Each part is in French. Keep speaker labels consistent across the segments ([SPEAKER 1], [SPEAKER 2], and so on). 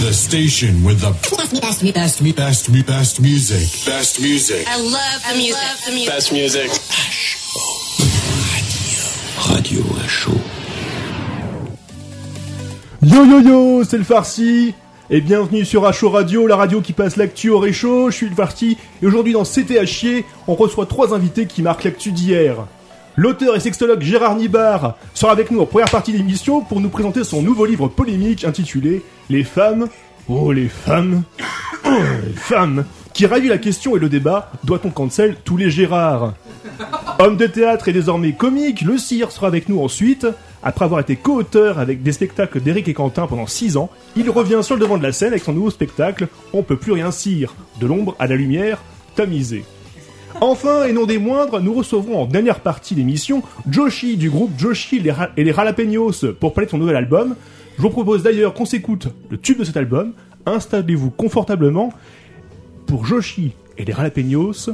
[SPEAKER 1] the station with the best, best, best, best, best, best music. Best music.
[SPEAKER 2] I love the music. Love the music.
[SPEAKER 3] Best music.
[SPEAKER 4] Radio à chaud.
[SPEAKER 5] Yo yo yo, c'est le farci et bienvenue sur Acho Radio, la radio qui passe l'actu au réchaud, je suis le Farti, et aujourd'hui dans C'était à chier, on reçoit trois invités qui marquent l'actu d'hier. L'auteur et sextologue Gérard Nibard sera avec nous en première partie de l'émission pour nous présenter son nouveau livre polémique intitulé Les femmes, oh les femmes, oh les femmes, qui ravit la question et le débat, doit-on cancel tous les Gérards Homme de théâtre et désormais comique, Le Cire sera avec nous ensuite. Après avoir été co-auteur avec des spectacles d'Éric et Quentin pendant 6 ans, il revient sur le devant de la scène avec son nouveau spectacle On peut plus rien cire, de l'ombre à la lumière, tamisé. Enfin, et non des moindres, nous recevrons en dernière partie d'émission Joshi du groupe Joshi les Ra- et les Ralapeños pour parler de son nouvel album. Je vous propose d'ailleurs qu'on s'écoute le tube de cet album, installez-vous confortablement pour Joshi et les Ralapeños,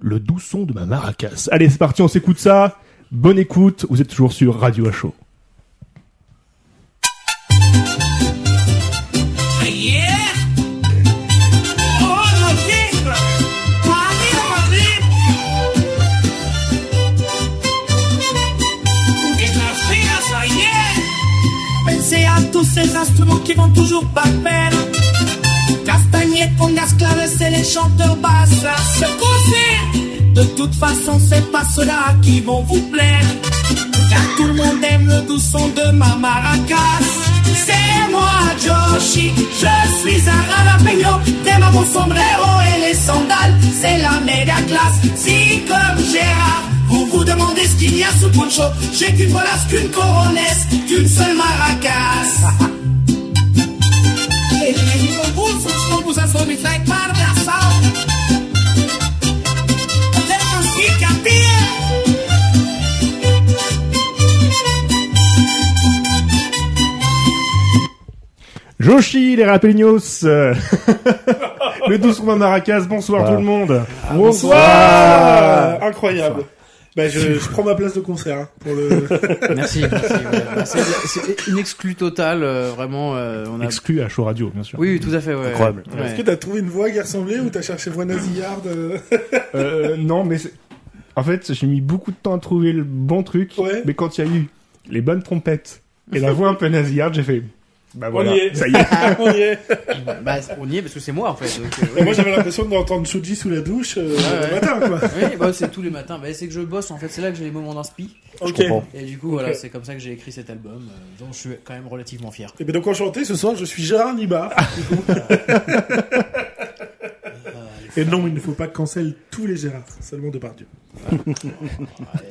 [SPEAKER 5] le doux son de ma maracas. Allez, c'est parti, on s'écoute ça. Bonne écoute, vous êtes toujours sur Radio H.O.
[SPEAKER 6] Yeah! Oh, no tecla! Arriba, Madrid! Et la fille, ça y est!
[SPEAKER 7] Pensez à tous ces instruments qui vont toujours par paire. Castagnettes, congas, clavecins, les chanteurs basses.
[SPEAKER 6] Ce concert!
[SPEAKER 7] De toute façon, c'est pas ceux-là qui vont vous plaire. Car tout le monde aime le doux son de ma maracas. C'est moi, Joshi, je suis un ralapeño. T'aimes à mon sombrero et les sandales, c'est la méga classe. Si comme Gérard, vous vous demandez ce qu'il y a sous poncho, j'ai qu'une volasse, qu'une coronesse, qu'une seule maracas. Et les animaux vous sont sans vous assommer, cinq par la salle.
[SPEAKER 5] Joshi, les Rapelinos euh, Le doux son de ma maracas, bonsoir tout le monde
[SPEAKER 8] Ah. Bonsoir Incroyable. Bah, je, je prends ma place de concert hein, pour le.
[SPEAKER 9] Merci. merci, ouais. C'est c'est une exclue totale, euh, vraiment. euh, on a...
[SPEAKER 5] Exclu à Show Radio, bien sûr.
[SPEAKER 9] Oui, oui, tout à fait. Ouais.
[SPEAKER 4] Incroyable.
[SPEAKER 9] Ouais.
[SPEAKER 8] Est-ce que t'as trouvé une voix qui ressemblait ou t'as cherché voix nasillarde euh
[SPEAKER 5] Euh, non, mais c'est- en fait, j'ai mis beaucoup de temps à trouver le bon truc.
[SPEAKER 8] Ouais.
[SPEAKER 5] Mais quand il y a eu les bonnes trompettes et la voix un peu nasillarde, j'ai fait. Bah voilà,
[SPEAKER 8] On y est.
[SPEAKER 5] ça y est.
[SPEAKER 8] On y est.
[SPEAKER 9] Bah, on y est parce que c'est moi en fait. donc, euh,
[SPEAKER 8] Et
[SPEAKER 9] oui.
[SPEAKER 8] moi j'avais l'impression d'entendre Shuji sous la douche euh, le
[SPEAKER 9] ouais.
[SPEAKER 8] matin quoi.
[SPEAKER 9] Oui, bah, c'est tous les matins. Bah, c'est que je bosse en fait, c'est là que j'ai les moments d'inspi.
[SPEAKER 8] Ok.
[SPEAKER 4] comprends.
[SPEAKER 9] Et du coup, voilà, c'est comme ça que j'ai écrit cet album. euh, dont je suis quand même relativement fier.
[SPEAKER 8] Et bien Eh ben, donc enchanté, ce soir je suis Gérard Nibard. Et non, il ne faut pas cancel tous les Gérards, seulement de Dieu. Ah,
[SPEAKER 9] Ouais,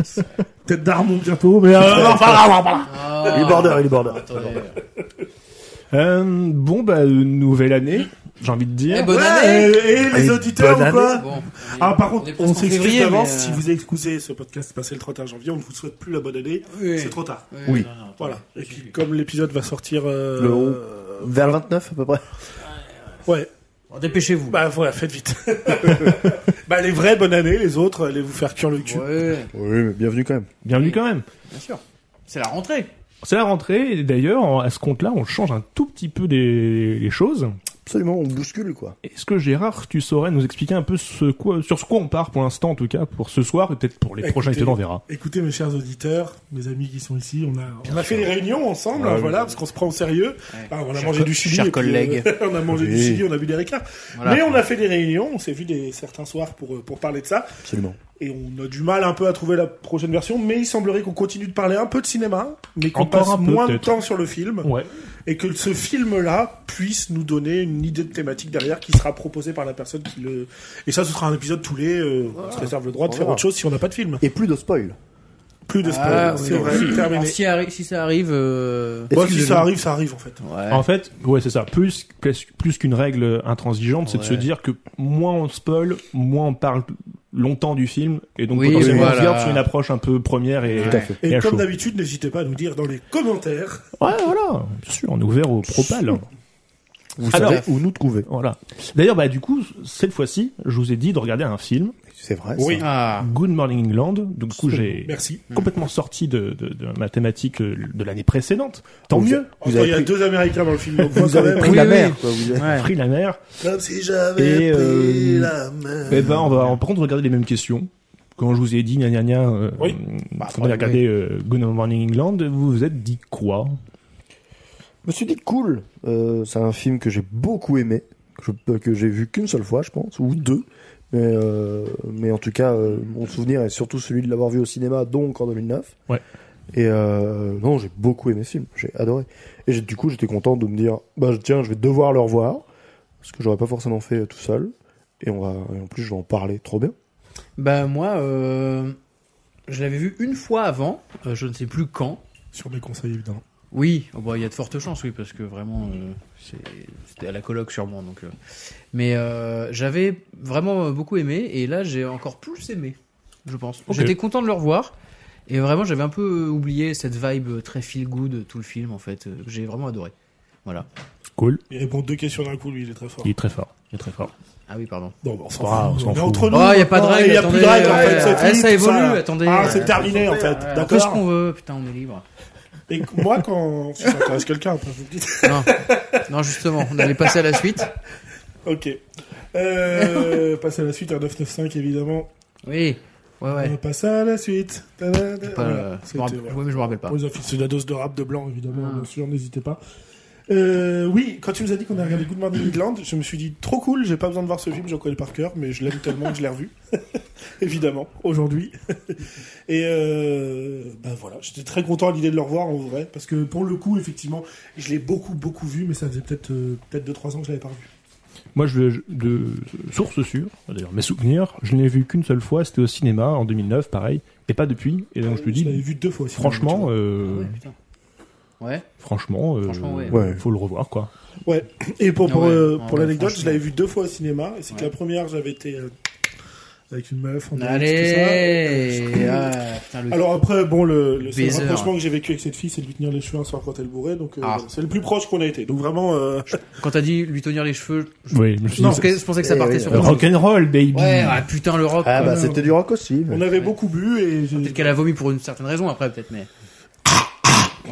[SPEAKER 9] c'est-
[SPEAKER 8] Peut-être Darmon bientôt, mais euh, non, enfin,
[SPEAKER 9] Ah,
[SPEAKER 4] Il est border, il est border.
[SPEAKER 9] attendez.
[SPEAKER 5] Euh, bon, bah, euh, nouvelle année, j'ai envie de dire.
[SPEAKER 9] Eh, bonne
[SPEAKER 8] ouais,
[SPEAKER 9] année.
[SPEAKER 8] et, et les
[SPEAKER 4] Et
[SPEAKER 8] auditeurs
[SPEAKER 4] bonne
[SPEAKER 8] ou pas
[SPEAKER 9] Bon,
[SPEAKER 8] Ah par contre,
[SPEAKER 9] est presque
[SPEAKER 8] on
[SPEAKER 9] en
[SPEAKER 8] s'excuse
[SPEAKER 9] février,
[SPEAKER 8] d'avance,
[SPEAKER 9] mais, euh,
[SPEAKER 8] si vous écoutez ce podcast passé le 31 janvier, on ne vous souhaite plus la bonne année,
[SPEAKER 9] Oui.
[SPEAKER 8] c'est trop tard.
[SPEAKER 4] Oui.
[SPEAKER 9] non, non, attendez.
[SPEAKER 8] Voilà. Et puis, comme l'épisode va sortir. euh,
[SPEAKER 4] Le haut. Vers le 29 à peu près.
[SPEAKER 8] Ouais.
[SPEAKER 9] Bon, Dépêchez-vous.
[SPEAKER 8] Bah, voilà, faites vite. bah, les vrais, bonne année. Les autres, allez vous faire cuire le cul.
[SPEAKER 9] Ouais,
[SPEAKER 4] Oui, mais bienvenue quand même.
[SPEAKER 5] Bienvenue quand même.
[SPEAKER 9] bien sûr. C'est la rentrée.
[SPEAKER 5] C'est la rentrée, et d'ailleurs, en- à ce compte-là, on change un tout petit peu des, les choses.
[SPEAKER 4] Absolument, on bouscule quoi.
[SPEAKER 5] Est-ce que Gérard, tu saurais nous expliquer un peu ce quoi, sur ce quoi on part pour l'instant, en tout cas, pour ce soir, et peut-être pour les
[SPEAKER 8] Écoutez.
[SPEAKER 5] prochains épisodes, on verra.
[SPEAKER 8] Écoutez, mes chers auditeurs, mes amis qui sont ici, on a, on a fait des réunions ensemble, hein, voilà, parce qu'on se prend au sérieux.
[SPEAKER 9] Ouais.
[SPEAKER 8] Ah, on a
[SPEAKER 9] Chers
[SPEAKER 8] mangé
[SPEAKER 9] co-
[SPEAKER 8] du chili.
[SPEAKER 9] chers
[SPEAKER 8] et puis, euh,
[SPEAKER 9] collègues.
[SPEAKER 8] on a mangé du
[SPEAKER 4] Oui.
[SPEAKER 8] chili, on a vu des récarts.
[SPEAKER 9] Voilà.
[SPEAKER 8] Mais on a fait des réunions, on s'est vu des, certains soirs pour, euh, pour parler de ça.
[SPEAKER 4] Absolument.
[SPEAKER 8] Et on a du mal un peu à trouver la prochaine version, mais il semblerait qu'on continue de parler un peu de cinéma, mais qu'on
[SPEAKER 5] Encore
[SPEAKER 8] passe
[SPEAKER 5] un peu,
[SPEAKER 8] moins de
[SPEAKER 5] peut-être.
[SPEAKER 8] temps sur le film.
[SPEAKER 5] Ouais.
[SPEAKER 8] et que ce film-là puisse nous donner une idée de thématique derrière qui sera proposée par la personne qui le. Et ça, ce sera un épisode tous les. euh, on se réserve le droit de faire
[SPEAKER 4] Voilà.
[SPEAKER 8] autre chose si on n'a pas de film.
[SPEAKER 4] Et plus de spoil.
[SPEAKER 8] Plus de spoil.
[SPEAKER 9] Ah,
[SPEAKER 8] c'est
[SPEAKER 9] oui.
[SPEAKER 8] vrai, c'est
[SPEAKER 9] Alors,
[SPEAKER 8] terminé.
[SPEAKER 9] si, arri- si ça arrive. euh,
[SPEAKER 8] Moi, si
[SPEAKER 4] Excusez-nous.
[SPEAKER 8] ça arrive, ça arrive en fait.
[SPEAKER 9] Ouais.
[SPEAKER 5] En fait, ouais, c'est ça. Plus, plus, plus qu'une règle intransigeante, c'est de se
[SPEAKER 9] Ouais.
[SPEAKER 5] dire que moins on spoil, moins on parle longtemps du film, et donc
[SPEAKER 9] Oui,
[SPEAKER 5] potentiellement
[SPEAKER 9] voilà.
[SPEAKER 5] on garde sur une approche un peu première et,
[SPEAKER 9] Tout à
[SPEAKER 4] fait.
[SPEAKER 8] Et,
[SPEAKER 5] à
[SPEAKER 8] comme
[SPEAKER 5] chaud. Ouais,
[SPEAKER 8] d'habitude, n'hésitez pas à nous dire dans les commentaires.
[SPEAKER 5] voilà. Bien sûr, on est ouvert au propal.
[SPEAKER 4] Vous
[SPEAKER 5] Alors-
[SPEAKER 4] savez où nous trouver.
[SPEAKER 5] Voilà. D'ailleurs, bah, du coup, cette fois-ci, je vous ai dit de regarder un film
[SPEAKER 4] C'est vrai.
[SPEAKER 8] Oui.
[SPEAKER 9] Ah.
[SPEAKER 5] Good Morning England. Donc, du coup, j'ai
[SPEAKER 8] Merci.
[SPEAKER 5] complètement sorti de, de, de ma thématique euh, de l'année précédente. Tant
[SPEAKER 4] Vous-
[SPEAKER 5] mieux.
[SPEAKER 8] Enfin,
[SPEAKER 4] avez
[SPEAKER 8] il y a
[SPEAKER 4] pris-
[SPEAKER 8] deux Américains dans le film. donc
[SPEAKER 4] Ça.
[SPEAKER 8] moi,
[SPEAKER 4] Vous
[SPEAKER 8] quand
[SPEAKER 4] avez
[SPEAKER 8] même,
[SPEAKER 4] pris
[SPEAKER 9] oui,
[SPEAKER 4] la
[SPEAKER 9] oui.
[SPEAKER 4] mer, quoi. Vous avez-
[SPEAKER 9] Ouais.
[SPEAKER 5] Pris la mer.
[SPEAKER 8] Comme si j'avais
[SPEAKER 5] Et,
[SPEAKER 8] pris
[SPEAKER 5] euh,
[SPEAKER 8] la main.
[SPEAKER 5] Eh ben, on va en prendre regarder les mêmes questions. Quand je vous ai dit, gna gna gna, euh,
[SPEAKER 8] Oui.
[SPEAKER 5] bah, on a regardé euh, Good Morning England, vous vous êtes dit quoi
[SPEAKER 4] Je me suis dit cool. Euh, c'est un film que j'ai beaucoup aimé, que je- euh, que j'ai vu qu'une seule fois, je pense, ou deux. Mais, euh, mais en tout cas, euh, mon souvenir est surtout celui de l'avoir vu au cinéma, donc en 2009.
[SPEAKER 5] Ouais.
[SPEAKER 4] Et euh, non, j'ai beaucoup aimé ce film, j'ai adoré. Et j'ai- du coup, j'étais content de me dire, bah tiens, je vais devoir le revoir, ce que j'aurais pas forcément fait tout seul. Et on va, et en plus, je vais en parler, trop bien.
[SPEAKER 9] Bah moi, euh, je l'avais vu une fois avant, euh, je ne sais plus quand.
[SPEAKER 8] Sur mes conseils, évidemment.
[SPEAKER 9] Oui, oh bah, il y a de fortes chances, oui, parce que vraiment, euh, c'est- c'était à la coloc sûrement. Donc, euh. Mais euh, j'avais vraiment euh, beaucoup aimé, et là j'ai encore plus aimé, je pense.
[SPEAKER 5] Ok.
[SPEAKER 9] J'étais content de le revoir, et vraiment j'avais un peu euh, oublié cette vibe euh, très feel good, euh, tout le film en fait, euh, que j'ai vraiment adoré. Voilà.
[SPEAKER 5] Cool.
[SPEAKER 8] Il répond deux questions d'un coup, lui, il est très fort.
[SPEAKER 5] Il est très fort. Il est très fort.
[SPEAKER 9] Ah oui, pardon.
[SPEAKER 8] Non, bah, on s'en
[SPEAKER 5] Waouh, on
[SPEAKER 8] fout.
[SPEAKER 5] s'en
[SPEAKER 8] Mais
[SPEAKER 5] fout.
[SPEAKER 8] entre nous,
[SPEAKER 9] Oh, y a pas de
[SPEAKER 8] maintenant,
[SPEAKER 9] règles,
[SPEAKER 8] il y a plus de
[SPEAKER 9] attendez,
[SPEAKER 8] règles, en
[SPEAKER 9] ouais,
[SPEAKER 8] fait.
[SPEAKER 9] ouais,
[SPEAKER 8] c'est
[SPEAKER 9] ouais,
[SPEAKER 8] fini,
[SPEAKER 9] ça
[SPEAKER 8] tout
[SPEAKER 9] évolue,
[SPEAKER 8] là.
[SPEAKER 9] attendez.
[SPEAKER 8] Ah,
[SPEAKER 9] Ouais,
[SPEAKER 8] c'est
[SPEAKER 9] ouais,
[SPEAKER 8] terminé, en fait.
[SPEAKER 9] On fait ce qu'on
[SPEAKER 8] D'accord.
[SPEAKER 9] veut, putain, on est libre.
[SPEAKER 8] Et moi, quand. Si ça intéresse quelqu'un, après, vous me dites.
[SPEAKER 9] Non, non justement, on allait passer à la suite.
[SPEAKER 8] Ok. Euh, passe à la suite, un 995 évidemment.
[SPEAKER 9] Oui, ouais, ouais.
[SPEAKER 8] On passe à la suite. Ta-da-da.
[SPEAKER 9] Pas,
[SPEAKER 8] Voilà,
[SPEAKER 9] euh, je
[SPEAKER 8] c'était,
[SPEAKER 9] me rappelle-
[SPEAKER 8] voilà.
[SPEAKER 9] ouais, mais je me rappelle pas.
[SPEAKER 8] Pour les offices, c'est la dose de rap de blanc, évidemment,
[SPEAKER 9] Ah.
[SPEAKER 8] bien sûr, n'hésitez pas. Euh, oui, quand tu nous as dit qu'on a regardé Good Morning Midland, je me suis dit trop cool, j'ai pas besoin de voir ce film, j'en connais par cœur, mais je l'aime tellement que je l'ai revu, évidemment, aujourd'hui. Et euh, ben voilà, j'étais très content à l'idée de le revoir en vrai, parce que pour le coup, effectivement, je l'ai beaucoup, beaucoup vu, mais ça faisait peut-être euh, peut-être 2-3 ans que je l'avais pas revu.
[SPEAKER 5] Moi, je, je- de source sûre, d'ailleurs mes souvenirs, je ne l'ai vu qu'une seule fois, c'était au cinéma en 2009, pareil, et pas depuis. Et donc je te
[SPEAKER 8] l'avais
[SPEAKER 5] dis,
[SPEAKER 8] vu deux fois aussi.
[SPEAKER 5] franchement, euh,
[SPEAKER 9] Ah Ouais, putain. Ouais.
[SPEAKER 5] franchement, euh,
[SPEAKER 9] Franchement, ouais.
[SPEAKER 4] Ouais.
[SPEAKER 5] faut le revoir quoi.
[SPEAKER 8] Ouais, et pour, pour,
[SPEAKER 9] Ah ouais,
[SPEAKER 8] euh,
[SPEAKER 9] ouais,
[SPEAKER 8] pour l'anecdote,
[SPEAKER 9] franchement.
[SPEAKER 8] je l'avais vu deux fois au cinéma, et c'est que
[SPEAKER 9] Ouais.
[SPEAKER 8] la première, j'avais été euh, avec une meuf, en
[SPEAKER 9] Allez
[SPEAKER 8] tout ça, et, euh,
[SPEAKER 9] ah, putain, le...
[SPEAKER 8] Alors après, bon, le, le seul
[SPEAKER 9] Baiser.
[SPEAKER 8] rapprochement que j'ai vécu avec cette fille, c'est de lui tenir les cheveux un soir quand elle bourrait, donc euh,
[SPEAKER 9] Ah.
[SPEAKER 8] voilà, c'est le plus proche qu'on a été. Donc vraiment, euh,
[SPEAKER 9] Quand t'as dit lui tenir les cheveux,
[SPEAKER 5] Oui, je me suis
[SPEAKER 9] je,
[SPEAKER 5] dit,
[SPEAKER 9] pensais, que- je pensais que ça
[SPEAKER 4] Eh
[SPEAKER 9] partait
[SPEAKER 4] oui.
[SPEAKER 9] sur
[SPEAKER 5] euh,
[SPEAKER 9] le rock.
[SPEAKER 5] rock'n'roll, baby.
[SPEAKER 9] Ouais, ah, putain, le rock.
[SPEAKER 4] Ah
[SPEAKER 9] quoi.
[SPEAKER 4] bah c'était du rock aussi. mais-
[SPEAKER 8] on avait beaucoup bu et j'ai-
[SPEAKER 9] Peut-être qu'elle a vomi pour une certaine raison après, peut-être, mais.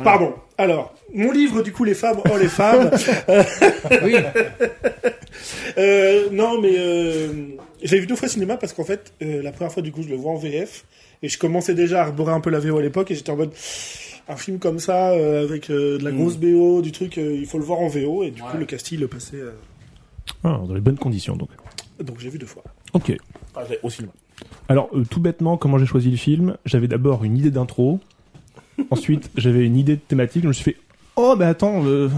[SPEAKER 8] pardon. Alors, mon livre du coup, les femmes, oh les femmes.
[SPEAKER 9] Oui,
[SPEAKER 8] Euh, non, mais euh, je l'ai vu deux fois au cinéma parce qu'en fait, euh, la première fois, du coup, je le vois en VF. Et je commençais déjà à arborer un peu la VO à l'époque. Et j'étais en mode, un film comme ça, euh, avec euh, de
[SPEAKER 5] Mm.
[SPEAKER 8] la grosse BO, du truc, euh, il faut le voir en VO. Et du coup, le casting le passait. euh,
[SPEAKER 5] Ah, dans les bonnes conditions donc.
[SPEAKER 8] donc, j'ai vu deux fois.
[SPEAKER 5] Ok.
[SPEAKER 8] au cinéma.
[SPEAKER 5] Alors, euh, tout bêtement, comment j'ai choisi le film J'avais d'abord une idée d'intro. Ensuite, j'avais une idée de thématique. Je me suis fait Oh, mais attends, le-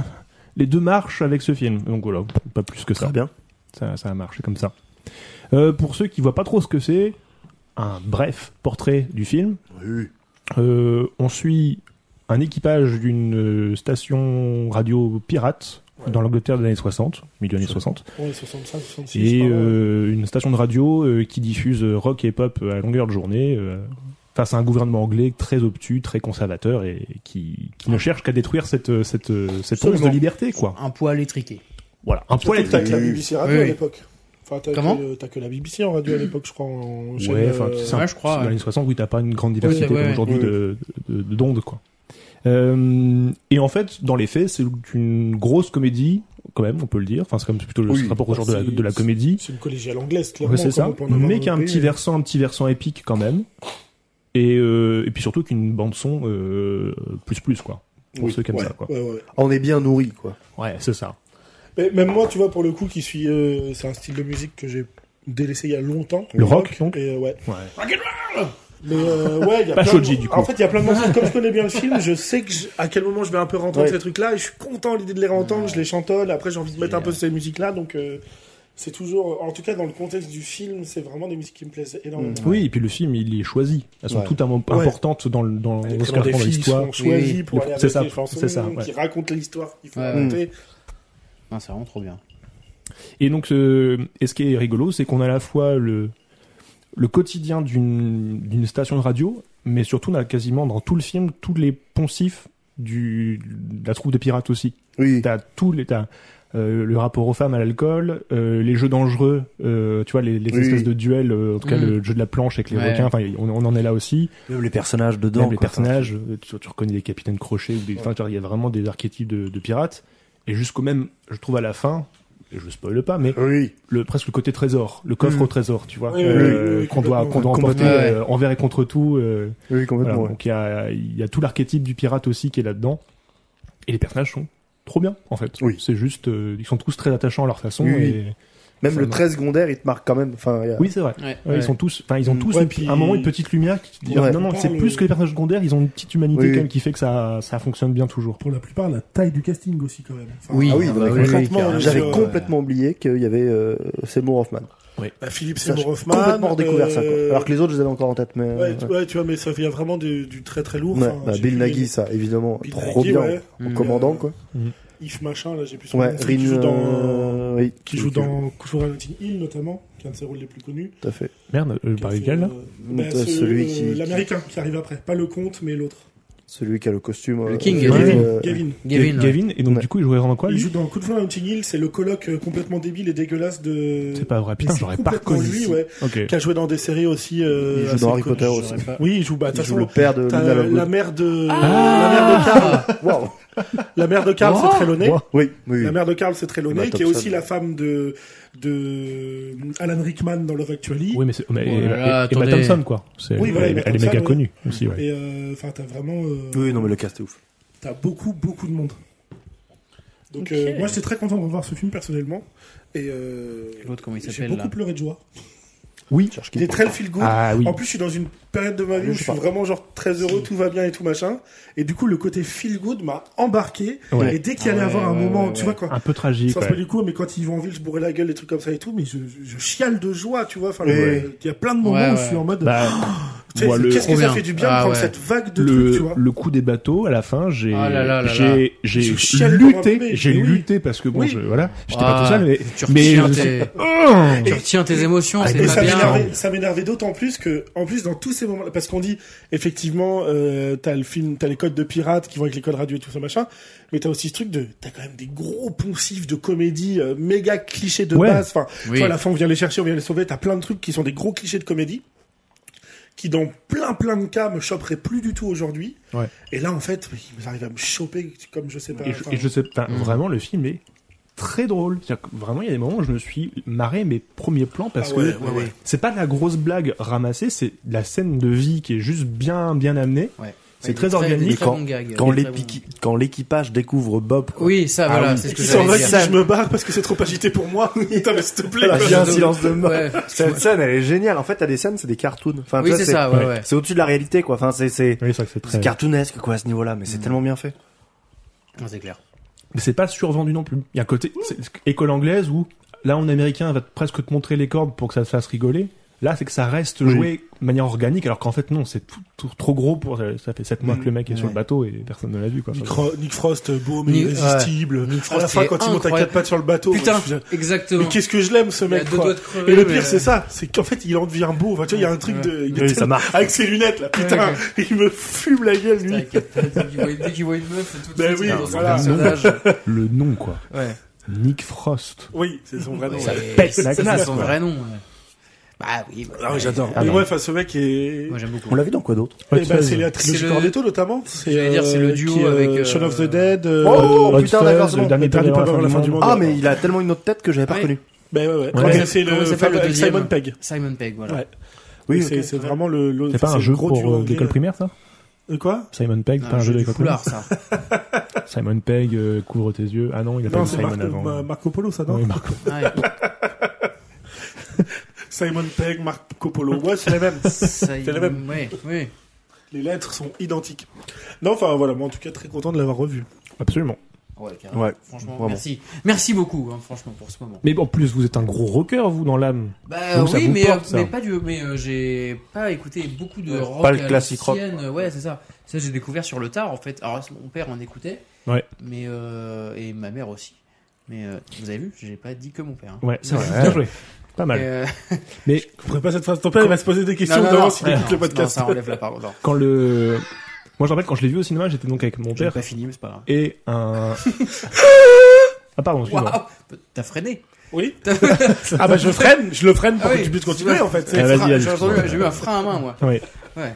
[SPEAKER 5] les deux marchent avec ce film. Donc voilà, pas plus que ça.
[SPEAKER 4] Très bien.
[SPEAKER 5] Ça, ça a marché comme ça. Euh, pour ceux qui voient pas trop ce que c'est, un bref portrait du film.
[SPEAKER 4] Oui.
[SPEAKER 5] Euh, on suit un équipage d'une euh, station radio pirate dans l'Angleterre des années 60, milieu années 60
[SPEAKER 8] Ouais, 65, 66.
[SPEAKER 5] et
[SPEAKER 8] pardon.
[SPEAKER 5] euh, une station de radio euh, qui diffuse euh, rock et pop à longueur de journée euh, face à un gouvernement anglais très obtus, très conservateur et qui, qui ne cherche qu'à détruire cette euh, cette euh, cette once de
[SPEAKER 8] Absolument.
[SPEAKER 5] liberté quoi.
[SPEAKER 9] un poil étriqué.
[SPEAKER 5] Voilà, un poil
[SPEAKER 8] Surtout que T'as que la
[SPEAKER 5] étriqué.
[SPEAKER 8] BBC radio
[SPEAKER 9] Oui,
[SPEAKER 8] à
[SPEAKER 9] oui.
[SPEAKER 8] l'époque. Enfin, t'as
[SPEAKER 9] Comment
[SPEAKER 8] que, le- t'as que la BBC en radio à l'époque, je crois. En chaîne,
[SPEAKER 5] Ouais, enfin,
[SPEAKER 8] euh,
[SPEAKER 5] tu sais,
[SPEAKER 9] ouais,
[SPEAKER 5] un-
[SPEAKER 9] je crois,
[SPEAKER 5] dans
[SPEAKER 9] ouais.
[SPEAKER 5] les 60, oui, t'as pas une grande diversité
[SPEAKER 9] ouais, ouais.
[SPEAKER 5] comme aujourd'hui
[SPEAKER 8] Oui,
[SPEAKER 5] de de- de- d'ondes, quoi. Euh, et en fait, dans les faits, c'est une grosse comédie, quand même, on peut le dire. Enfin, c'est comme plutôt le
[SPEAKER 4] Oui.
[SPEAKER 5] rapport au genre de la,
[SPEAKER 8] bah, C'est-
[SPEAKER 5] de la comédie.
[SPEAKER 8] C'est une collégiale anglaise, clairement.
[SPEAKER 5] Ouais, c'est
[SPEAKER 8] comme
[SPEAKER 5] ça.
[SPEAKER 8] on peut en avoir
[SPEAKER 5] Mais
[SPEAKER 8] dans
[SPEAKER 5] qui a un
[SPEAKER 8] d'autres
[SPEAKER 5] petit
[SPEAKER 8] pays. hein.
[SPEAKER 5] versant, un petit versant épique quand même. Et, euh, et puis surtout qu'une bande son euh, plus plus quoi. Pour
[SPEAKER 8] Oui,
[SPEAKER 5] ceux qui aiment
[SPEAKER 8] ouais,
[SPEAKER 5] ça quoi.
[SPEAKER 8] ouais, ouais.
[SPEAKER 4] On est bien nourri quoi.
[SPEAKER 5] Ouais, c'est ça.
[SPEAKER 8] Mais même moi, tu vois, pour le coup, qui suis, euh, c'est un style de musique que j'ai délaissé il y a longtemps.
[SPEAKER 5] Le rock, donc
[SPEAKER 8] et, euh, ouais.
[SPEAKER 5] Ouais.
[SPEAKER 8] Mais euh, ouais, il y a
[SPEAKER 5] Pas
[SPEAKER 8] plein de-
[SPEAKER 5] Shoji, du coup.
[SPEAKER 8] En fait, il y a plein de morceaux. Comme je connais bien le film, je sais que je- à quel moment je vais un peu rentrer
[SPEAKER 4] Ouais.
[SPEAKER 8] dans ces trucs-là. Et je suis content à l'idée de les réentendre. Je les chantole. Après, j'ai envie de mettre un peu ces musiques-là. Donc, euh, c'est toujours, en tout cas, dans le contexte du film, c'est vraiment des musiques qui me plaisent énormément.
[SPEAKER 5] Oui, et puis le film, il est choisi. Elles sont
[SPEAKER 4] Ouais.
[SPEAKER 5] toutes am- importantes dans le dans,
[SPEAKER 8] Les
[SPEAKER 5] dans ce
[SPEAKER 8] prénoms
[SPEAKER 5] qu'elles font
[SPEAKER 8] des
[SPEAKER 5] dans
[SPEAKER 8] filles
[SPEAKER 5] l'histoire.
[SPEAKER 8] sont choisis
[SPEAKER 9] Oui,
[SPEAKER 8] pour
[SPEAKER 5] oui.
[SPEAKER 8] aller
[SPEAKER 5] C'est
[SPEAKER 8] avec
[SPEAKER 5] ça,
[SPEAKER 8] les chansons
[SPEAKER 5] c'est ça, ouais.
[SPEAKER 8] qui racontent l'histoire qu'il faut
[SPEAKER 9] Ouais.
[SPEAKER 8] raconter.
[SPEAKER 9] Non, c'est vraiment trop bien.
[SPEAKER 5] Et donc, euh, et ce qui est rigolo, c'est qu'on a à la fois le, le quotidien d'une d'une station de radio, mais surtout, on a quasiment dans tout le film tous les poncifs du, de la troupe des pirates aussi.
[SPEAKER 4] Oui.
[SPEAKER 5] T'as tous les, t'as euh, le rapport aux femmes à l'alcool, euh, les jeux dangereux, euh, tu vois, les, les
[SPEAKER 4] Oui.
[SPEAKER 5] espèces de duels, euh, en tout cas
[SPEAKER 9] Mhm.
[SPEAKER 5] le jeu de la planche avec les
[SPEAKER 9] Ouais.
[SPEAKER 5] requins, enfin, y- on, on en est là aussi.
[SPEAKER 3] Même les personnages dedans.
[SPEAKER 5] Même les
[SPEAKER 3] quoi.
[SPEAKER 5] personnages, euh, tu, tu reconnais les capitaines crochets ou des, enfin, tu vois, il y a vraiment des archétypes de, de pirates. Et jusqu'au même, je trouve à la fin, et je spoile pas, mais
[SPEAKER 4] Oui.
[SPEAKER 5] le presque le côté trésor, le coffre
[SPEAKER 4] Mhm.
[SPEAKER 5] au trésor, tu vois,
[SPEAKER 8] Oui, oui,
[SPEAKER 5] euh,
[SPEAKER 8] oui, oui,
[SPEAKER 5] qu'on doit, qu'on doit
[SPEAKER 4] complètement.
[SPEAKER 5] emporter
[SPEAKER 9] Ouais, ouais.
[SPEAKER 5] euh, envers et contre tout. euh, voilà.
[SPEAKER 4] Oui, complètement.
[SPEAKER 5] Donc il y a, il y a tout l'archétype du pirate aussi qui est là-dedans. Et les personnages sont trop bien, en fait.
[SPEAKER 4] Oui.
[SPEAKER 5] C'est juste, euh, ils sont tous très attachants à leur façon.
[SPEAKER 4] Oui, oui.
[SPEAKER 5] et-
[SPEAKER 4] Même le
[SPEAKER 5] Ça
[SPEAKER 4] très secondaire, il te marque quand même. Enfin, il y a-
[SPEAKER 5] Oui, c'est vrai.
[SPEAKER 9] Ouais.
[SPEAKER 5] Ouais, Ils sont tous, enfin, ils ont tous
[SPEAKER 8] Ouais,
[SPEAKER 5] une-
[SPEAKER 8] puis-
[SPEAKER 5] à un moment une petite lumière qui te dit,
[SPEAKER 4] Mm. Ouais.
[SPEAKER 5] non, non, c'est
[SPEAKER 8] Parle-
[SPEAKER 5] plus que les personnages secondaires, ils ont une petite humanité
[SPEAKER 4] Oui.
[SPEAKER 5] quand même qui fait que ça, ça fonctionne bien toujours.
[SPEAKER 8] Pour la plupart, la taille du casting aussi, quand même. Enfin,
[SPEAKER 9] Oui.
[SPEAKER 4] Ah oui,
[SPEAKER 3] Ah
[SPEAKER 4] non,
[SPEAKER 3] bah
[SPEAKER 4] mais
[SPEAKER 3] oui,
[SPEAKER 4] concrètement,
[SPEAKER 3] oui, carrément.
[SPEAKER 4] j'avais
[SPEAKER 8] euh,
[SPEAKER 4] complètement oublié qu'il y avait euh, Seymour Hoffman.
[SPEAKER 8] bah, Philippe
[SPEAKER 4] Ça, j'ai
[SPEAKER 8] Seymour Hoffman.
[SPEAKER 4] complètement redécouvert ça. Quoi.
[SPEAKER 8] euh,
[SPEAKER 4] Alors que les autres, je les avais encore en tête, mais
[SPEAKER 8] Ouais, tu- ouais, tu vois, mais ça vient vraiment du, du très très lourd.
[SPEAKER 4] Ouais,
[SPEAKER 8] Enfin,
[SPEAKER 4] bah,
[SPEAKER 8] j'ai
[SPEAKER 4] Bill
[SPEAKER 8] plus
[SPEAKER 4] Nagy,
[SPEAKER 8] les-
[SPEAKER 4] ça, évidemment,
[SPEAKER 8] Bill
[SPEAKER 4] trop
[SPEAKER 8] Nagy,
[SPEAKER 4] bien.
[SPEAKER 8] ouais.
[SPEAKER 4] En commandant, quoi.
[SPEAKER 8] Yves Machin, là, j'ai plus son
[SPEAKER 4] Ouais,
[SPEAKER 8] nom,
[SPEAKER 4] Rin,
[SPEAKER 8] qui joue dans,
[SPEAKER 4] euh, oui,
[SPEAKER 8] qui joue dans Kushura Latin Hill, notamment, qui est un de ses rôles les plus connus.
[SPEAKER 4] Tout à fait.
[SPEAKER 5] Merde, euh,
[SPEAKER 8] Qui a
[SPEAKER 5] par
[SPEAKER 8] fait,
[SPEAKER 5] lequel, là
[SPEAKER 8] euh, bah,
[SPEAKER 4] Euh,
[SPEAKER 8] ce-
[SPEAKER 4] celui
[SPEAKER 8] euh,
[SPEAKER 4] qui-
[SPEAKER 8] L'américain qui arrive après. Pas le comte, mais l'autre.
[SPEAKER 4] Celui qui a le costume.
[SPEAKER 9] Le
[SPEAKER 4] euh,
[SPEAKER 9] King,
[SPEAKER 4] euh,
[SPEAKER 5] Gavin.
[SPEAKER 4] euh,
[SPEAKER 8] Gavin.
[SPEAKER 9] Gavin. ouais.
[SPEAKER 5] Gavin, et donc
[SPEAKER 4] Ouais.
[SPEAKER 5] du coup, il jouait vraiment quoi,
[SPEAKER 8] Il
[SPEAKER 5] lui
[SPEAKER 8] joue dans Kushura Latin Hill, c'est le colloque euh, complètement débile et dégueulasse de.
[SPEAKER 5] C'est pas vrai, putain,
[SPEAKER 8] Mais c'est
[SPEAKER 5] j'aurais pas reconnu.
[SPEAKER 8] complètement lui,
[SPEAKER 5] ça.
[SPEAKER 8] ouais.
[SPEAKER 5] Ok.
[SPEAKER 8] Qui a joué dans des séries aussi. euh,
[SPEAKER 4] Il joue
[SPEAKER 8] assez
[SPEAKER 4] dans Harry
[SPEAKER 8] connues.
[SPEAKER 4] Potter aussi.
[SPEAKER 8] Oui, il joue, bah, de
[SPEAKER 4] Il
[SPEAKER 8] toute
[SPEAKER 4] joue
[SPEAKER 8] façon,
[SPEAKER 4] le père de
[SPEAKER 8] t'as
[SPEAKER 4] Linda
[SPEAKER 8] la
[SPEAKER 4] Lovegood.
[SPEAKER 8] mère de.
[SPEAKER 9] Ah
[SPEAKER 4] Waouh.
[SPEAKER 8] La mère de Karl,
[SPEAKER 9] Oh
[SPEAKER 8] c'est Trelawney.
[SPEAKER 4] Oui, oui.
[SPEAKER 8] La mère de Karl, c'est Trelawney,
[SPEAKER 4] Emma
[SPEAKER 8] qui est
[SPEAKER 4] Thompson.
[SPEAKER 8] aussi la femme de, de Alan Rickman dans Love Actually.
[SPEAKER 5] Oui, mais c'est, mais-
[SPEAKER 9] Oh là là,
[SPEAKER 5] et- et- Emma
[SPEAKER 9] attendez.
[SPEAKER 5] Thompson, quoi. C'est,
[SPEAKER 8] Oui, voilà,
[SPEAKER 5] elle,
[SPEAKER 8] Emma
[SPEAKER 5] elle est
[SPEAKER 8] Thompson,
[SPEAKER 5] méga
[SPEAKER 8] ouais.
[SPEAKER 5] connue aussi, ouais.
[SPEAKER 8] Et euh, enfin, t'as vraiment, euh,
[SPEAKER 4] Oui, non, mais le cast est ouf.
[SPEAKER 8] t'as beaucoup, beaucoup de monde. Donc, euh, moi, j'étais très content de revoir ce film personnellement. Et euh,
[SPEAKER 9] L'autre, comment il
[SPEAKER 8] j'ai
[SPEAKER 9] s'appelle
[SPEAKER 8] beaucoup
[SPEAKER 9] là
[SPEAKER 8] pleuré de joie.
[SPEAKER 5] Oui.
[SPEAKER 4] Cherche qui
[SPEAKER 8] Il est très feel good.
[SPEAKER 5] Ah oui.
[SPEAKER 8] En plus, je suis dans une période de ma vie
[SPEAKER 4] Je
[SPEAKER 8] où je
[SPEAKER 4] sais
[SPEAKER 8] suis
[SPEAKER 4] pas.
[SPEAKER 8] vraiment genre très heureux, tout va bien et tout machin. Et du coup, le côté feel good m'a embarqué.
[SPEAKER 5] Ouais.
[SPEAKER 8] Et dès qu'il allait
[SPEAKER 9] Ouais,
[SPEAKER 8] avoir un
[SPEAKER 9] ouais,
[SPEAKER 8] moment,
[SPEAKER 9] ouais,
[SPEAKER 8] tu
[SPEAKER 9] ouais.
[SPEAKER 8] vois, quand,
[SPEAKER 5] Un peu tragique,
[SPEAKER 8] Ça se
[SPEAKER 5] ouais.
[SPEAKER 8] peut du coup, mais quand ils vont en ville, je bourrais la gueule, des trucs comme ça et tout, mais je, je- je chiale de joie, tu vois. Enfin, le-
[SPEAKER 4] Ouais.
[SPEAKER 8] il y a plein de moments
[SPEAKER 9] Ouais,
[SPEAKER 8] où
[SPEAKER 9] ouais.
[SPEAKER 8] je suis en mode,
[SPEAKER 5] Bah,
[SPEAKER 8] tu sais,
[SPEAKER 5] moi, le-
[SPEAKER 8] qu'est-ce que
[SPEAKER 9] Trop
[SPEAKER 8] ça
[SPEAKER 9] bien.
[SPEAKER 8] fait du bien de
[SPEAKER 9] Ah,
[SPEAKER 8] prendre
[SPEAKER 9] ouais.
[SPEAKER 8] cette vague de trucs, tu
[SPEAKER 5] le,
[SPEAKER 8] vois.
[SPEAKER 5] le coup des bateaux à la fin, j'ai
[SPEAKER 9] Ah là là là là.
[SPEAKER 5] j'ai j'ai
[SPEAKER 8] Je chiale comme un
[SPEAKER 5] lutté,
[SPEAKER 8] bébé,
[SPEAKER 5] j'ai
[SPEAKER 8] mais oui.
[SPEAKER 5] lutté parce que bon,
[SPEAKER 8] Oui.
[SPEAKER 5] je, voilà, j'étais
[SPEAKER 9] Ah,
[SPEAKER 5] pas tout seul, mais
[SPEAKER 9] Tu
[SPEAKER 5] mais
[SPEAKER 9] retiens,
[SPEAKER 5] je-
[SPEAKER 9] tes...
[SPEAKER 5] Oh
[SPEAKER 9] tu retiens tes émotions,
[SPEAKER 5] Ah,
[SPEAKER 9] c'est
[SPEAKER 5] mais
[SPEAKER 8] Et
[SPEAKER 9] pas
[SPEAKER 8] ça
[SPEAKER 5] bien.
[SPEAKER 8] m'énervait- ça m'énervait d'autant plus que, en plus, dans tous ces moments parce qu'on dit, effectivement, euh, t'as le film, t'as les codes de pirates qui vont avec les codes radio et tout ça, machin, mais t'as aussi ce truc de, t'as quand même des gros poncifs de comédie, euh, méga clichés de
[SPEAKER 5] Ouais.
[SPEAKER 8] base, enfin,
[SPEAKER 9] Oui.
[SPEAKER 8] tu vois, à la fin, on vient les chercher, on vient les sauver, t'as plein de trucs qui sont des gros clichés de comédie, qui dans plein plein de cas me choperaient plus du tout aujourd'hui.
[SPEAKER 5] Ouais.
[SPEAKER 8] Et là, en fait, ils arrivent à me choper comme je sais pas.
[SPEAKER 5] Et je,
[SPEAKER 8] enfin,
[SPEAKER 5] et je sais,
[SPEAKER 8] Mm.
[SPEAKER 5] enfin, vraiment, le film est très drôle. C'est-à-dire que vraiment, il y a des moments où je me suis marré mes premiers plans parce
[SPEAKER 8] Ah ouais,
[SPEAKER 5] que
[SPEAKER 8] ouais, ouais.
[SPEAKER 5] c'est pas de la grosse blague ramassée, c'est de la scène de vie qui est juste bien, bien amenée.
[SPEAKER 9] Ouais.
[SPEAKER 5] C'est très organique.
[SPEAKER 3] très bon Quand, l'épiqui- quand l'équipage découvre Bob, quoi.
[SPEAKER 9] Oui, ça,
[SPEAKER 3] Ah
[SPEAKER 9] voilà,
[SPEAKER 3] oui.
[SPEAKER 9] c'est ce que
[SPEAKER 8] Ils sont en
[SPEAKER 9] j'allais
[SPEAKER 8] mode,
[SPEAKER 9] dire.
[SPEAKER 8] si je me barre parce que c'est trop agité pour moi. Putain, mais s'il te plaît.
[SPEAKER 3] Ah,
[SPEAKER 8] quoi.
[SPEAKER 3] il y a un silence de mort.
[SPEAKER 9] Ouais.
[SPEAKER 3] Cette scène, elle est géniale. En fait, t'as des scènes, c'est des cartoons. Enfin,
[SPEAKER 9] Oui,
[SPEAKER 3] tu vois,
[SPEAKER 9] c'est ça, ouais, ouais.
[SPEAKER 3] C'est au-dessus de la réalité, quoi. Enfin, c'est, c'est,
[SPEAKER 5] Oui, c'est vrai que c'est très.
[SPEAKER 3] c'est cartoonesque, quoi, à ce niveau-là, mais c'est tellement bien fait.
[SPEAKER 9] Non, C'est clair.
[SPEAKER 5] Mais c'est pas survendu non plus. Il y a un côté c'est- c'est école anglaise où là, en américain, va presque te montrer les cordes pour que ça te fasse rigoler. Là, c'est que ça reste joué de manière organique, alors qu'en fait, non, c'est tout, tout- trop gros pour. Ça fait 7 mois que le mec est sur le bateau et personne ne l'a vu, quoi.
[SPEAKER 8] Nick,
[SPEAKER 5] Enfin,
[SPEAKER 8] Ro- Nick Frost, euh, beau mais
[SPEAKER 9] Nick-
[SPEAKER 8] irrésistible. à la
[SPEAKER 9] Frost,
[SPEAKER 8] fin,
[SPEAKER 9] il est
[SPEAKER 8] quand il monte à quatre
[SPEAKER 9] incroyable.
[SPEAKER 8] pattes sur le bateau.
[SPEAKER 9] Putain,
[SPEAKER 8] moi, je suis-
[SPEAKER 9] exactement.
[SPEAKER 8] mais qu'est-ce que je l'aime, ce
[SPEAKER 9] Il a
[SPEAKER 8] mec,
[SPEAKER 9] deux
[SPEAKER 8] quoi.
[SPEAKER 9] doigts de crever,
[SPEAKER 8] Et le pire,
[SPEAKER 9] mais- euh,
[SPEAKER 8] c'est ça. C'est qu'en fait, il en devient beau. Enfin, tu vois, il y a un truc
[SPEAKER 9] Ouais.
[SPEAKER 8] de, il est
[SPEAKER 3] Oui, ça marche.
[SPEAKER 8] avec ses lunettes, là. Putain, il me fume la gueule, lui.
[SPEAKER 9] Dès qu'il voit une meuf, tout de
[SPEAKER 8] Ben
[SPEAKER 9] suite,
[SPEAKER 8] oui,
[SPEAKER 9] il est dans son
[SPEAKER 8] voilà.
[SPEAKER 9] personnage.
[SPEAKER 5] le nom, quoi.
[SPEAKER 9] Ouais.
[SPEAKER 5] Nick Frost.
[SPEAKER 8] Oui, c'est son vrai nom.
[SPEAKER 9] Ça
[SPEAKER 8] ouais.
[SPEAKER 9] pèse
[SPEAKER 5] la
[SPEAKER 9] C'est
[SPEAKER 5] glace,
[SPEAKER 9] son
[SPEAKER 5] quoi.
[SPEAKER 9] vrai nom. ouais. Bah oui.
[SPEAKER 8] Ah oui, j'adore.
[SPEAKER 5] Ah
[SPEAKER 8] mais
[SPEAKER 5] non.
[SPEAKER 8] ouais, enfin, ce mec est.
[SPEAKER 9] Moi j'aime beaucoup.
[SPEAKER 3] On l'a vu dans quoi d'autre
[SPEAKER 8] Eh ben, c'est la
[SPEAKER 9] C'est
[SPEAKER 8] trilogie
[SPEAKER 9] le-
[SPEAKER 8] Cornetto, notamment. C'est,
[SPEAKER 9] J'allais dire, c'est le
[SPEAKER 8] euh,
[SPEAKER 9] duo
[SPEAKER 8] qui, euh,
[SPEAKER 9] avec, euh,
[SPEAKER 8] Shaun of the Dead. euh,
[SPEAKER 3] Oh,
[SPEAKER 5] Hot
[SPEAKER 3] putain,
[SPEAKER 5] Fuzz,
[SPEAKER 3] d'accord, c'est
[SPEAKER 5] le
[SPEAKER 3] bon.
[SPEAKER 5] dernier
[SPEAKER 8] Le dernier
[SPEAKER 5] Perdant
[SPEAKER 8] Perdant
[SPEAKER 5] à la fin du monde.
[SPEAKER 3] Ah, mais il a tellement une autre tête que j'avais pas
[SPEAKER 9] Ouais.
[SPEAKER 3] reconnu.
[SPEAKER 8] Ben ouais, ouais.
[SPEAKER 5] Ouais.
[SPEAKER 8] Ouais, c'est
[SPEAKER 9] Comment
[SPEAKER 8] le
[SPEAKER 9] il s'appelle,
[SPEAKER 8] fameux
[SPEAKER 9] le
[SPEAKER 8] avec
[SPEAKER 9] deuxième
[SPEAKER 8] Simon Pegg.
[SPEAKER 9] Simon Pegg, voilà.
[SPEAKER 8] Ouais.
[SPEAKER 3] Oui,
[SPEAKER 8] Et
[SPEAKER 3] ok,
[SPEAKER 8] c'est,
[SPEAKER 3] c'est
[SPEAKER 8] c'est vraiment le, le-
[SPEAKER 5] C'est pas
[SPEAKER 8] enfin,
[SPEAKER 5] un
[SPEAKER 8] le
[SPEAKER 5] jeu
[SPEAKER 8] gros
[SPEAKER 5] pour
[SPEAKER 8] duo
[SPEAKER 5] euh,
[SPEAKER 8] anglais.
[SPEAKER 5] l'école primaire, ça
[SPEAKER 8] Euh, Quoi?
[SPEAKER 5] Simon Pegg, c'est
[SPEAKER 9] Ah,
[SPEAKER 5] pas un jeu
[SPEAKER 9] du
[SPEAKER 5] d'école primaire
[SPEAKER 9] foulard, ça.
[SPEAKER 5] Simon Pegg, euh, couvre tes yeux. Ah non, il a pas
[SPEAKER 8] Non,
[SPEAKER 5] dit
[SPEAKER 8] c'est
[SPEAKER 5] Simon
[SPEAKER 8] Marco,
[SPEAKER 5] avant.
[SPEAKER 8] Ma- Marco Polo, ça, non?
[SPEAKER 5] Oui, Marco.
[SPEAKER 9] Ah, Ouais.
[SPEAKER 8] Simon Pegg, Marco Polo. Ouais, c'est les mêmes.
[SPEAKER 9] Ça y-
[SPEAKER 8] C'est la même.
[SPEAKER 9] Ouais, ouais.
[SPEAKER 8] Les lettres sont identiques. Non, enfin voilà, moi en tout cas très content de l'avoir revu.
[SPEAKER 5] Absolument.
[SPEAKER 9] Ouais, carrément.
[SPEAKER 3] Ouais.
[SPEAKER 9] Franchement,
[SPEAKER 3] Vraiment.
[SPEAKER 9] merci. Merci beaucoup, hein, franchement, pour ce moment.
[SPEAKER 5] Mais en plus, vous êtes un gros rocker, vous, dans l'âme.
[SPEAKER 9] Bah
[SPEAKER 5] Donc, ça
[SPEAKER 9] oui,
[SPEAKER 5] vous
[SPEAKER 9] mais,
[SPEAKER 5] porte,
[SPEAKER 9] euh,
[SPEAKER 5] ça.
[SPEAKER 9] mais pas du. Mais euh, j'ai pas écouté beaucoup
[SPEAKER 5] Euh,
[SPEAKER 9] de rock.
[SPEAKER 3] pas le
[SPEAKER 9] à
[SPEAKER 3] classique rock.
[SPEAKER 9] l'ancienne, euh, Ouais, c'est ça. Ça, j'ai découvert sur le tard, en fait. Alors, mon père en écoutait.
[SPEAKER 5] Ouais.
[SPEAKER 9] Mais euh, et ma mère aussi. Mais euh, vous avez vu, j'ai pas dit que mon père. hein.
[SPEAKER 5] Ouais, c'est vrai. Bien joué. Pas
[SPEAKER 9] Et,
[SPEAKER 5] mal.
[SPEAKER 9] euh,
[SPEAKER 8] Vous ferez pas cette phrase, ton père il va se poser des questions
[SPEAKER 9] non, non, non,
[SPEAKER 8] d'avance s'il
[SPEAKER 9] non,
[SPEAKER 8] écoute le
[SPEAKER 9] non,
[SPEAKER 8] podcast.
[SPEAKER 9] ça enlève la parole. Non,
[SPEAKER 5] Quand le. Moi, je rappelle, quand je l'ai vu au cinéma, j'étais donc avec mon
[SPEAKER 9] j'ai
[SPEAKER 5] père
[SPEAKER 9] pas fini, mais c'est pas grave.
[SPEAKER 5] et un. Ah pardon, excuse-moi.
[SPEAKER 9] Waouh, t'as freiné.
[SPEAKER 8] Oui.
[SPEAKER 9] T'as-
[SPEAKER 8] Ah bah je freine, je le freine pour
[SPEAKER 9] Ah oui,
[SPEAKER 8] que tu puisses continuer
[SPEAKER 9] c'est
[SPEAKER 8] en fait.
[SPEAKER 9] vrai.
[SPEAKER 5] Ah, vas-y, vas-y.
[SPEAKER 9] J'ai entendu- j'ai eu un frein à main, moi.
[SPEAKER 5] Ouais.
[SPEAKER 9] Ouais.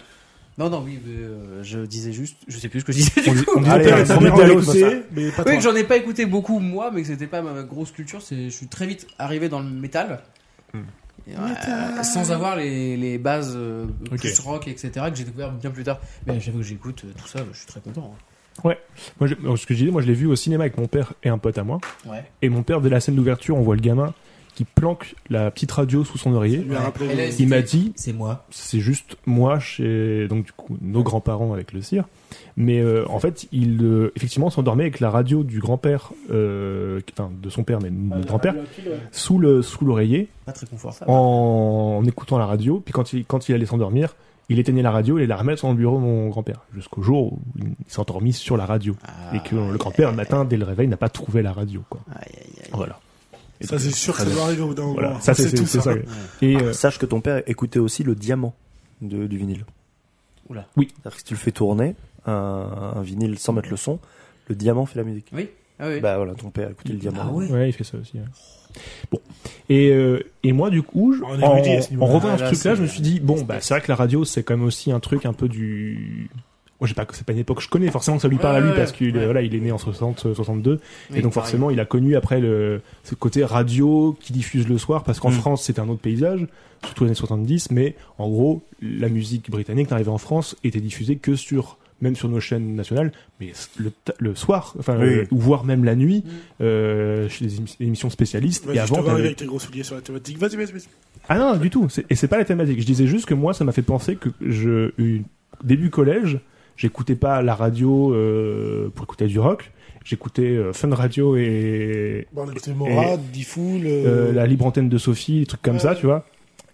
[SPEAKER 9] Non, non, oui, mais, euh, je disais juste, je sais plus ce que je disais.
[SPEAKER 5] On
[SPEAKER 9] du
[SPEAKER 5] dit-
[SPEAKER 9] coup.
[SPEAKER 5] on dit-
[SPEAKER 4] Allez,
[SPEAKER 5] t'as-
[SPEAKER 4] allez,
[SPEAKER 5] t'as
[SPEAKER 4] on dit
[SPEAKER 5] mis
[SPEAKER 4] d'aller
[SPEAKER 5] le-
[SPEAKER 4] au
[SPEAKER 8] C'est- mais pas
[SPEAKER 9] Oui,
[SPEAKER 8] toi.
[SPEAKER 9] que j'en ai pas écouté beaucoup moi, mais que c'était pas ma ma grosse culture. C'est, je suis très vite arrivé dans le métal. Et, euh, sans avoir les, les bases euh,
[SPEAKER 5] Ok.
[SPEAKER 9] plus rock, etc., que j'ai découvert bien plus tard. Mais à chaque fois que j'écoute euh, tout ça, je suis très content.
[SPEAKER 5] Moi, je- bon, ce que je disais, moi je l'ai vu au cinéma avec mon père et un pote à moi.
[SPEAKER 9] hein. Ouais.
[SPEAKER 5] Et mon père, dès la scène d'ouverture, on voit le gamin qui planque la petite radio sous son oreiller.
[SPEAKER 8] lui a rappelé
[SPEAKER 9] Et là,
[SPEAKER 8] le-
[SPEAKER 9] c'était-
[SPEAKER 5] Il m'a dit,
[SPEAKER 9] C'est moi.
[SPEAKER 5] c'est juste moi chez donc du coup nos grands-parents avec le cire mais euh, en fait il euh, effectivement s'endormait avec la radio du grand-père euh, qui- enfin de son père mais de notre grand-père sous le sous l'oreiller
[SPEAKER 9] Pas très confortable.
[SPEAKER 5] en, en écoutant la radio puis quand il quand il allait s'endormir il éteignait la radio et il la remettait dans le bureau de mon grand-père jusqu'au jour où il s'endormit sur la radio et que le grand-père le matin dès le réveil n'a pas trouvé la radio quoi
[SPEAKER 9] Aïe, aïe, aïe.
[SPEAKER 5] voilà Et
[SPEAKER 8] Ça
[SPEAKER 5] donc,
[SPEAKER 8] c'est sûr que ça doit arriver au bout d'un
[SPEAKER 5] voilà
[SPEAKER 8] moment.
[SPEAKER 5] ça c'est
[SPEAKER 8] tout
[SPEAKER 5] c'est ça et
[SPEAKER 9] Ah,
[SPEAKER 5] euh,
[SPEAKER 4] Sache que ton père écoutait aussi le diamant de- du vinyle.
[SPEAKER 9] Oula.
[SPEAKER 5] Oui.
[SPEAKER 4] C'est-à-dire que si tu le fais tourner, un, un vinyle sans mettre le son, le diamant fait la musique.
[SPEAKER 9] Oui. Ah oui.
[SPEAKER 4] Bah voilà, ton père écoutait le diamant.
[SPEAKER 9] ah ouais.
[SPEAKER 5] Ouais, il fait ça aussi. ouais. Bon. Et, euh, et moi, du coup, je-
[SPEAKER 8] Ah, On est
[SPEAKER 5] en,
[SPEAKER 8] rudié à ce
[SPEAKER 5] en
[SPEAKER 8] niveau-là.
[SPEAKER 5] revoyant
[SPEAKER 9] Ah,
[SPEAKER 5] ce
[SPEAKER 9] là,
[SPEAKER 5] truc-là,
[SPEAKER 9] c'est-
[SPEAKER 5] je me suis dit, bon, bah, c'est vrai que la radio, c'est quand même aussi un truc un peu du. Moi, j'ai pas que c'est pas une époque que je connais, forcément que ça lui
[SPEAKER 9] Ouais,
[SPEAKER 5] parle à lui
[SPEAKER 9] ouais,
[SPEAKER 5] parce qu'il est-
[SPEAKER 9] ouais.
[SPEAKER 5] voilà, il est né en 60, euh, 62. et
[SPEAKER 9] Oui,
[SPEAKER 5] donc,
[SPEAKER 9] pareil.
[SPEAKER 5] forcément, il a connu après le, ce côté radio qui diffuse le soir parce qu'en
[SPEAKER 4] Mm.
[SPEAKER 5] France, c'était un autre paysage, surtout les années 70, mais en gros, la musique britannique n'arrivait en France, était diffusée que sur même sur nos chaînes nationales, mais le, ta- le soir, enfin,
[SPEAKER 4] Oui.
[SPEAKER 5] euh, ou voire même la nuit, euh, chez des émi- émissions spécialistes.
[SPEAKER 8] Vas-y,
[SPEAKER 5] Et
[SPEAKER 8] je te
[SPEAKER 5] avant,
[SPEAKER 8] vois
[SPEAKER 5] t'avais-
[SPEAKER 8] avec tes gros souliers sur la thématique. Vas-y, vas-y, vas-y.
[SPEAKER 5] ah non, du tout. C'est- Et c'est pas la thématique. Je disais juste que moi, ça m'a fait penser que je eu- début collège, j'écoutais pas la radio euh, pour écouter du rock. J'écoutais euh, Fun Radio et
[SPEAKER 8] Bon, on écoutait Morad, Diffoul.
[SPEAKER 5] euh, la libre antenne de Sophie, des trucs comme
[SPEAKER 8] Ouais.
[SPEAKER 5] ça, tu vois.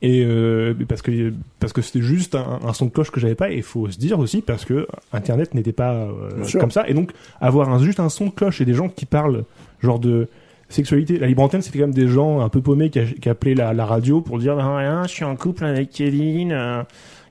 [SPEAKER 5] Et euh, parce que parce que c'était juste un, un son de cloche que j'avais pas. Et faut se dire aussi parce que Internet n'était pas euh,
[SPEAKER 4] Bien sûr.
[SPEAKER 5] comme ça. Et donc avoir un, juste un son de cloche et des gens qui parlent genre de sexualité. La libre antenne, c'était quand même des gens un peu paumés qui, a- qui appelaient la, la radio pour dire ah, rien, je suis en couple avec Kevin. euh,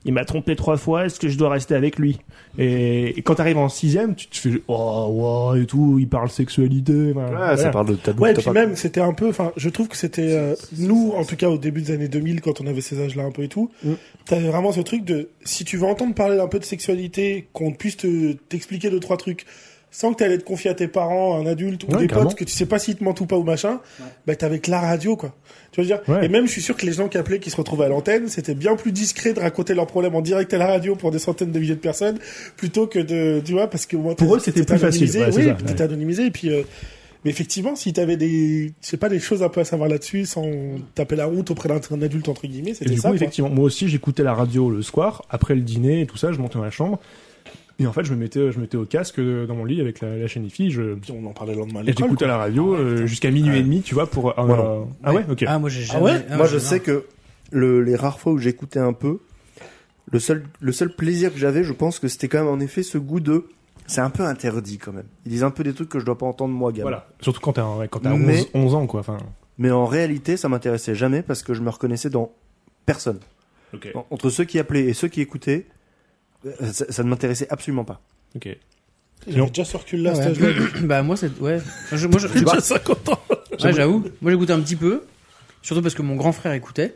[SPEAKER 5] il m'a trompé trois fois. Est-ce que je dois rester avec lui et, et quand t'arrives en sixième, tu te fais oh wow, et tout. Il parle sexualité. voilà.
[SPEAKER 4] Ouais, ça
[SPEAKER 5] Voilà.
[SPEAKER 4] parle de tabou.
[SPEAKER 8] Ouais, et
[SPEAKER 4] t'as
[SPEAKER 8] puis
[SPEAKER 4] pas-
[SPEAKER 8] même, c'était un peu. Enfin, je trouve que c'était euh, nous, en tout cas, au début des années 2000, quand on avait ces âges-là un peu et tout.
[SPEAKER 5] Mm.
[SPEAKER 8] T'avais vraiment ce truc de si tu veux entendre parler un peu de sexualité, qu'on puisse te t'expliquer deux trois trucs, sans que t'allais te confier à tes parents, à un adulte ou
[SPEAKER 5] Ouais,
[SPEAKER 8] des
[SPEAKER 5] carrément.
[SPEAKER 8] potes que tu sais pas s'ils te mentent ou pas ou machin. Bah, t'avais que la radio, quoi. Tu veux dire
[SPEAKER 5] Ouais.
[SPEAKER 8] Et même, je suis sûr que les gens qui appelaient, qui se retrouvaient à l'antenne, c'était bien plus discret de raconter leurs problèmes en direct à la radio pour des centaines de milliers de personnes, plutôt que de, tu vois, parce que moi,
[SPEAKER 5] Pour eux, c'était plus facile, ouais, c'est
[SPEAKER 8] oui,
[SPEAKER 5] ça,
[SPEAKER 8] puis
[SPEAKER 5] ouais.
[SPEAKER 8] t'étais anonymisé et puis. euh, mais effectivement, si t'avais des, je sais pas, des choses un peu à savoir là-dessus, sans taper la honte auprès d'un d'un adulte entre guillemets,
[SPEAKER 5] Et
[SPEAKER 8] c'était
[SPEAKER 5] du
[SPEAKER 8] ça.
[SPEAKER 5] coup,
[SPEAKER 8] quoi.
[SPEAKER 5] effectivement, moi aussi, j'écoutais la radio le soir, après le dîner et tout ça, je montais dans la chambre. Et en fait, je me mettais, je mettais au casque euh, dans mon lit avec la, la chaîne IFI, je,
[SPEAKER 8] Puis on en parlait le lendemain à
[SPEAKER 5] et
[SPEAKER 8] l'école.
[SPEAKER 5] j'écoutais la radio
[SPEAKER 8] Ah
[SPEAKER 5] euh, jusqu'à minuit et demi, tu vois, pour, euh,
[SPEAKER 4] Voilà.
[SPEAKER 5] ah ouais, ok.
[SPEAKER 9] Ah, moi j'ai jamais.
[SPEAKER 8] ouais
[SPEAKER 9] ah,
[SPEAKER 4] Moi, je
[SPEAKER 9] j'ai
[SPEAKER 4] sais
[SPEAKER 9] marre.
[SPEAKER 4] que le, les rares fois où j'écoutais un peu, le seul, le seul plaisir que j'avais, je pense que c'était quand même en effet ce goût de. C'est un peu interdit quand même. Ils disent un peu des trucs que je dois pas entendre moi, gamin.
[SPEAKER 5] voilà. Surtout quand t'as, ouais, quand t'as
[SPEAKER 4] Mais-
[SPEAKER 5] 11, 11 ans, quoi, enfin.
[SPEAKER 4] Mais en réalité, ça m'intéressait jamais parce que je me reconnaissais dans personne.
[SPEAKER 5] Ok.
[SPEAKER 4] En- Entre ceux qui appelaient et ceux qui écoutaient, euh, ça, ça ne m'intéressait absolument pas.
[SPEAKER 5] Ok.
[SPEAKER 8] J'avais déjà circulé là, à cet
[SPEAKER 9] Ouais.
[SPEAKER 8] âge-là.
[SPEAKER 9] bah moi c'est ouais. Moi, je- moi, je-
[SPEAKER 4] vois
[SPEAKER 9] Ouais, j'avoue. Moi j'écoutais un petit peu, surtout parce que mon grand frère écoutait.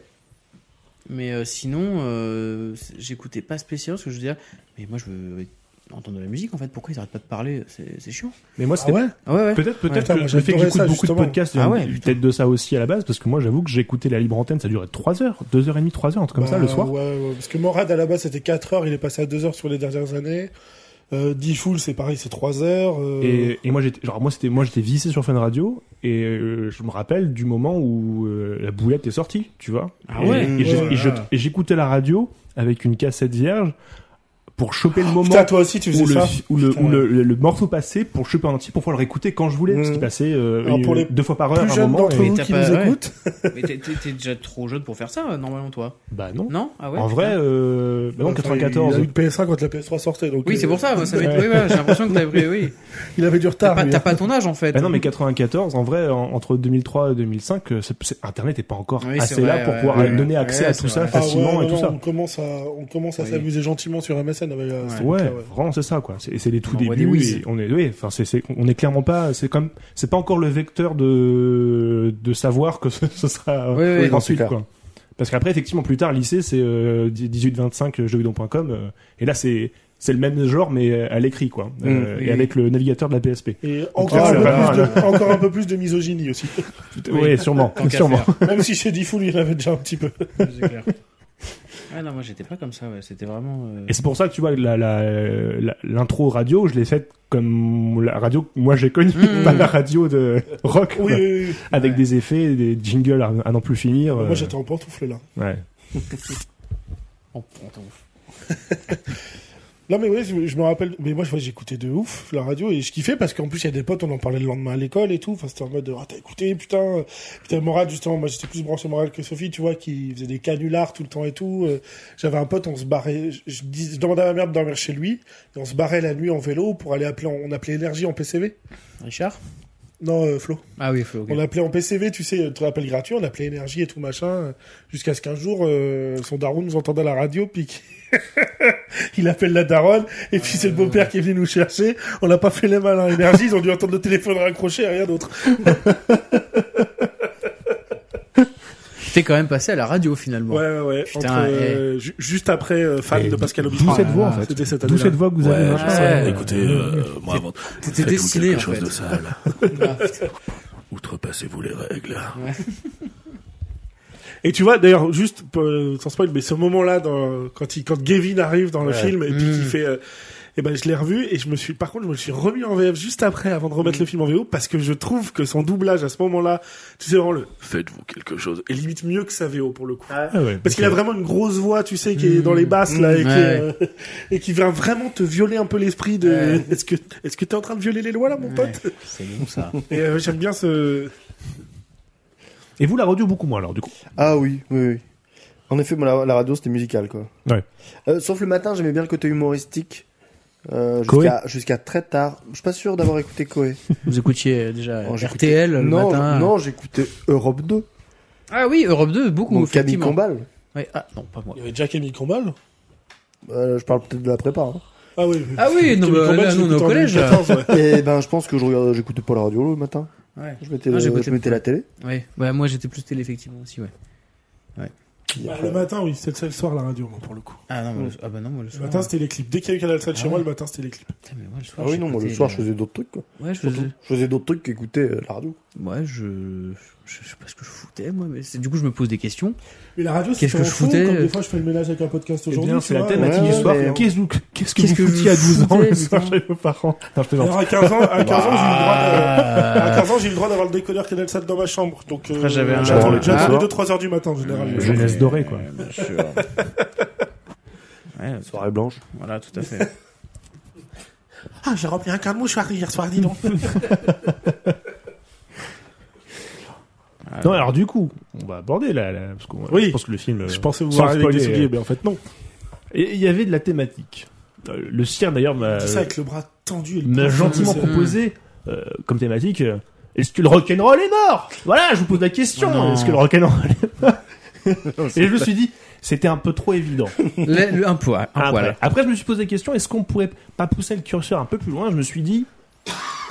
[SPEAKER 9] Mais euh, sinon, euh, c'est- j'écoutais pas spécialement parce que je disais, mais moi je veux entendre de la musique en fait. Pourquoi ils arrêtent pas de parler C'est c'est chiant.
[SPEAKER 5] Mais moi, c'était
[SPEAKER 8] Ah ouais
[SPEAKER 9] Ah ouais ouais.
[SPEAKER 5] Peut-être, peut-être
[SPEAKER 8] Ouais.
[SPEAKER 5] que le fait que
[SPEAKER 8] J'adorais
[SPEAKER 5] j'écoute
[SPEAKER 8] ça,
[SPEAKER 5] beaucoup de
[SPEAKER 8] justement.
[SPEAKER 5] podcasts,
[SPEAKER 9] Ah
[SPEAKER 5] vient
[SPEAKER 9] ouais,
[SPEAKER 5] peut-être de ça aussi à la base, parce que moi, j'avoue que j'écoutais la libre antenne, ça durait 3 heures, 2 heures et demie, 3 heures, un truc comme ça,
[SPEAKER 8] Bah,
[SPEAKER 5] le soir.
[SPEAKER 8] ouais, ouais, Parce que Morad, à la base, c'était 4 heures, il est passé à 2 heures sur les dernières années. Euh, Diffoul, c'est pareil, c'est 3 heures. euh,
[SPEAKER 5] Et, et moi j'étais genre moi c'était moi j'étais vissé sur Fun Radio et euh, je me rappelle du moment où euh, la boulette est sortie, tu vois.
[SPEAKER 9] Ah
[SPEAKER 5] Et-
[SPEAKER 9] ouais.
[SPEAKER 5] Et j'ai-
[SPEAKER 8] Ouais.
[SPEAKER 5] et je- et j'écoutais la radio avec une cassette vierge pour choper le moment
[SPEAKER 8] Oh, Putain, toi aussi, tu faisais
[SPEAKER 5] où, le,
[SPEAKER 8] ça.
[SPEAKER 5] où, le,
[SPEAKER 8] Putain,
[SPEAKER 5] où le, le- le morceau passait pour choper en entier pour pouvoir le réécouter quand je voulais parce
[SPEAKER 4] Mhm.
[SPEAKER 5] qu'il passait euh,
[SPEAKER 8] Mm. Alors,
[SPEAKER 5] une-
[SPEAKER 8] pour les
[SPEAKER 5] deux fois par heure
[SPEAKER 8] Plus
[SPEAKER 5] à un
[SPEAKER 8] jeunes
[SPEAKER 5] moment.
[SPEAKER 8] d'entre
[SPEAKER 5] et-
[SPEAKER 8] vous
[SPEAKER 9] t'as
[SPEAKER 8] qui
[SPEAKER 9] pas-
[SPEAKER 8] nous
[SPEAKER 9] ouais.
[SPEAKER 8] écoutent.
[SPEAKER 9] Mais t'es- t'es t'es déjà trop jeune pour faire ça euh, normalement toi.
[SPEAKER 5] Bah non.
[SPEAKER 9] Non Ah ouais.
[SPEAKER 5] En vrai euh, bah non
[SPEAKER 8] Enfin, Il a
[SPEAKER 5] 94.
[SPEAKER 8] eu le PS1 quand la PS3 sortait. Donc,
[SPEAKER 9] Oui
[SPEAKER 8] euh,
[SPEAKER 9] c'est pour ça. moi, ça va être- oui, voilà, j'ai l'impression que t'as pris. Oui.
[SPEAKER 8] Il avait du
[SPEAKER 9] T'as
[SPEAKER 8] retard.
[SPEAKER 9] pas,
[SPEAKER 8] lui,
[SPEAKER 9] t'as
[SPEAKER 8] hein.
[SPEAKER 9] pas ton âge en fait.
[SPEAKER 5] Bah non mais 94 en vrai en- entre 2003 et 2005 euh, c'est- c'est- internet est pas encore
[SPEAKER 9] Oui, c'est
[SPEAKER 5] assez
[SPEAKER 9] vrai,
[SPEAKER 5] là pour
[SPEAKER 9] ouais,
[SPEAKER 5] pouvoir
[SPEAKER 9] ouais,
[SPEAKER 5] donner
[SPEAKER 9] ouais.
[SPEAKER 5] accès
[SPEAKER 9] Ouais,
[SPEAKER 5] à
[SPEAKER 9] c'est
[SPEAKER 5] tout ça
[SPEAKER 9] vrai.
[SPEAKER 8] Ah ouais,
[SPEAKER 5] facilement
[SPEAKER 8] non,
[SPEAKER 5] et tout
[SPEAKER 8] non,
[SPEAKER 5] ça.
[SPEAKER 8] On commence à, on commence à
[SPEAKER 9] Oui.
[SPEAKER 8] s'amuser gentiment sur MSN semaine avec euh, cette
[SPEAKER 5] Ouais,
[SPEAKER 8] époque-là,
[SPEAKER 5] vraiment c'est ça quoi. C'est c'est les tout
[SPEAKER 9] On envoie
[SPEAKER 5] débuts.
[SPEAKER 9] des whiz.
[SPEAKER 5] et on est, oui, enfin c'est, c'est- on est clairement pas, c'est comme, c'est pas encore le vecteur de de savoir que ce, ce sera
[SPEAKER 9] Oui,
[SPEAKER 5] euh,
[SPEAKER 9] oui, oui,
[SPEAKER 4] c'est
[SPEAKER 5] ensuite
[SPEAKER 4] clair.
[SPEAKER 5] quoi. Parce qu'après effectivement plus tard lycée c'est euh, 18-25 jeuxvideo.com euh, et là c'est c'est le même genre mais à l'écrit quoi Euh,
[SPEAKER 9] Mm. oui,
[SPEAKER 5] et
[SPEAKER 9] oui.
[SPEAKER 5] avec le navigateur de la PSP.
[SPEAKER 8] Et encore,
[SPEAKER 5] Oh
[SPEAKER 8] un
[SPEAKER 5] là
[SPEAKER 8] peu
[SPEAKER 5] là
[SPEAKER 8] plus
[SPEAKER 5] là
[SPEAKER 8] de, encore un peu plus de misogynie aussi.
[SPEAKER 5] Oui, sûrement,
[SPEAKER 9] Tant qu'à
[SPEAKER 5] sûrement.
[SPEAKER 8] Même si chez Diffoul, il y en avait déjà un petit peu.
[SPEAKER 9] Ah non, moi j'étais pas comme ça, ouais. c'était vraiment. euh,
[SPEAKER 5] Et c'est pour ça que tu vois la- la- la- l'intro radio je l'ai faite comme la radio que moi j'ai connue,
[SPEAKER 9] Mmh.
[SPEAKER 5] pas la radio de rock
[SPEAKER 8] Oui,
[SPEAKER 5] quoi.
[SPEAKER 8] oui, oui.
[SPEAKER 5] avec
[SPEAKER 9] Ouais.
[SPEAKER 5] des effets, des jingles à, à n'en plus finir. euh,
[SPEAKER 8] Moi, j'étais en pantoufle là.
[SPEAKER 5] ouais.
[SPEAKER 9] on- on t'en-
[SPEAKER 8] Non mais ouais, je, je me rappelle. Mais moi, je vois, j'écoutais de ouf la radio et je kiffais parce qu'en plus, il y a des potes, on en parlait le lendemain à l'école et tout. Enfin, c'était en mode, ah t'as écouté, putain, putain, morale justement. Moi, j'étais plus branché morale que Sophie, tu vois, qui faisait des canulars tout le temps et tout. Euh, J'avais un pote, on se barrait. Je, je dis- je demandais à ma mère de dormir chez lui et on se barrait la nuit en vélo pour aller appeler. en- on appelait énergie en PCV.
[SPEAKER 9] Richard
[SPEAKER 8] Non, euh, Flo.
[SPEAKER 9] Ah oui, Flo, ok.
[SPEAKER 8] On appelait en PCV, tu sais, euh, te rappel gratuit, on appelait énergie et tout machin, euh, jusqu'à ce qu'un jour, euh, son daron nous entende à la radio, puis qu'il- il appelle la daronne, et puis c'est le beau-père qui est venu nous chercher. On n'a pas fait les malins énergie, ils ont dû entendre le téléphone raccroché et rien d'autre.
[SPEAKER 9] T'es quand même passé à la radio finalement.
[SPEAKER 8] ouais, ouais.
[SPEAKER 9] Putain, Entre, euh,
[SPEAKER 8] Juste après Fan de Pascal Obispo.
[SPEAKER 5] eh.
[SPEAKER 8] Ah,
[SPEAKER 5] D'où cette voix en fait.
[SPEAKER 8] C'était cette
[SPEAKER 5] D'où cette voix que vous avez
[SPEAKER 9] Ouais,
[SPEAKER 5] maintenant,
[SPEAKER 9] je
[SPEAKER 5] ça.
[SPEAKER 9] sais.
[SPEAKER 10] Écoutez, euh, moi, avant,
[SPEAKER 9] T'étais dessiné en
[SPEAKER 10] quelque chose
[SPEAKER 9] fait.
[SPEAKER 10] de sale.
[SPEAKER 9] Ah, putain.
[SPEAKER 10] Outrepassez-vous les règles.
[SPEAKER 8] Et tu vois, d'ailleurs, juste euh, sans spoil, mais ce moment-là, dans- quand il, quand Gavin arrive dans le film et puis
[SPEAKER 9] Mm.
[SPEAKER 8] qu'il fait, euh, eh ben, je l'ai revu et je me suis, par contre, je me suis remis en VF juste après, avant de
[SPEAKER 9] Mm.
[SPEAKER 8] remettre le film en VO, parce que je trouve que son doublage à ce moment-là, tu sais vraiment le, faites-vous quelque chose, est limite mieux que sa VO pour le coup.
[SPEAKER 5] Ah ouais,
[SPEAKER 8] Parce qu'il a
[SPEAKER 5] ok.
[SPEAKER 8] vraiment une grosse voix, tu sais, qui est
[SPEAKER 9] Mm.
[SPEAKER 8] dans les basses là, et, qui,
[SPEAKER 9] Ouais.
[SPEAKER 8] euh, et qui vient vraiment te violer un peu l'esprit de.
[SPEAKER 9] Ouais.
[SPEAKER 8] Est-ce que, est-ce que t'es en train de violer les lois là, mon
[SPEAKER 9] Ouais,
[SPEAKER 8] pote
[SPEAKER 9] C'est bon ça.
[SPEAKER 8] Et euh, j'aime bien ce.
[SPEAKER 5] Et vous la radio beaucoup moins alors du coup.
[SPEAKER 4] Ah oui, oui, oui. En effet, moi, la, la radio, c'était musical, quoi.
[SPEAKER 5] Ouais.
[SPEAKER 4] Euh, sauf le matin, j'aimais bien le côté humoristique. Euh,
[SPEAKER 5] Coé
[SPEAKER 4] jusqu'à jusqu'à très tard. Je suis pas sûr d'avoir écouté Koé.
[SPEAKER 9] Vous écoutiez euh, déjà
[SPEAKER 4] Oh, j'écoutais-
[SPEAKER 9] RTL le
[SPEAKER 4] non,
[SPEAKER 9] matin. euh.
[SPEAKER 4] non, j'écoutais Europe 2.
[SPEAKER 9] Ah oui, Europe 2, beaucoup.
[SPEAKER 4] Mon Camille
[SPEAKER 9] effectivement.
[SPEAKER 4] Combal.
[SPEAKER 9] Ouais, Ah non, pas moi.
[SPEAKER 8] y avait Jack Emile Combal.
[SPEAKER 4] Euh, je parle peut-être de la prépa. hein.
[SPEAKER 8] Ah oui.
[SPEAKER 9] Ah oui, non,
[SPEAKER 8] Kevin
[SPEAKER 9] bah,
[SPEAKER 8] Combal,
[SPEAKER 9] là,
[SPEAKER 8] je
[SPEAKER 9] nous, on est au
[SPEAKER 8] l'écoute en
[SPEAKER 9] collège.
[SPEAKER 8] 2014, ouais.
[SPEAKER 4] Et ben, je pense que je regardais, j'écoutais pas la radio le matin.
[SPEAKER 9] Ouais.
[SPEAKER 4] Je mettais,
[SPEAKER 9] Ah, j'écoutais-
[SPEAKER 4] je mettais la télé.
[SPEAKER 9] Ouais. ouais, moi j'étais plus télé effectivement aussi, ouais.
[SPEAKER 8] Bah,
[SPEAKER 4] euh,
[SPEAKER 8] le matin, oui, c'était le soir la radio, moi, pour le coup.
[SPEAKER 9] Ah non, moi, le... ah, bah non, moi le
[SPEAKER 8] Le
[SPEAKER 9] soir.
[SPEAKER 8] matin, c'était les clips. Dès qu'il y avait Canal 7 chez
[SPEAKER 9] Ah
[SPEAKER 8] moi,
[SPEAKER 9] ouais.
[SPEAKER 8] le matin, c'était les clips.
[SPEAKER 9] Putain, mais moi le soir. euh,
[SPEAKER 4] Ah oui, non, moi le
[SPEAKER 9] j'écoutais
[SPEAKER 4] soir,
[SPEAKER 9] la-
[SPEAKER 4] je faisais d'autres trucs, quoi.
[SPEAKER 9] Ouais, je faisais.
[SPEAKER 4] Je faisais d'autres trucs qu'écouter euh, la radio.
[SPEAKER 9] Ouais, je... je sais pas ce que je foutais moi, mais c'est- du coup je me pose des questions.
[SPEAKER 8] Mais la radio,
[SPEAKER 9] Qu'est-ce
[SPEAKER 8] c'était
[SPEAKER 9] que
[SPEAKER 8] en
[SPEAKER 9] je
[SPEAKER 8] fond,
[SPEAKER 9] foutais,
[SPEAKER 8] comme
[SPEAKER 9] euh,
[SPEAKER 8] des fois, je fais le ménage avec un podcast
[SPEAKER 5] Eh
[SPEAKER 8] aujourd'hui.
[SPEAKER 5] bien,
[SPEAKER 8] tu
[SPEAKER 5] c'est la
[SPEAKER 8] vois, euh,
[SPEAKER 5] thématique
[SPEAKER 4] ouais,
[SPEAKER 5] du soir.
[SPEAKER 4] mais-
[SPEAKER 5] Qu'est-ce que, qu'est-ce que
[SPEAKER 9] Qu'est-ce que
[SPEAKER 5] vous foutiez à
[SPEAKER 9] vous
[SPEAKER 5] 12 ans le
[SPEAKER 9] foutez,
[SPEAKER 5] soir
[SPEAKER 9] putain
[SPEAKER 5] chez vos parents Non, je plaisante.
[SPEAKER 8] Alors, à 15 ans, à 15 ans, j'ai eu le droit de-
[SPEAKER 9] Ah.
[SPEAKER 8] à 15 ans, j'ai eu le droit d'avoir le décodeur Canal 7 dans ma chambre. Donc, euh,
[SPEAKER 9] Ah, j'avais un-
[SPEAKER 8] j'attendais
[SPEAKER 5] Ah.
[SPEAKER 8] j'attendais 2-3 heures du matin, en général.
[SPEAKER 5] Jeunesse dorée quoi.
[SPEAKER 9] Bien sûr. ouais,
[SPEAKER 4] Soirée blanche.
[SPEAKER 9] voilà, tout à fait.
[SPEAKER 8] Ah, j'ai rempli un quart de mouchoir hier soir, dis donc.
[SPEAKER 5] Bah Non, alors du coup, on va aborder là, là, parce qu'on
[SPEAKER 8] Oui.
[SPEAKER 5] je pense que le film. euh,
[SPEAKER 8] Je pensais vous
[SPEAKER 5] sans
[SPEAKER 8] voir avec
[SPEAKER 5] spoiler,
[SPEAKER 8] des
[SPEAKER 5] euh,
[SPEAKER 8] souliers, mais en fait, non.
[SPEAKER 5] Et il y avait de la thématique. Euh, Le sien d'ailleurs m'a
[SPEAKER 8] Dis ça avec le bras tendu et le
[SPEAKER 5] m'a
[SPEAKER 8] poing
[SPEAKER 5] gentiment
[SPEAKER 8] serré.
[SPEAKER 5] proposé euh, comme thématique. euh, Est-ce que le rock'n'roll est mort Voilà, je vous pose la question.
[SPEAKER 9] Oh non.
[SPEAKER 5] Est-ce que le rock'n'roll est mort Et je me suis dit, c'était un peu trop évident.
[SPEAKER 9] Le- le- un poil, un
[SPEAKER 5] Après.
[SPEAKER 9] poil.
[SPEAKER 5] Après, je me suis posé la question est-ce qu'on pourrait pas pousser le curseur un peu plus loin Je me suis dit,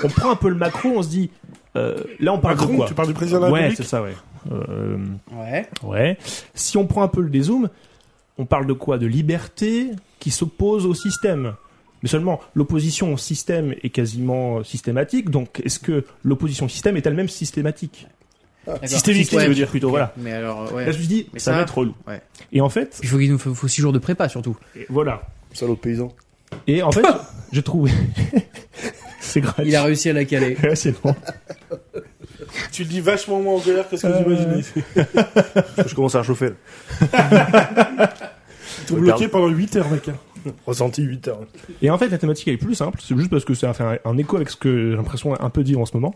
[SPEAKER 5] on prend un peu le macro, on se dit, euh, là on parle de
[SPEAKER 8] Macron,
[SPEAKER 5] quoi
[SPEAKER 8] tu parles du président de la
[SPEAKER 5] Ouais, c'est
[SPEAKER 8] République
[SPEAKER 5] ça, ouais. Euh,
[SPEAKER 9] Ouais.
[SPEAKER 5] ouais. Si on prend un peu le dézoom, on parle de quoi De liberté qui s'oppose au système. Mais seulement, l'opposition au système est quasiment euh, systématique, donc est-ce que l'opposition au système est elle-même systématique
[SPEAKER 9] D'accord.
[SPEAKER 5] Systémique,
[SPEAKER 9] Ouais,
[SPEAKER 5] je veux dire plutôt, voilà.
[SPEAKER 9] Mais alors, ouais.
[SPEAKER 5] Là, je me suis dit,
[SPEAKER 9] Mais
[SPEAKER 5] ça,
[SPEAKER 9] ça-
[SPEAKER 5] va être relou.
[SPEAKER 9] ouais.
[SPEAKER 5] Et en fait,
[SPEAKER 9] Il faut qu'il nous faut, faut six jours de prépa surtout.
[SPEAKER 5] et voilà.
[SPEAKER 4] Salaud de paysan.
[SPEAKER 5] Et en fait, j'ai trouvé. C'est gratuit.
[SPEAKER 9] Il a réussi à la caler.
[SPEAKER 5] Ouais, c'est bon.
[SPEAKER 8] Tu le dis vachement moins en colère que ce
[SPEAKER 9] Euh,
[SPEAKER 8] que j'imaginais.
[SPEAKER 4] Parce que je commence à réchauffer, là.
[SPEAKER 8] Ils t'ont bloqué pendant 8 heures, mec. hein.
[SPEAKER 4] Ressenti 8 heures.
[SPEAKER 5] Et en fait, la thématique elle est plus simple, c'est juste parce que ça fait un, un écho avec ce que j'ai l'impression un peu de vivre en ce moment.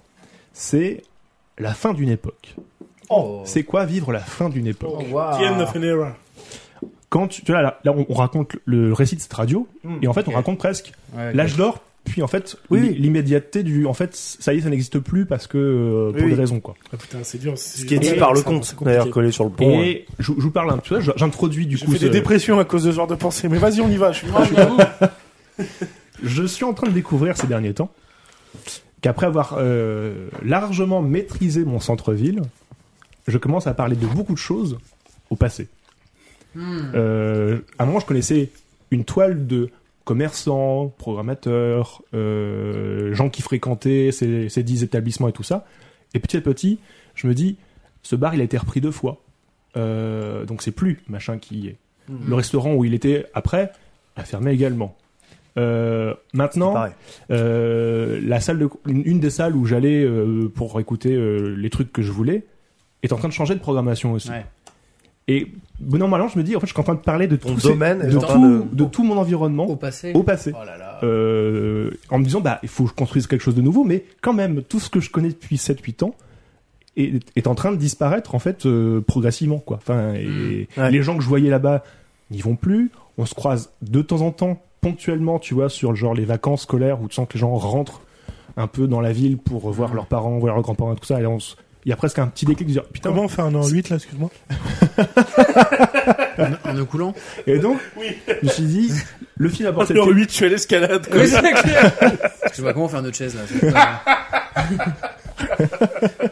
[SPEAKER 5] C'est la fin d'une époque.
[SPEAKER 4] Oh.
[SPEAKER 5] C'est quoi vivre la fin d'une époque
[SPEAKER 9] Oh.
[SPEAKER 8] The end of an era.
[SPEAKER 5] Quand tu, tu vois, là, là, on, on raconte le récit de cette radio, et en fait, on
[SPEAKER 9] ok.
[SPEAKER 5] raconte presque
[SPEAKER 9] Ouais,
[SPEAKER 5] l'âge d'or Puis en fait,
[SPEAKER 3] Oui,
[SPEAKER 5] l'i-
[SPEAKER 3] oui.
[SPEAKER 5] l'immédiateté du, en fait, ça y est, ça n'existe plus parce que euh, pour
[SPEAKER 3] Oui,
[SPEAKER 5] des
[SPEAKER 3] oui.
[SPEAKER 5] raisons quoi.
[SPEAKER 8] Ah putain, c'est Ah, dur. Ce
[SPEAKER 4] Ce qui est dit par le compte, d'ailleurs, collé sur le pont. hein.
[SPEAKER 5] Et je, je vous parle un peu. je- J'introduis du
[SPEAKER 8] Je
[SPEAKER 5] coup.
[SPEAKER 8] fais des
[SPEAKER 4] euh,
[SPEAKER 5] ce-
[SPEAKER 8] dépressions à cause de ce genre de pensée. Mais vas-y, on y va. Je suis je suis-
[SPEAKER 5] je suis en train de découvrir ces derniers temps qu'après avoir euh, largement maîtrisé mon centre-ville, je commence à parler de beaucoup de choses au passé. Euh, à un moment, je connaissais une toile de commerçants, programmateurs, euh, gens qui fréquentaient ces, ces dix établissements et tout ça. Et petit à petit, je me dis, ce bar, il a été repris deux fois. Euh, donc c'est plus machin qui y est. Le restaurant où il était après a fermé également. Euh, maintenant,
[SPEAKER 3] Pareil.
[SPEAKER 5] euh, la salle de, une, une des salles où j'allais euh, pour écouter euh, les trucs que je voulais est en train de changer de programmation aussi.
[SPEAKER 9] Ouais.
[SPEAKER 5] Et bon an, mal an, je me dis en fait je suis en train de parler de
[SPEAKER 4] Ton
[SPEAKER 5] tout ces-
[SPEAKER 4] domaine est
[SPEAKER 5] de
[SPEAKER 4] en train
[SPEAKER 5] tout, de
[SPEAKER 4] de-
[SPEAKER 5] tout mon environnement
[SPEAKER 9] Au passé.
[SPEAKER 5] au passé.
[SPEAKER 9] Oh là là.
[SPEAKER 5] Euh, en me disant bah il faut que je construise quelque chose de nouveau mais quand même tout ce que je connais depuis 7 8 ans est, est en train de disparaître en fait euh, progressivement quoi. Enfin et
[SPEAKER 4] Mm. Ouais.
[SPEAKER 5] les gens que je voyais là-bas n'y vont plus, on se croise de temps en temps ponctuellement, tu vois, sur genre les vacances scolaires où tu sens que les gens rentrent un peu dans la ville pour voir leurs parents, voir leurs grands-parents et tout ça et on se- il y a presque un petit déclic de dire putain
[SPEAKER 8] Comment on fait un an 8 là, excuse-moi
[SPEAKER 9] En ne coulant.
[SPEAKER 5] et donc je me suis dit le film apporte
[SPEAKER 7] Ah,
[SPEAKER 5] cette-
[SPEAKER 8] En 8, je fais l'escalade.
[SPEAKER 9] Oui, c'est clair. Je sais pas comment faire notre chaise là. c'est pas-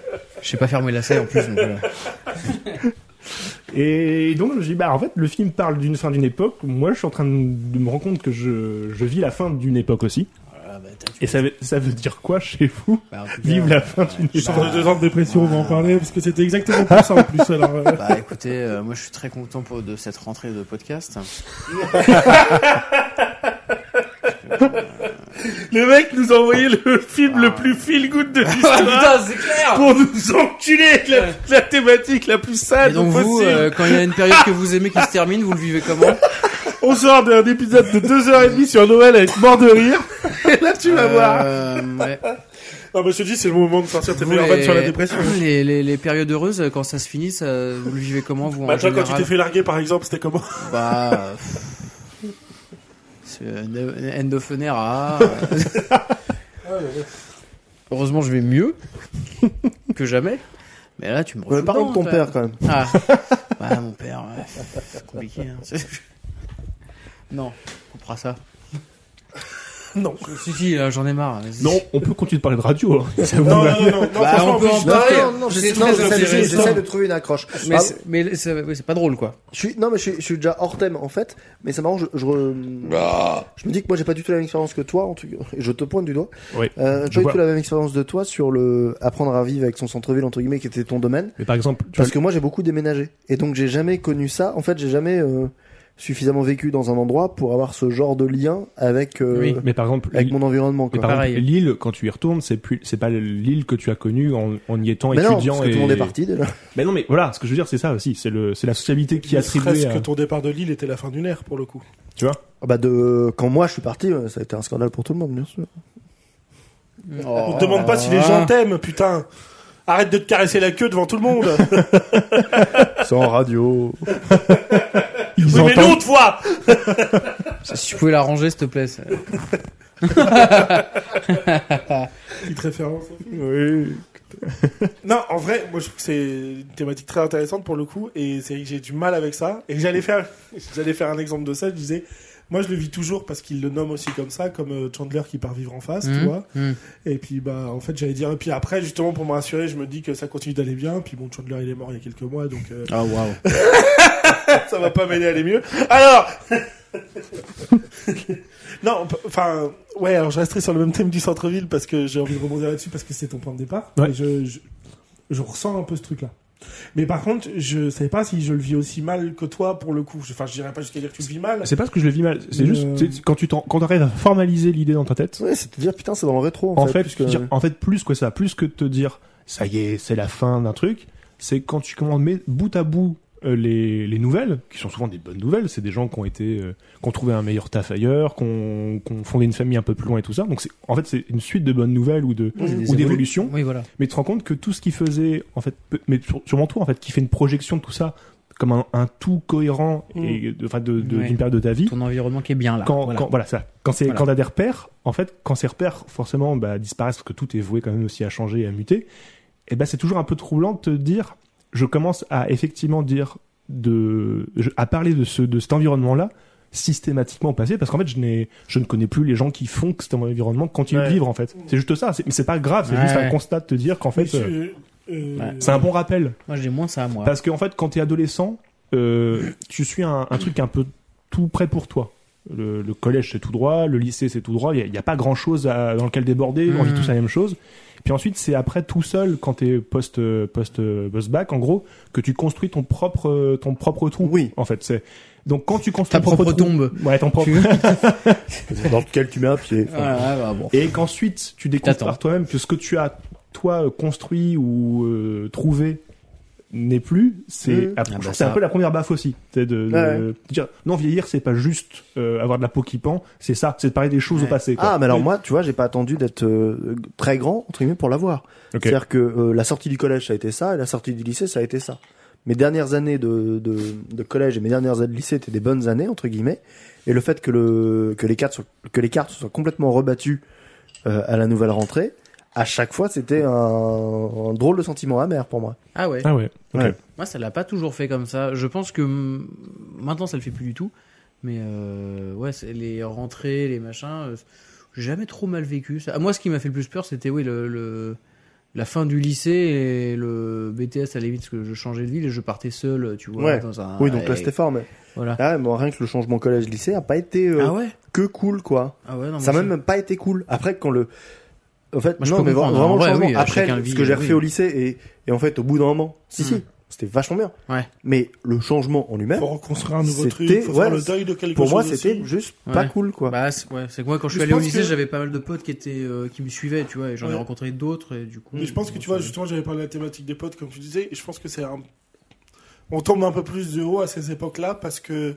[SPEAKER 9] Je sais pas fermer la selle en plus. Donc, euh. voilà.
[SPEAKER 5] Et donc je me dis bah en fait le film parle d'une fin d'une époque. Moi je suis en train de de me rendre compte que je, je vis la fin d'une époque aussi.
[SPEAKER 9] Voilà, bah, t'as-
[SPEAKER 5] Et ça veut, ça veut dire quoi chez vous
[SPEAKER 9] bah, en tout cas,
[SPEAKER 5] Vive la fin d'une
[SPEAKER 8] Je
[SPEAKER 5] époque.
[SPEAKER 8] sors de deux ans de dépression, on va en parler, parce que c'était exactement pour ça en plus. Alors, euh,
[SPEAKER 9] Bah écoutez, euh, moi je suis très content pour, de cette rentrée de podcast.
[SPEAKER 8] le mec nous a envoyé le film le plus feel-good de l'histoire
[SPEAKER 9] c'est clair
[SPEAKER 8] pour nous enculer avec la, la thématique la plus
[SPEAKER 9] Et
[SPEAKER 8] sale
[SPEAKER 9] donc vous,
[SPEAKER 8] possible.
[SPEAKER 9] euh, quand il y a une période que vous aimez qui se termine, vous le vivez comment
[SPEAKER 8] On sort d'un épisode de 2h30 sur Noël avec mort de rire. Et là, tu vas voir.
[SPEAKER 9] Euh, ouais.
[SPEAKER 8] Non, mais Ah, bah, je te dis, c'est le moment de sortir tes
[SPEAKER 9] Vous,
[SPEAKER 8] meilleures
[SPEAKER 9] les-
[SPEAKER 8] vannes sur la dépression.
[SPEAKER 9] Les, les, les périodes heureuses, quand ça se finit, ça, vous le vivez comment vous en
[SPEAKER 8] Bah, toi, quand tu
[SPEAKER 9] général
[SPEAKER 8] t'es fait larguer, par exemple, c'était comment
[SPEAKER 9] Bah, euh, c'est un end of an era. Heureusement, je vais mieux que jamais. Mais là, tu me
[SPEAKER 4] Ouais,
[SPEAKER 9] refais.
[SPEAKER 4] Parlons de ton père, quand même.
[SPEAKER 9] Ah, bah, mon père, ouais. c'est compliqué. Hein. C'est- Non, on fera ça.
[SPEAKER 8] Non.
[SPEAKER 9] Si, si, là, j'en ai marre. vas-y.
[SPEAKER 5] Non, on peut continuer de parler de radio. hein. Ça vous
[SPEAKER 8] Non, non,
[SPEAKER 5] va.
[SPEAKER 8] non, non, non,
[SPEAKER 9] Bah,
[SPEAKER 8] franchement,
[SPEAKER 9] on peut
[SPEAKER 8] en
[SPEAKER 9] en
[SPEAKER 8] plus,
[SPEAKER 9] parler.
[SPEAKER 4] Non, non, non,
[SPEAKER 9] C'est
[SPEAKER 4] j'essaie
[SPEAKER 9] très
[SPEAKER 4] non, j'essaie-
[SPEAKER 9] intéressant.
[SPEAKER 4] j'essaie de trouver une accroche.
[SPEAKER 9] Mais
[SPEAKER 4] Ah,
[SPEAKER 9] c'est- mais c'est ouais, c'est pas drôle, quoi.
[SPEAKER 4] je suis, non, mais je suis, je suis déjà hors thème en fait, mais ça m'arrange. Je, je, re- je me dis que moi j'ai pas du tout la même expérience que toi, en tout cas. Et Je te pointe du doigt.
[SPEAKER 5] Oui.
[SPEAKER 4] Euh,
[SPEAKER 5] Je
[SPEAKER 4] pas du
[SPEAKER 5] vois.
[SPEAKER 4] tout la même expérience de toi sur le apprendre à vivre avec son centre-ville entre guillemets qui était ton domaine.
[SPEAKER 5] Mais par exemple, tu
[SPEAKER 4] Parce
[SPEAKER 5] vois,
[SPEAKER 4] que moi j'ai beaucoup déménagé et donc j'ai jamais connu ça. En fait, j'ai jamais euh, suffisamment vécu dans un endroit pour avoir ce genre de lien avec euh,
[SPEAKER 9] Oui,
[SPEAKER 5] mais par exemple,
[SPEAKER 4] avec
[SPEAKER 5] Lille-
[SPEAKER 4] mon environnement.
[SPEAKER 5] mais
[SPEAKER 4] Quoi.
[SPEAKER 5] par exemple,
[SPEAKER 9] Pareil.
[SPEAKER 5] Lille, quand tu y retournes, c'est plus, c'est pas l'île que tu as connue en, en y étant
[SPEAKER 4] Mais non,
[SPEAKER 5] étudiant
[SPEAKER 4] parce que
[SPEAKER 5] et.
[SPEAKER 4] tout le monde est parti déjà.
[SPEAKER 5] Mais non, mais voilà, ce que je veux dire, c'est ça aussi, c'est le, c'est la sociabilité qui
[SPEAKER 8] ne
[SPEAKER 5] attribue.
[SPEAKER 8] serait-ce
[SPEAKER 4] euh,
[SPEAKER 5] à-
[SPEAKER 8] que ton départ de Lille était la fin d'une ère, pour le coup.
[SPEAKER 5] Tu vois
[SPEAKER 4] Ah bah de quand moi je suis parti, euh, ça a été un scandale pour tout le monde, bien sûr. Oh
[SPEAKER 8] On te demande pas si les gens t'aiment, putain. Arrête de te caresser la queue devant tout le monde.
[SPEAKER 4] Sans radio.
[SPEAKER 5] Ils
[SPEAKER 8] oui, mais
[SPEAKER 5] entendent-
[SPEAKER 8] l'autre fois
[SPEAKER 9] Si tu pouvais la ranger, s'il te plaît. euh, ça-
[SPEAKER 8] Petite référence.
[SPEAKER 4] Oui.
[SPEAKER 8] Non, en vrai, moi je trouve que c'est une thématique très intéressante pour le coup, et c'est que j'ai du mal avec ça. Et j'allais faire, j'allais faire un exemple de ça. Je disais, moi je le vis toujours parce qu'il le nomme aussi comme ça, comme euh, Chandler qui part vivre en face, tu
[SPEAKER 9] Mhm.
[SPEAKER 8] vois.
[SPEAKER 9] Mhm.
[SPEAKER 8] Et puis bah en fait j'allais dire, et puis après justement pour me rassurer, je me dis que ça continue d'aller bien. Puis bon, Chandler il est mort il y a quelques mois, donc euh,
[SPEAKER 9] Ah, waouh.
[SPEAKER 8] ça va pas m'aider à aller mieux. Alors. non, p- enfin, ouais, alors je resterai sur le même thème du centre-ville parce que j'ai envie de rebondir là-dessus parce que c'est ton point de départ.
[SPEAKER 5] Ouais.
[SPEAKER 8] Et Je, je, je ressens un peu ce truc-là. Mais par contre, je sais pas si je le vis aussi mal que toi pour le coup. Je- Enfin, je dirais pas jusqu'à dire que tu le vis mal.
[SPEAKER 5] C'est pas ce que je le vis mal. C'est juste,
[SPEAKER 8] Euh.
[SPEAKER 5] c'est- quand tu t'en- quand t'arrives à formaliser l'idée dans ta tête,
[SPEAKER 4] Ouais, c'est te dire putain, c'est dans le rétro en,
[SPEAKER 5] en fait,
[SPEAKER 4] parce
[SPEAKER 5] te
[SPEAKER 4] que-
[SPEAKER 5] dire- en fait, plus que ça, plus que de te dire ça y est, c'est la fin d'un truc, c'est quand tu commences à mettre bout à bout euh, les, les nouvelles, qui sont souvent des bonnes nouvelles, c'est des gens qui ont été, euh, qui ont trouvé un meilleur taf ailleurs, qui ont, qui ont fondé une famille un peu plus loin et tout ça. Donc c'est, en fait, c'est une suite de bonnes nouvelles ou de,
[SPEAKER 9] C'est des
[SPEAKER 5] ou d'évolutions.
[SPEAKER 9] Oui, voilà.
[SPEAKER 5] Mais tu te rends compte que tout ce qui faisait, en fait, peu- mais sur- sûrement toi, en fait, qui fait une projection de tout ça comme un, un tout cohérent
[SPEAKER 9] Mm.
[SPEAKER 5] et de- enfin de- de- d'une
[SPEAKER 9] Ouais.
[SPEAKER 5] période de ta vie.
[SPEAKER 9] Ton environnement qui est bien là.
[SPEAKER 5] Quand,
[SPEAKER 9] Voilà.
[SPEAKER 5] quand voilà ça. Quand c'est
[SPEAKER 9] Voilà.
[SPEAKER 5] quand t'as des repères, en fait, quand ces repères forcément bah, disparaissent parce que tout est voué quand même aussi à changer et à muter, et ben c'est toujours un peu troublant de te dire, je commence à effectivement dire de je- à parler de ce de cet environnement là systématiquement au passé parce qu'en fait je n'ai je ne connais plus les gens qui font que cet environnement continue
[SPEAKER 4] Ouais.
[SPEAKER 5] de vivre en fait c'est juste ça c'est- mais c'est pas grave c'est
[SPEAKER 9] Ouais,
[SPEAKER 5] juste un
[SPEAKER 9] ouais.
[SPEAKER 5] constat de te dire qu'en fait euh,
[SPEAKER 8] euh, euh,
[SPEAKER 9] Ouais.
[SPEAKER 5] c'est un bon rappel
[SPEAKER 9] Moi, j'ai moins ça à moi.
[SPEAKER 5] parce qu'en fait, quand t'es adolescent, euh, tu suis un, un truc un peu tout près pour toi. Le, le collège, c'est tout droit, le lycée, c'est tout droit. Il n'y a, pas grand chose dans lequel déborder. On vit
[SPEAKER 9] Mhm.
[SPEAKER 5] tous la même chose. Puis ensuite, c'est après tout seul, quand t'es post, euh, post, euh, post-bac, en gros, que tu construis ton propre, euh, ton propre trou.
[SPEAKER 4] Oui.
[SPEAKER 5] En fait, c'est. Donc quand tu construis
[SPEAKER 9] Ta
[SPEAKER 5] ton
[SPEAKER 9] propre
[SPEAKER 5] trou-
[SPEAKER 9] tombe.
[SPEAKER 5] Ouais, ton propre.
[SPEAKER 9] Tu veux
[SPEAKER 4] dans lequel tu mets un pied.
[SPEAKER 9] Ouais, ouais, bah, bon.
[SPEAKER 5] Et qu'ensuite, tu découvres
[SPEAKER 9] T'attends.
[SPEAKER 5] par toi-même que ce que tu as, toi, euh, construit ou euh, trouvé n'est plus, c'est
[SPEAKER 4] Mhm.
[SPEAKER 5] ah,
[SPEAKER 9] bah
[SPEAKER 5] je trouve que c'est
[SPEAKER 9] ça.
[SPEAKER 5] un peu la première baffe aussi. C'est de, de-
[SPEAKER 4] Ah Ouais.
[SPEAKER 5] de dire, non, vieillir, c'est pas juste euh, avoir de la peau qui pend, c'est ça, c'est de parler des choses
[SPEAKER 9] Ouais.
[SPEAKER 5] au passé. Quoi.
[SPEAKER 4] Ah, mais alors moi, tu vois, j'ai pas attendu d'être euh, très grand entre guillemets pour l'avoir.
[SPEAKER 5] Ok.
[SPEAKER 4] C'est-à-dire que euh, la sortie du collège ça a été ça, et la sortie du lycée ça a été ça. Mes dernières années de, de, de collège et mes dernières années de lycée étaient des bonnes années entre guillemets, et le fait que le que les cartes soient, que les cartes soient complètement rebattues euh, à la nouvelle rentrée, à chaque fois c'était un, un drôle de sentiment amer pour moi.
[SPEAKER 9] Ah ouais.
[SPEAKER 5] Ah ouais. ok.
[SPEAKER 4] Ouais.
[SPEAKER 9] Moi, ça l'a pas toujours fait comme ça. Je pense que mm, maintenant, ça le fait plus du tout. Mais euh, ouais, c'est les rentrées, les machins, euh, j'ai jamais trop mal vécu. Ça. Moi, ce qui m'a fait le plus peur, c'était oui, le, le- la fin du lycée et le BTS à la limite, parce que je changeais de ville et je partais seul, tu vois,
[SPEAKER 4] Ouais.
[SPEAKER 9] dans un.
[SPEAKER 4] oui, donc là
[SPEAKER 9] et-
[SPEAKER 4] c'était fort, mais
[SPEAKER 9] Voilà.
[SPEAKER 4] ah, moi, rien que le changement collège-lycée a pas été euh,
[SPEAKER 9] ah ouais.
[SPEAKER 4] que cool quoi.
[SPEAKER 9] Ah ouais. Non,
[SPEAKER 4] ça
[SPEAKER 9] mais
[SPEAKER 4] m'a même pas été cool. Après, quand le. En fait,
[SPEAKER 9] Moi, je
[SPEAKER 4] non,
[SPEAKER 9] peux
[SPEAKER 4] mais vra-
[SPEAKER 9] comprendre,
[SPEAKER 4] vraiment,
[SPEAKER 9] en
[SPEAKER 4] le
[SPEAKER 9] vrai,
[SPEAKER 4] changement.
[SPEAKER 9] oui,
[SPEAKER 4] Après,
[SPEAKER 9] chacun le
[SPEAKER 4] ce
[SPEAKER 9] vit, euh,
[SPEAKER 4] que j'ai refait
[SPEAKER 9] oui.
[SPEAKER 4] au lycée, et, et en fait, au bout d'un moment, si,
[SPEAKER 9] Hmm.
[SPEAKER 4] si, c'était vachement bien.
[SPEAKER 9] Ouais.
[SPEAKER 4] Mais le changement en lui-même,
[SPEAKER 8] faut reconstruire un nouveau
[SPEAKER 4] C'était-
[SPEAKER 8] truc, faut
[SPEAKER 4] ouais,
[SPEAKER 8] faire le deuil de quelque
[SPEAKER 4] pour
[SPEAKER 8] chose.
[SPEAKER 4] moi,
[SPEAKER 8] aussi.
[SPEAKER 4] c'était juste pas
[SPEAKER 9] Ouais.
[SPEAKER 4] cool, quoi.
[SPEAKER 9] Bah, c'est ouais, c'est que moi quand je
[SPEAKER 8] Mais
[SPEAKER 9] suis
[SPEAKER 8] je
[SPEAKER 9] allé au
[SPEAKER 8] pense
[SPEAKER 9] lycée,
[SPEAKER 8] que-
[SPEAKER 9] j'avais pas mal de potes qui étaient euh, qui me suivaient, tu vois, et j'en ai
[SPEAKER 8] Ouais.
[SPEAKER 9] rencontré d'autres et du coup.
[SPEAKER 8] Mais je pense que
[SPEAKER 9] on
[SPEAKER 8] tu vois,
[SPEAKER 9] se-
[SPEAKER 8] justement, j'avais parlé de la thématique des potes, comme tu disais, et je pense que c'est un. On tombe un peu plus de haut à ces époques-là parce que.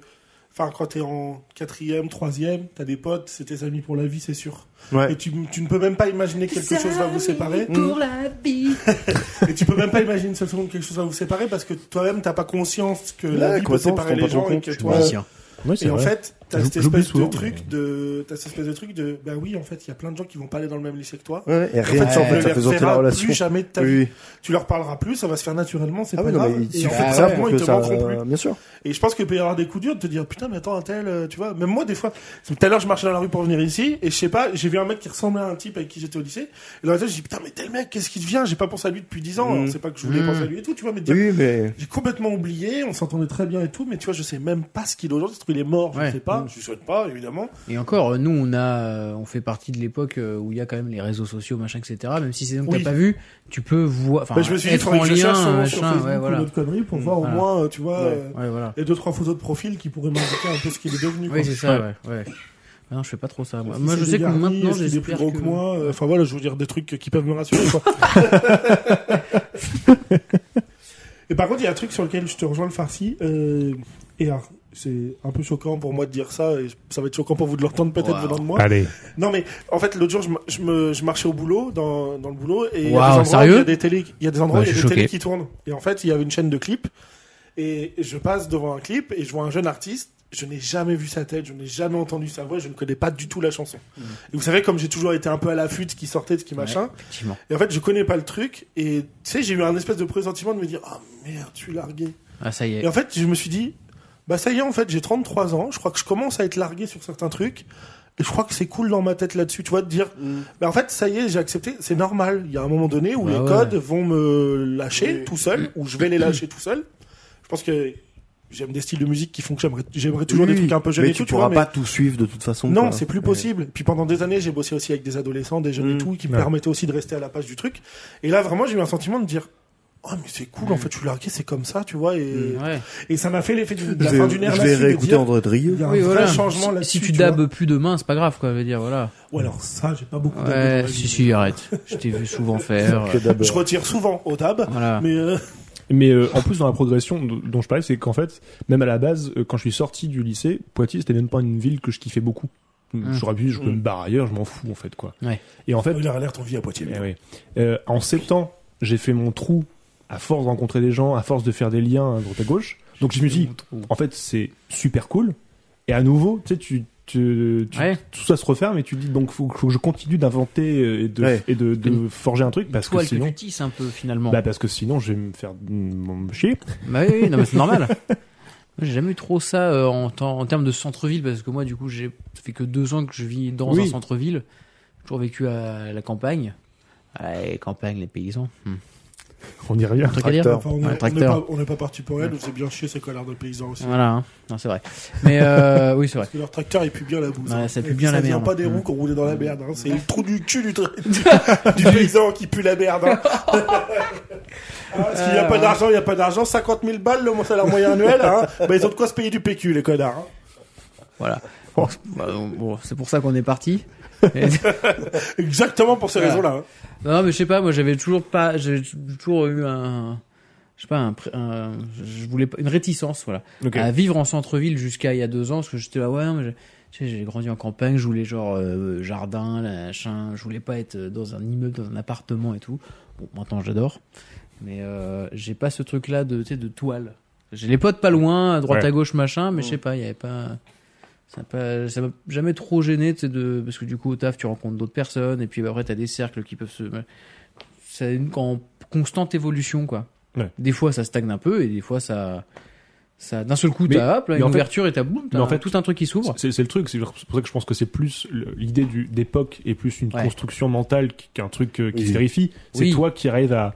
[SPEAKER 8] Enfin, quand t'es en quatrième, troisième, t'as des potes, c'est tes amis pour la vie, c'est sûr. Et
[SPEAKER 4] Ouais.
[SPEAKER 8] tu, tu ne peux même pas imaginer que quelque chose va vous séparer.
[SPEAKER 2] Pour la vie.
[SPEAKER 8] Et tu peux même pas imaginer une seule seconde que quelque chose va vous séparer parce que toi-même, t'as pas conscience que
[SPEAKER 4] Ouais,
[SPEAKER 8] la vie peut
[SPEAKER 4] complètement,
[SPEAKER 8] séparer
[SPEAKER 4] tu t'en
[SPEAKER 8] les
[SPEAKER 4] rends
[SPEAKER 8] gens
[SPEAKER 4] pas
[SPEAKER 8] et
[SPEAKER 4] compte,
[SPEAKER 8] que
[SPEAKER 4] tu
[SPEAKER 8] toi.
[SPEAKER 4] vois.
[SPEAKER 9] Musicien.
[SPEAKER 5] Ouais, c'est
[SPEAKER 8] Et en
[SPEAKER 5] vrai.
[SPEAKER 8] fait, t'as
[SPEAKER 5] J'ou-
[SPEAKER 8] cette
[SPEAKER 5] j'oublie
[SPEAKER 8] espèce de
[SPEAKER 5] souvent,
[SPEAKER 8] truc de. T'as cette espèce de truc de. Ben oui, en fait, il y a plein de gens qui vont pas aller dans le même lycée que toi.
[SPEAKER 4] Ouais, et rien de ça, en
[SPEAKER 8] tu
[SPEAKER 4] fait,
[SPEAKER 8] ne
[SPEAKER 4] ça
[SPEAKER 8] les
[SPEAKER 4] fait sauter la
[SPEAKER 8] reverras
[SPEAKER 4] relation.
[SPEAKER 8] Plus jamais de ta vie.
[SPEAKER 4] Oui, oui.
[SPEAKER 8] Tu leur parleras plus, ça va se faire naturellement, c'est
[SPEAKER 4] Ah
[SPEAKER 8] pas
[SPEAKER 4] oui, non,
[SPEAKER 8] grave.
[SPEAKER 4] mais il
[SPEAKER 8] et en
[SPEAKER 4] suffit
[SPEAKER 8] fait,
[SPEAKER 4] de
[SPEAKER 8] ça,
[SPEAKER 4] ça pour
[SPEAKER 8] ils
[SPEAKER 4] que
[SPEAKER 8] te
[SPEAKER 4] ça. euh,
[SPEAKER 8] manqueront plus.
[SPEAKER 4] Bien sûr.
[SPEAKER 8] Et je pense que peut y avoir des coups durs de te dire putain mais attends un tel euh, tu vois même moi des fois tout à l'heure je marchais dans la rue pour venir ici et je sais pas j'ai vu un mec qui ressemblait à un type avec qui j'étais au lycée et dans la tête je dis putain mais tel mec qu'est-ce qu'il devient j'ai pas pensé à lui depuis 10 ans
[SPEAKER 4] Mm.
[SPEAKER 8] alors, c'est pas que je voulais
[SPEAKER 9] Mm.
[SPEAKER 8] penser à lui et tout tu vois mais de dire,
[SPEAKER 4] Oui, mais.
[SPEAKER 8] j'ai complètement oublié on s'entendait très bien et tout mais tu vois je sais même pas ce qu'il est aujourd'hui il est mort je
[SPEAKER 9] Ouais.
[SPEAKER 8] sais
[SPEAKER 4] Mm.
[SPEAKER 8] pas je lui souhaite pas évidemment
[SPEAKER 9] Et encore, euh, nous, on a, euh, on fait partie de l'époque euh, où il y a quand même les réseaux sociaux, machin, etc. Même si c'est donc
[SPEAKER 8] Oui.
[SPEAKER 9] t'as pas vu, tu peux voir, enfin,
[SPEAKER 8] Bah, je me suis dit
[SPEAKER 9] être
[SPEAKER 8] faudrait
[SPEAKER 9] en
[SPEAKER 8] que je
[SPEAKER 9] lien,
[SPEAKER 8] cherche son nom sur
[SPEAKER 9] machin,
[SPEAKER 8] Facebook
[SPEAKER 9] ouais,
[SPEAKER 8] ou
[SPEAKER 9] voilà.
[SPEAKER 8] d'autres conneries pour
[SPEAKER 5] Mm.
[SPEAKER 8] voir au
[SPEAKER 9] Voilà.
[SPEAKER 8] moins euh, tu vois euh,
[SPEAKER 9] Ouais, voilà.
[SPEAKER 8] les deux trois photos de profil qui pourraient m'indiquer un peu ce qu'il est devenu quoi.
[SPEAKER 9] Oui, c'est ça, ouais, ouais. Ah non, je fais pas trop ça. Moi,
[SPEAKER 8] Si
[SPEAKER 9] Moi,
[SPEAKER 8] c'est
[SPEAKER 9] je
[SPEAKER 8] des
[SPEAKER 9] sais que
[SPEAKER 8] garnis,
[SPEAKER 9] maintenant,
[SPEAKER 8] est-ce qu'il est
[SPEAKER 9] j'espère
[SPEAKER 8] plus gros que,
[SPEAKER 9] que-
[SPEAKER 8] moi. euh, Enfin voilà, je veux dire des trucs qui peuvent me rassurer. Quoi. et par contre, il y a un truc sur lequel je te rejoins le farci. euh, et alors, c'est un peu choquant pour moi de dire ça, et ça va être choquant pour vous de l'entendre peut-être
[SPEAKER 9] Wow.
[SPEAKER 8] venant de moi.
[SPEAKER 5] Allez.
[SPEAKER 8] Non mais en fait, l'autre jour, je, ma- je me- je marchais au boulot, dans, dans le boulot, et il y a des
[SPEAKER 9] Wow,
[SPEAKER 8] endroits où
[SPEAKER 9] sérieux
[SPEAKER 8] il y a des télés, il y a des endroits où il y
[SPEAKER 9] Ouais,
[SPEAKER 8] a
[SPEAKER 9] je
[SPEAKER 8] des
[SPEAKER 9] suis
[SPEAKER 8] télés
[SPEAKER 9] choqué.
[SPEAKER 8] qui tournent. Et en fait, il y avait une chaîne de clips, et je passe devant un clip et je vois un jeune artiste. Je n'ai jamais vu sa tête, je n'ai jamais entendu sa voix, je ne connais pas du tout la chanson. Et vous savez, comme j'ai toujours été un peu à l'affût de ce qui sortait, de ce qui machin,
[SPEAKER 9] Effectivement.
[SPEAKER 8] et en fait, je connais pas le truc, et tu sais, j'ai eu un espèce de pressentiment de me dire, ah merde, je suis largué.
[SPEAKER 9] Ah, ça y
[SPEAKER 8] Et
[SPEAKER 9] est.
[SPEAKER 8] en fait, je me suis dit, bah ça y est, en fait, j'ai 33 ans, je crois que je commence à être largué sur certains trucs, et je crois que c'est cool dans ma tête là-dessus, tu vois, de dire,
[SPEAKER 4] Mm.
[SPEAKER 8] bah en fait, ça y est, j'ai accepté, c'est normal. Il y a un moment donné où
[SPEAKER 9] Bah
[SPEAKER 8] les
[SPEAKER 9] ouais.
[SPEAKER 8] codes vont me lâcher tout seul, ou je vais les lâcher tout seul. Je pense que j'aime des styles de musique qui font que j'aimerais, j'aimerais toujours des
[SPEAKER 4] Oui,
[SPEAKER 8] trucs un peu jeunes
[SPEAKER 4] Mais
[SPEAKER 8] et tout,
[SPEAKER 4] tu
[SPEAKER 8] tu vois,
[SPEAKER 4] pourras
[SPEAKER 8] mais-
[SPEAKER 4] pas tout suivre de toute façon.
[SPEAKER 8] non,
[SPEAKER 4] quoi.
[SPEAKER 8] c'est plus
[SPEAKER 4] Ouais.
[SPEAKER 8] possible. Puis pendant des années, j'ai bossé aussi avec des adolescents, des jeunes
[SPEAKER 4] Mm.
[SPEAKER 8] et tout, qui me
[SPEAKER 5] Ouais.
[SPEAKER 8] permettaient aussi de rester à la page du truc. Et là, vraiment, j'ai eu un sentiment de dire. Oh, mais c'est cool,
[SPEAKER 4] Mm.
[SPEAKER 8] en fait, je suis largué, c'est comme ça, tu vois, et,
[SPEAKER 9] Ouais.
[SPEAKER 8] et ça m'a fait l'effet d'une- de
[SPEAKER 4] Je
[SPEAKER 8] la fin
[SPEAKER 4] vais,
[SPEAKER 8] d'une
[SPEAKER 4] je
[SPEAKER 8] ère
[SPEAKER 4] vais
[SPEAKER 8] là-dessus. de
[SPEAKER 4] réécouter
[SPEAKER 8] dire,
[SPEAKER 4] André Drieux.
[SPEAKER 8] Il y a un
[SPEAKER 9] Oui, voilà.
[SPEAKER 8] vrai changement
[SPEAKER 9] Si-
[SPEAKER 8] là-dessus.
[SPEAKER 9] Si tu
[SPEAKER 8] vois.
[SPEAKER 9] dabes plus demain, c'est pas grave, quoi, je veux dire, voilà.
[SPEAKER 8] Ou alors, ça, j'ai pas beaucoup dabé dans
[SPEAKER 9] Ouais,
[SPEAKER 8] ma
[SPEAKER 9] si,
[SPEAKER 8] vie.
[SPEAKER 9] si, arrête. Je t'ai vu souvent faire.
[SPEAKER 4] Que d'abord.
[SPEAKER 8] Je retire souvent au dab,
[SPEAKER 9] Voilà.
[SPEAKER 8] mais euh,
[SPEAKER 5] Mais euh, en plus, dans la progression d- dont je parlais, c'est qu'en fait, même à la base, euh, quand je suis sorti du lycée, Poitiers, c'était même pas une ville que je kiffais beaucoup.
[SPEAKER 9] Mm.
[SPEAKER 5] J'aurais pu, je peux
[SPEAKER 8] Mm.
[SPEAKER 5] me barrer ailleurs, je m'en fous en fait quoi.
[SPEAKER 9] Ouais.
[SPEAKER 5] Et en fait,
[SPEAKER 8] il a l'air ton vie à Poitiers.
[SPEAKER 5] Eh oui. Euh, en sept ans, j'ai fait mon trou à force de rencontrer des gens, à force de faire des liens à droite à gauche. Donc je me dis, en fait, c'est super cool. Et à nouveau, tu sais, tu, tu- tu-
[SPEAKER 9] Ouais.
[SPEAKER 5] tout ça se referme et tu dis, donc faut, faut que je continue d'inventer euh, et de,
[SPEAKER 4] Ouais.
[SPEAKER 5] et de, de forger un truc parce que
[SPEAKER 9] Toile que
[SPEAKER 5] sinon,
[SPEAKER 9] tu tisses un peu finalement.
[SPEAKER 5] bah, parce que sinon, je vais me faire mm, chier.
[SPEAKER 9] Bah oui, oui, non, mais c'est normal. Moi, j'ai jamais eu trop ça euh, en, temps- en termes de centre-ville parce que moi, du coup, j'ai ça fait que deux ans que je vis dans
[SPEAKER 5] Oui.
[SPEAKER 9] un centre-ville. J'ai toujours vécu à la campagne. Ah, les campagnes, les paysans. Hmm.
[SPEAKER 5] On y revient.
[SPEAKER 9] Un truc à dire
[SPEAKER 4] Tracteur.
[SPEAKER 8] Enfin, on
[SPEAKER 9] Un
[SPEAKER 8] n'est on n'est
[SPEAKER 9] tracteur.
[SPEAKER 8] pas, on n'est pas parti pour elle, on faisait bien chier ces connards de paysans aussi.
[SPEAKER 9] Voilà, hein. non, c'est vrai. Mais euh, oui, c'est vrai.
[SPEAKER 8] Parce que leur tracteur, il pue bien la bouse.
[SPEAKER 9] Ouais,
[SPEAKER 8] hein.
[SPEAKER 9] ça pue
[SPEAKER 8] Et
[SPEAKER 9] bien la
[SPEAKER 8] vient
[SPEAKER 9] merde.
[SPEAKER 8] pas des
[SPEAKER 9] Mm.
[SPEAKER 8] roues qu'on roulait dans la merde. hein. C'est le trou du cul du, tra- du paysan qui pue la merde. hein. Ah, S'il n'y a pas d'argent, il n'y a pas d'argent. 50 000 balles le salaire moyen annuel. Hein. Bah, ils ont de quoi se payer du PQ, les connards. hein.
[SPEAKER 9] Voilà. Bon, bah, bon, bon, c'est pour ça qu'on est parti.
[SPEAKER 8] Exactement pour ces
[SPEAKER 9] Voilà.
[SPEAKER 8] raisons-là. hein.
[SPEAKER 9] Non, mais je sais pas, moi j'avais toujours pas, j'ai toujours eu un, je sais pas, un, pré- un- je voulais pas, une réticence, voilà,
[SPEAKER 5] Ok.
[SPEAKER 9] à vivre en centre-ville jusqu'à il y a deux ans, parce que j'étais là, ouais, mais j'ai- tu sais, j'ai grandi en campagne, je voulais genre euh, jardin, là, machin, je voulais pas être euh, dans un immeuble, dans un appartement et tout. Bon, maintenant j'adore, mais euh, j'ai pas ce truc-là de, tu sais, de toile. J'ai les potes pas loin, à droite
[SPEAKER 5] Ouais.
[SPEAKER 9] à gauche, machin, mais je sais pas, il y avait pas. Ça m'a pas- ça m'a jamais trop gêné, tu sais, de... parce que du coup, au taf, tu rencontres d'autres personnes, et puis bah, après, t'as des cercles qui peuvent se. bah, C'est une en constante évolution, quoi.
[SPEAKER 5] Ouais.
[SPEAKER 9] Des fois, ça stagne un peu, et des fois, ça. ça... D'un seul coup,
[SPEAKER 5] Mais-
[SPEAKER 9] t'as hop, là,
[SPEAKER 5] mais
[SPEAKER 9] une
[SPEAKER 5] en fait-
[SPEAKER 9] ouverture, et t'as boum, t'as
[SPEAKER 5] mais en fait,
[SPEAKER 9] tout un truc qui s'ouvre.
[SPEAKER 5] C'est c'est le truc, c'est c'est pour ça que je pense que c'est plus le- l'idée du- d'époque et plus une
[SPEAKER 9] Ouais.
[SPEAKER 5] construction mentale qu- qu'un truc euh, qui
[SPEAKER 4] Oui.
[SPEAKER 5] se vérifie. C'est
[SPEAKER 9] Oui.
[SPEAKER 5] toi qui arrives à,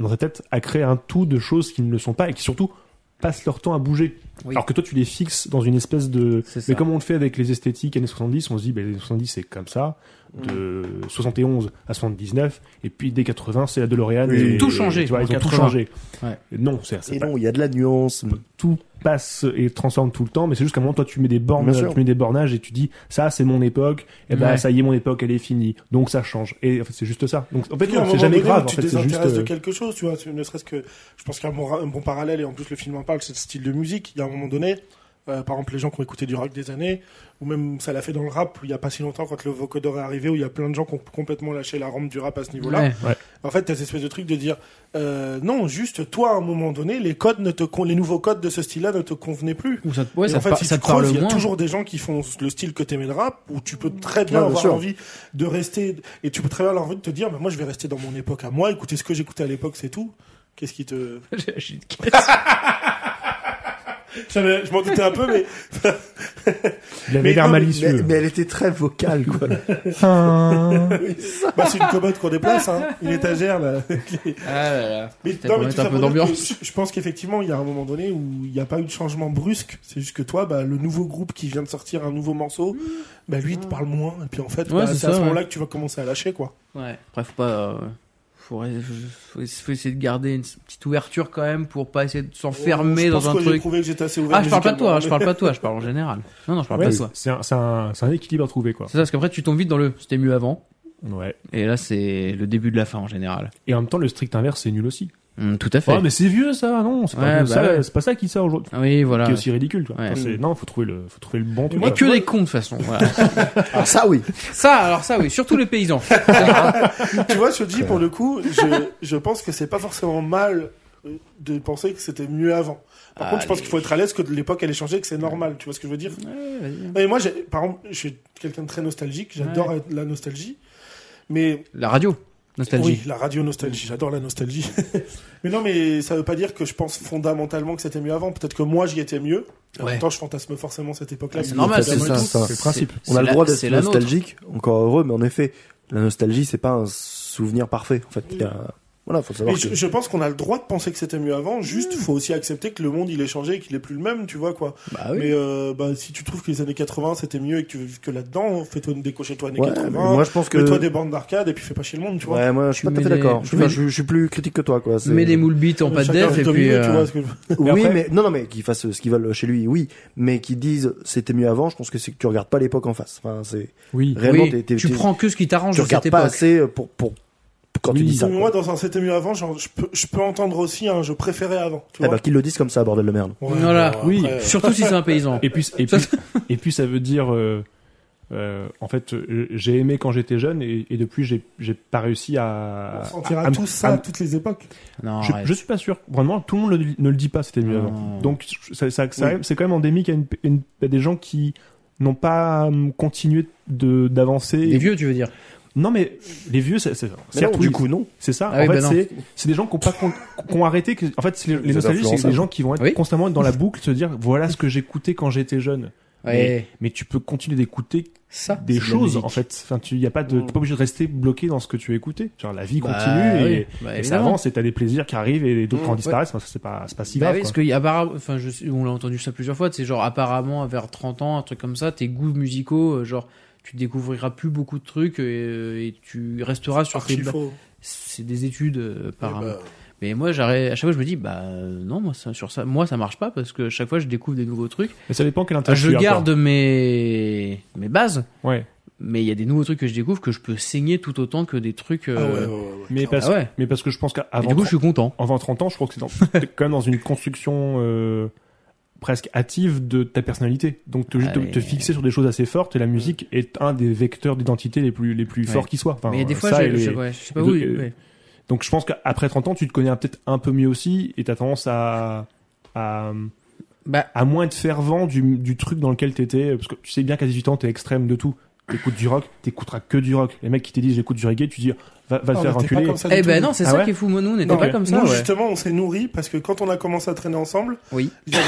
[SPEAKER 5] dans ta tête à créer un tout de choses qui ne le sont pas et qui surtout passent leur temps à bouger.
[SPEAKER 9] Oui.
[SPEAKER 5] Alors que toi, tu les fixes dans une espèce de.
[SPEAKER 9] C'est ça.
[SPEAKER 5] Mais comme on le fait avec les esthétiques années 70, on se dit, bah, les années 70, c'est comme ça,
[SPEAKER 9] Mm.
[SPEAKER 5] de 71 à 79, et puis dès 80, c'est la DeLorean.
[SPEAKER 4] Oui.
[SPEAKER 5] et-
[SPEAKER 4] Ils ont
[SPEAKER 9] tout
[SPEAKER 5] et-
[SPEAKER 9] changé
[SPEAKER 5] tu vois,
[SPEAKER 9] en
[SPEAKER 5] ils ont tout
[SPEAKER 9] 80.
[SPEAKER 5] changé.
[SPEAKER 9] Ouais.
[SPEAKER 5] Non, c'est ça
[SPEAKER 4] Et
[SPEAKER 5] passe
[SPEAKER 4] non, il y a de la nuance.
[SPEAKER 5] tout passe et transforme tout le temps, mais c'est juste qu'à un moment, toi, tu mets des bornes,
[SPEAKER 4] Bien sûr.
[SPEAKER 5] tu mets des bornages et tu dis, ça, c'est mon époque, et ben,
[SPEAKER 9] Ouais.
[SPEAKER 5] ça y est, mon époque, elle est finie, donc ça change. Et en fait, c'est juste ça. Donc, en fait,
[SPEAKER 8] Puis, à
[SPEAKER 5] non,
[SPEAKER 8] un
[SPEAKER 5] c'est
[SPEAKER 8] moment
[SPEAKER 5] jamais
[SPEAKER 8] donné,
[SPEAKER 5] grave, en
[SPEAKER 8] Tu
[SPEAKER 5] fait,
[SPEAKER 8] te
[SPEAKER 5] c'est juste.
[SPEAKER 8] désintéresses de
[SPEAKER 5] euh,
[SPEAKER 8] quelque chose, tu vois. tu- Ne serait-ce que, je pense qu'un bon, ra- un bon parallèle, et en plus le film en parle, c'est le style de musique. Il y a un moment donné, euh, par exemple, les gens qui ont écouté du rock des années, ou même ça l'a fait dans le rap, il y a pas si longtemps, quand le vocodeur est arrivé, où il y a plein de gens qui ont complètement lâché la rampe du rap à ce niveau-là.
[SPEAKER 9] Ouais.
[SPEAKER 8] En fait, t'as cette espèce de truc de dire, euh, non, juste toi, à un moment donné, les codes ne te, con- les nouveaux codes de ce style-là ne te convenaient plus.
[SPEAKER 9] Ou ça, te- ouais,
[SPEAKER 8] Et
[SPEAKER 9] ça
[SPEAKER 8] en
[SPEAKER 9] te
[SPEAKER 8] fait,
[SPEAKER 9] par-
[SPEAKER 8] si
[SPEAKER 9] ça
[SPEAKER 8] tu
[SPEAKER 9] te parle
[SPEAKER 8] creuses, il y a
[SPEAKER 9] moins.
[SPEAKER 8] toujours des gens qui font le style que t'aimais le rap, où tu peux très bien
[SPEAKER 4] Ouais, bien
[SPEAKER 8] avoir
[SPEAKER 4] sûr.
[SPEAKER 8] envie de rester, et tu peux très bien avoir envie de te dire, bah, moi, je vais rester dans mon époque à moi, écouter ce que j'écoutais à l'époque, c'est tout. Qu'est-ce qui te...
[SPEAKER 9] J'ai une caisse.
[SPEAKER 8] J'avais- Je m'en doutais un peu, mais
[SPEAKER 5] Il avait
[SPEAKER 8] Mais
[SPEAKER 5] l'air
[SPEAKER 8] non, mais-
[SPEAKER 5] malicieux.
[SPEAKER 4] elle était très vocale, quoi.
[SPEAKER 8] bah, c'est une commode qu'on déplace, hein. Une étagère, là.
[SPEAKER 9] Ah là là.
[SPEAKER 8] Mais,
[SPEAKER 9] Peut-être
[SPEAKER 8] non,
[SPEAKER 9] qu'on
[SPEAKER 8] mais
[SPEAKER 9] va
[SPEAKER 8] tout
[SPEAKER 9] mettre un
[SPEAKER 8] ça pour
[SPEAKER 9] peu
[SPEAKER 8] dire
[SPEAKER 9] d'ambiance.
[SPEAKER 8] que Je je pense qu'effectivement, il y a un moment donné où il n'y a pas eu de changement brusque. C'est juste que toi, bah, le nouveau groupe qui vient de sortir un nouveau morceau, bah, lui, il te parle moins. Et puis en fait,
[SPEAKER 9] Ouais,
[SPEAKER 8] bah,
[SPEAKER 9] c'est
[SPEAKER 8] c'est
[SPEAKER 9] ça,
[SPEAKER 8] à ce
[SPEAKER 9] ouais.
[SPEAKER 8] moment-là que tu vas commencer à lâcher, quoi.
[SPEAKER 9] Ouais. Après, faut pas. euh, faut, ré- faut- faut essayer de garder une petite ouverture quand même pour pas essayer de s'enfermer
[SPEAKER 8] Oh, Je pense
[SPEAKER 9] dans un
[SPEAKER 8] que J'ai
[SPEAKER 9] truc.
[SPEAKER 8] trouvé que j'étais assez ouvert.
[SPEAKER 9] Ah, je parle pas de toi, hein, je
[SPEAKER 8] musicalement.
[SPEAKER 9] parle pas de toi, je parle en général. Non, non, je parle
[SPEAKER 5] Ouais,
[SPEAKER 9] pas de
[SPEAKER 5] c'est
[SPEAKER 9] toi.
[SPEAKER 5] c'est un, c'est un, c'est un équilibre à trouver, quoi.
[SPEAKER 9] C'est ça, parce qu'après, tu tombes vite dans le c'était mieux avant.
[SPEAKER 5] Ouais.
[SPEAKER 9] Et là, c'est le début de la fin en général.
[SPEAKER 5] Et en même temps, le strict inverse, c'est nul aussi.
[SPEAKER 9] Mm, tout à fait.
[SPEAKER 5] Oh, mais c'est vieux, ça, non, c'est
[SPEAKER 9] Ouais,
[SPEAKER 5] pas,
[SPEAKER 9] bah
[SPEAKER 5] ça,
[SPEAKER 9] ouais.
[SPEAKER 5] c'est pas ça qui sort aujourd'hui.
[SPEAKER 9] Oui, voilà.
[SPEAKER 5] Qui est aussi ridicule, quoi.
[SPEAKER 9] Ouais.
[SPEAKER 5] Enfin, c'est- non, faut trouver le, faut trouver le bon truc.
[SPEAKER 9] Et
[SPEAKER 5] quoi.
[SPEAKER 9] que des cons de toute façon. Voilà.
[SPEAKER 4] Ah, ça, oui.
[SPEAKER 9] ça, alors ça, oui, surtout les paysans.
[SPEAKER 8] tu vois, je te dis, pour le coup, je, je pense que c'est pas forcément mal euh, de penser que c'était mieux avant. Par contre, je pense
[SPEAKER 9] Allez.
[SPEAKER 8] qu'il faut être à l'aise que de l'époque elle ait changé, que c'est normal. Tu vois ce que je veux dire Et moi, j'ai- par exemple, je suis quelqu'un de très nostalgique. J'adore être- la nostalgie. Mais
[SPEAKER 9] La radio,
[SPEAKER 8] Oui,
[SPEAKER 9] nostalgie.
[SPEAKER 8] la radio nostalgie. J'adore la nostalgie. mais non, mais ça veut pas dire que je pense fondamentalement que c'était mieux avant. Peut-être que moi, j'y étais mieux. En
[SPEAKER 9] Ouais.
[SPEAKER 8] même temps, je fantasme forcément cette époque-là.
[SPEAKER 9] Ah, c'est
[SPEAKER 8] Puis,
[SPEAKER 9] normal,
[SPEAKER 8] évidemment,
[SPEAKER 4] c'est
[SPEAKER 8] et
[SPEAKER 4] ça,
[SPEAKER 8] tout.
[SPEAKER 4] ça.
[SPEAKER 5] C'est le principe.
[SPEAKER 9] c'est
[SPEAKER 4] On a le
[SPEAKER 9] la-
[SPEAKER 4] droit d'être
[SPEAKER 9] c'est la nôtre.
[SPEAKER 4] nostalgique, encore heureux, mais en effet, la nostalgie, c'est pas un souvenir parfait, en fait. Il y a- Voilà, faut
[SPEAKER 8] Mais
[SPEAKER 4] savoir
[SPEAKER 8] je,
[SPEAKER 4] que...
[SPEAKER 8] je pense qu'on a le droit de penser que c'était mieux avant. Juste,
[SPEAKER 9] Hmm.
[SPEAKER 8] faut aussi accepter que le monde il est changé et qu'il est plus le même, tu vois quoi.
[SPEAKER 9] Bah oui.
[SPEAKER 8] Mais euh, bah, si tu trouves que les années 80 c'était mieux et que tu veux vivre que là-dedans, fais-toi une déco chez toi années
[SPEAKER 4] Ouais,
[SPEAKER 8] 80.
[SPEAKER 4] mais moi, je pense que-
[SPEAKER 8] Mets-toi des bandes d'arcade et puis fais pas chier le monde, tu vois.
[SPEAKER 4] Ouais, moi, je
[SPEAKER 9] Tu
[SPEAKER 4] suis pas tout
[SPEAKER 9] mets
[SPEAKER 4] à fait
[SPEAKER 9] des-
[SPEAKER 4] d'accord.
[SPEAKER 9] tu
[SPEAKER 4] Enfin,
[SPEAKER 9] mets-
[SPEAKER 4] je, je suis plus critique que toi, quoi.
[SPEAKER 9] Tu
[SPEAKER 4] C'est-
[SPEAKER 9] mets des moules bites en pas de
[SPEAKER 8] Chacun
[SPEAKER 9] def
[SPEAKER 8] fait
[SPEAKER 9] et
[SPEAKER 8] comme
[SPEAKER 9] puis.
[SPEAKER 8] il veut, tu
[SPEAKER 9] euh,
[SPEAKER 8] vois ce que je-
[SPEAKER 4] Oui,
[SPEAKER 5] après-
[SPEAKER 4] mais non, non, mais qu'ils fassent ce qu'ils veulent chez lui, oui. Mais qu'ils disent c'était mieux avant, je pense que c'est que tu regardes pas l'époque en face. Enfin, c'est
[SPEAKER 5] Oui.
[SPEAKER 4] réellement
[SPEAKER 9] oui,
[SPEAKER 4] t'es- t'es-
[SPEAKER 9] tu
[SPEAKER 4] t'es-
[SPEAKER 9] prends que ce qui t'arrange
[SPEAKER 4] tu
[SPEAKER 9] de cette
[SPEAKER 4] regardes pas
[SPEAKER 9] époque.
[SPEAKER 4] assez pour pour pour- quand tu
[SPEAKER 5] Oui,
[SPEAKER 4] dis ça.
[SPEAKER 8] Mais
[SPEAKER 4] quoi.
[SPEAKER 8] moi, dans un c'était mieux avant, genre, je peux, je peux entendre aussi un je préférais avant, tu
[SPEAKER 4] Eh
[SPEAKER 8] vois.
[SPEAKER 9] bah.
[SPEAKER 4] ben, qu'ils le disent comme ça, bordel de merde.
[SPEAKER 8] Ouais, bah,
[SPEAKER 9] Voilà.
[SPEAKER 8] bon,
[SPEAKER 5] Oui.
[SPEAKER 8] après,
[SPEAKER 9] Surtout si c'est un paysan.
[SPEAKER 5] Et puis, et puis, et puis ça veut dire euh, euh, en fait, euh, j'ai aimé quand j'étais jeune et, et depuis, j'ai j'ai pas réussi à.
[SPEAKER 8] On sentira
[SPEAKER 5] à- à-
[SPEAKER 8] tout ça
[SPEAKER 5] à-
[SPEAKER 8] à toutes les époques.
[SPEAKER 9] Non,
[SPEAKER 5] je,
[SPEAKER 9] arrête.
[SPEAKER 5] je suis pas sûr. Vraiment, tout le monde le- ne le dit pas, c'était mieux
[SPEAKER 9] Non.
[SPEAKER 5] avant. Donc, ça, ça- ça-
[SPEAKER 8] Oui.
[SPEAKER 5] c'est quand même endémique à, une- une- à des gens qui n'ont pas hum, continué de- d'avancer.
[SPEAKER 9] Les vieux, tu veux dire
[SPEAKER 5] Non, mais les vieux, c'est c'est- certes, oui,
[SPEAKER 4] du coup, non.
[SPEAKER 5] c'est ça.
[SPEAKER 9] Ah
[SPEAKER 5] en
[SPEAKER 9] oui,
[SPEAKER 5] fait,
[SPEAKER 9] bah non.
[SPEAKER 5] c'est- c'est des gens qui ont pas con- qui ont arrêté. que- en fait, c'est les, les
[SPEAKER 4] Les
[SPEAKER 5] nostalgiques, c'est
[SPEAKER 4] influençables.
[SPEAKER 5] des gens qui vont être
[SPEAKER 9] Oui.
[SPEAKER 5] constamment dans la boucle, se dire voilà ce que j'écoutais quand j'étais jeune.
[SPEAKER 9] Ouais,
[SPEAKER 5] Mais tu peux continuer d'écouter
[SPEAKER 9] ça.
[SPEAKER 5] des
[SPEAKER 9] c'est de la
[SPEAKER 5] choses
[SPEAKER 9] musique.
[SPEAKER 5] en fait. Enfin, tu y a pas de, t'es pas obligé de rester bloqué dans ce que tu as écouté. Genre la vie
[SPEAKER 9] Bah,
[SPEAKER 5] continue
[SPEAKER 9] oui.
[SPEAKER 5] et,
[SPEAKER 9] Bah,
[SPEAKER 5] et ça
[SPEAKER 9] évidemment. Mmh,
[SPEAKER 5] avance et t'as des plaisirs qui arrivent et d'autres qui en
[SPEAKER 9] ouais.
[SPEAKER 5] disparaissent. Enfin, ça, c'est pas, c'est pas si
[SPEAKER 9] Bah
[SPEAKER 5] grave.
[SPEAKER 9] oui,
[SPEAKER 5] quoi.
[SPEAKER 9] parce que apparemment, enfin, je sais- on l'a entendu ça plusieurs fois. C'est genre apparemment vers 30 ans, un truc comme ça, tes goûts musicaux, euh, genre tu découvriras plus beaucoup de trucs euh, et, tu resteras sur tes.
[SPEAKER 8] Archi
[SPEAKER 9] ba-
[SPEAKER 8] faux.
[SPEAKER 9] C'est des études euh, apparemment.
[SPEAKER 10] bah.
[SPEAKER 9] Mais moi, j'arrête. À chaque fois, je me dis, bah euh, non, moi ça, sur ça, moi ça marche pas parce que à chaque fois, je découvre des nouveaux trucs.
[SPEAKER 5] Mais ça dépend quel
[SPEAKER 9] Enfin,
[SPEAKER 5] intérêt.
[SPEAKER 9] je
[SPEAKER 5] tu as, quoi.
[SPEAKER 9] garde mes mes bases,
[SPEAKER 5] Ouais.
[SPEAKER 9] mais il y a des nouveaux trucs que je découvre que je peux saigner tout autant que des trucs.
[SPEAKER 8] Ah ouais,
[SPEAKER 9] euh,
[SPEAKER 8] ouais, ouais, ouais.
[SPEAKER 5] Mais parce,
[SPEAKER 9] Ah ouais.
[SPEAKER 5] mais parce que je pense
[SPEAKER 9] et
[SPEAKER 5] qu'avant
[SPEAKER 9] du coup, je suis content.
[SPEAKER 5] avant 30 ans, je crois que c'est dans- t'es quand même dans une construction euh, presque hâtive de ta personnalité. Donc, t'es obligé de
[SPEAKER 9] Ouais.
[SPEAKER 5] te, te fixer sur des choses assez fortes et la musique est un des vecteurs d'identité les plus, les plus
[SPEAKER 9] Ouais.
[SPEAKER 5] forts qui soient. Enfin, euh,
[SPEAKER 9] mais il y a des fois,
[SPEAKER 5] ça
[SPEAKER 9] j'ai-
[SPEAKER 5] et les-
[SPEAKER 9] je, ouais, je sais pas
[SPEAKER 5] de-
[SPEAKER 9] où.
[SPEAKER 5] euh,
[SPEAKER 9] ouais.
[SPEAKER 5] Donc, je pense qu'après 30 ans, tu te connais peut-être un peu mieux aussi et t'as tendance à, à,
[SPEAKER 9] Bah,
[SPEAKER 5] à moins être fervent du, du truc dans lequel t'étais. euh, Parce que tu sais bien qu'à 18 ans, t'es extrême de tout. T'écoutes du rock, t'écouteras que du rock. Les mecs qui te disent j'écoute du reggae, tu dis va, va
[SPEAKER 8] Ah,
[SPEAKER 5] te
[SPEAKER 8] on
[SPEAKER 5] faire
[SPEAKER 8] était pas
[SPEAKER 5] enculer.
[SPEAKER 8] comme ça du
[SPEAKER 9] Eh ben
[SPEAKER 8] tout.
[SPEAKER 9] non, c'est
[SPEAKER 5] Ah
[SPEAKER 9] ça
[SPEAKER 5] ouais
[SPEAKER 9] qui est fou. Moi, nous, on n'était
[SPEAKER 5] Non,
[SPEAKER 9] pas
[SPEAKER 5] mais
[SPEAKER 9] comme ça.
[SPEAKER 8] Nous,
[SPEAKER 9] ouais.
[SPEAKER 8] justement, on s'est nourris parce que quand on a commencé à traîner ensemble,
[SPEAKER 9] Oui.
[SPEAKER 8] j'avais